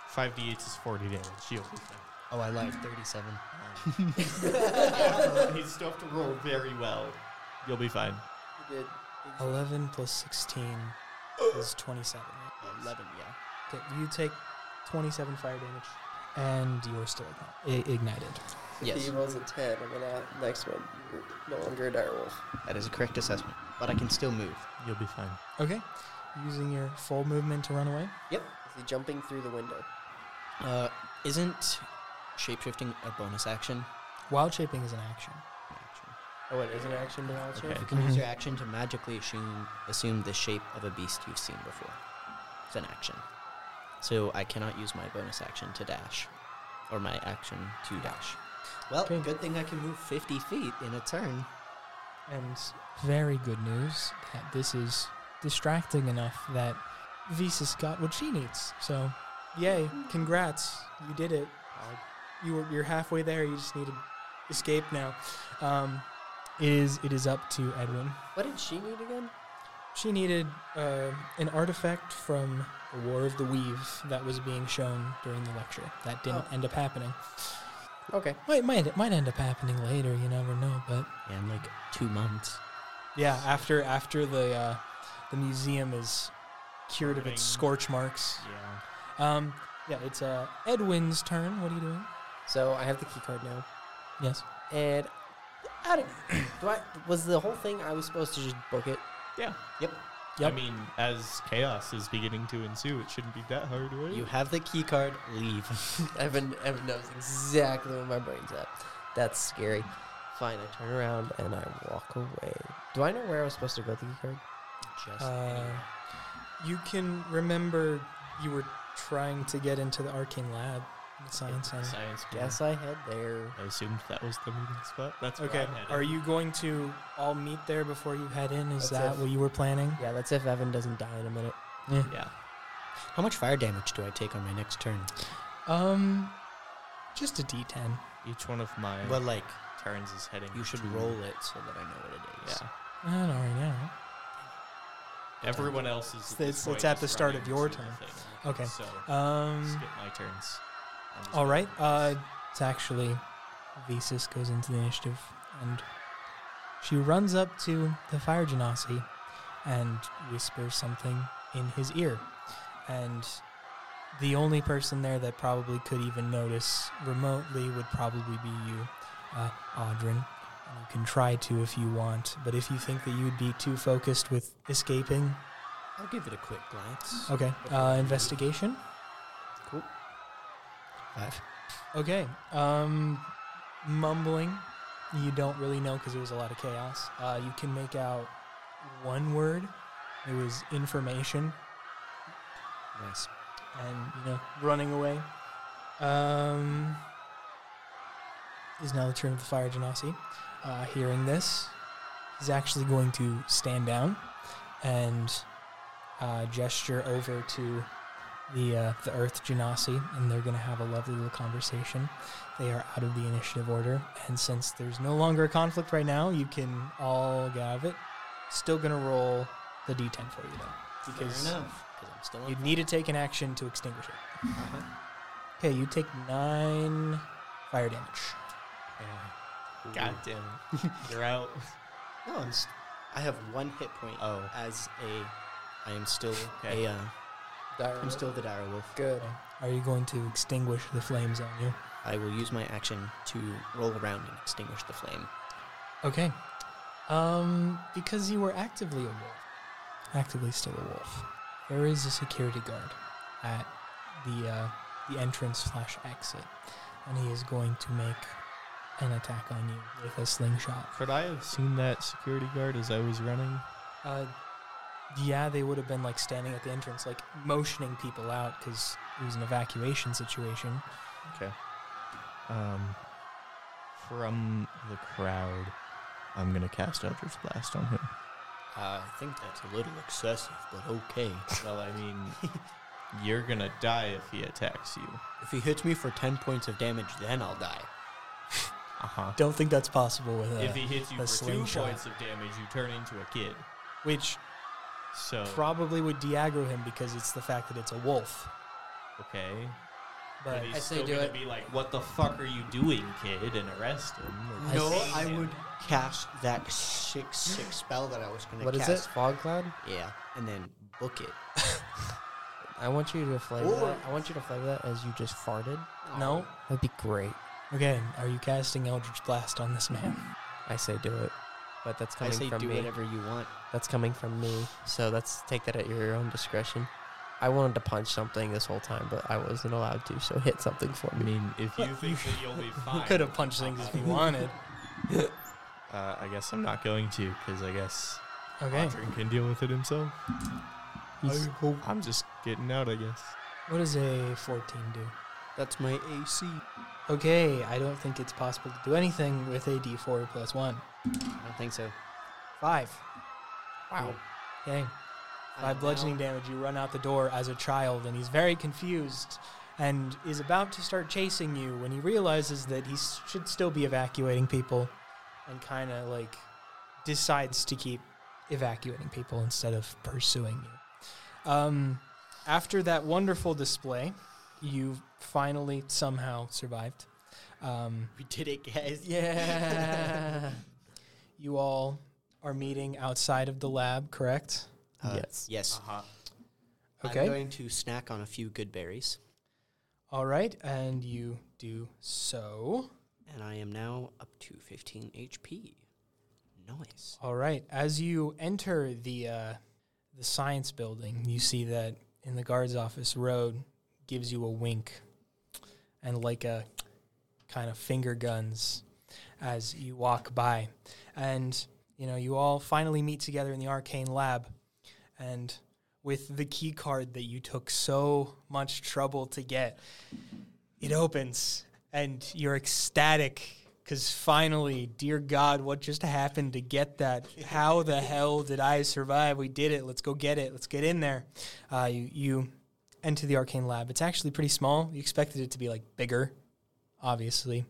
Five d8 is forty damage. You'll be fine. Oh, I lied. Oh, 37. you still have to roll very well. You'll be fine. Oh, 11 plus 16 is 27. 11, yeah. Okay, you take 27 fire damage, and you're still igni- i- ignited. Yes, rolls a 10, I'm uh, gonna, next one, no longer a dire wolf. that is a correct assessment. But I can still move. You'll be fine. Okay. Using your full movement to run away. Is he jumping through the window? Uh, isn't shapeshifting a bonus action? Wild shaping is an action. Oh, it is an action to watch Okay. it? You can use Mhm. your action to magically assume, assume the shape of a beast you've seen before. It's an action. So I cannot use my bonus action to dash, or my action to dash. Well, Okay. good thing I can move 50 feet in a turn. And very good news that this is distracting enough that Visus got what she needs. So, yay! Congrats, you did it. You were you're halfway there. You just need to escape now. Um, it is it is up to Edwin. What did she need again? She needed uh, an artifact from the War of the Weave that was being shown during the lecture. That didn't end up happening. Okay. Might might might end up happening later. You never know. But Yeah, in like two months. yeah, after after the uh, the museum is cured of its Burning. scorch marks. Yeah. Um, yeah, it's uh, Edwin's turn. What are you doing? So I have the key card now. Yes. And I don't, do I was the whole thing I was supposed to just book it? Yeah. Yep. Yep. I mean, as chaos is beginning to ensue, it shouldn't be that hard, right? You have the key card. Leave. Evan, Evan knows exactly where my brain's at. That's scary. Fine, I turn around and I walk away. Do I know where I was supposed to go with the key card? Just Uh, you can remember you were trying to get into the arcane lab, the science center. Science. Guess I head there. I assumed that was the meeting spot. That's where Okay. I'm headed. Are you going to all meet there before you head in? Is That's that it. what you were planning? Yeah, that's if Evan doesn't die in a minute. Yeah. How much fire damage do I take on my next turn? Um, just a D10. Each one of my Well, like turns is heading. you should to- roll it so that I know what it Yeah. is. I don't know right now. Everyone else is. It's- this it's- point it's at is the start of running your to the turn. thing. Okay. So Um, skip my turns. I'm just all right. gonna- Uh, it's actually Visus goes into the initiative, and she runs up to the fire genasi and whispers something in his ear. And the only person there that probably could even notice remotely would probably be you, uh, Audrin. You can try to if you want, but if you think that you would be too focused with escaping, I'll give it a quick glance. okay. Uh, investigation. Five. Okay. Um, mumbling. You don't really know because it was a lot of chaos. Uh, you can make out one word. It was information, Nice. and you know, running away. Um, is now the turn of the fire genasi. Uh, hearing this, he's actually going to stand down and uh, gesture over to the uh, the Earth Genasi, and they're going to have a lovely little conversation. They are out of the initiative order, and since there's no longer a conflict right now, you can all get out of it. Still going to roll the d10 for you though, because Fair enough. Because I'm still on. you'd need to take an action to extinguish it. Uh-huh. Okay, you take nine fire damage. Yeah. God damn it. You're out. No, I'm st- I have one hit point Oh. as a. I am still Okay. a. Uh, Dire I'm still the dire wolf. good. Are you going to extinguish the flames on you? I will use my action to roll around and extinguish the flame. Okay. Um, because you were actively a wolf, actively still a wolf, there is a security guard at the uh, the entrance slash exit, and he is going to make an attack on you with a slingshot. Could I have seen that security guard as I was running? Uh, yeah, they would have been like standing at the entrance, like motioning people out because it was an evacuation situation. Um, from the crowd, I'm gonna cast Eldritch Blast on him. Uh, I think that's a little excessive, but okay. Well, I mean, you're gonna die if he attacks you. If he hits me for 10 points of damage, then I'll die. Uh huh. Don't think that's possible with If a, he hits you the for two slingshot. points of damage, you turn into a kid. which So probably would deaggro him because it's the fact that it's a wolf. okay, But but he's I say still do gonna it. be like, "What the fuck are you doing, kid?" and arrest him. or no, tase I him. would cast that 6 6 spell that I was going to What is cast. it? Fog cloud. Yeah, and then book it. I want you to flavor Or- that. I want you to flavor that as you just farted. no. That'd be great. Okay, are you casting Eldritch Blast on this man? I say do it, but that's I coming say from do me. whatever you want. That's coming from me. So that's take that at your own discretion. I wanted to punch something this whole time, but I wasn't allowed to. So hit something for I me. mean, if you think that you'll be fine, could have punched things if you wanted. Uh, I guess I'm not going to, because I guess Okay. Adrian can deal with it himself. He's- I'm just getting out, I guess. What does a 14 do? That's my AC. Okay, I don't think it's possible to do anything with a d4 plus 1. I don't think so. 5. Wow. Okay. by bludgeoning damage, you run out the door as a child, and he's very confused and is about to start chasing you when he realizes that he s- should still be evacuating people and kind of like decides to keep evacuating people instead of pursuing you. Um, after that wonderful display, you finally somehow survived. Um, We did it, guys. yeah. you all are meeting outside of the lab, correct? Uh, yes. Yes. Uh-huh. Okay. I'm going to snack on a few good berries, All right, and you do so. and I am now up to 15 HP. Nice. All right, as you enter the uh, the science building, you see that in the guard's office, Road gives you a wink and like a kind of finger guns as you walk by. And, you know, you all finally meet together in the arcane lab. And with the key card that you took so much trouble to get, it opens and you're ecstatic because finally, dear God, what just happened to get that? How the hell did I survive? We did it. Let's go get it. Let's get in there. Uh, you, you enter the arcane lab. It's actually pretty small. You expected it to be like bigger, obviously.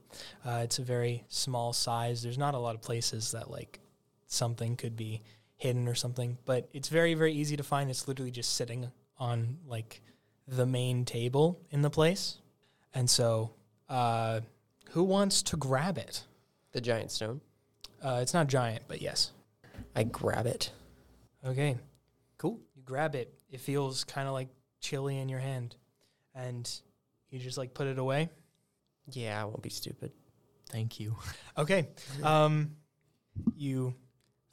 Uh, it's a very small size. There's not a lot of places that like something could be hidden or something, but it's very, very easy to find. It's literally just sitting on like the main table in the place. And so, uh, who wants to grab it? The giant stone. Uh, it's not giant, but yes. I grab it. Okay. Cool. You grab it. It feels kind of like chilly in your hand. And you just like put it away. Yeah, I won't be stupid. Thank you. Okay. Um, you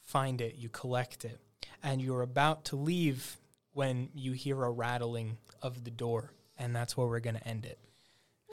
find it, you collect it, and you're about to leave when you hear a rattling of the door. And that's where we're going to end it.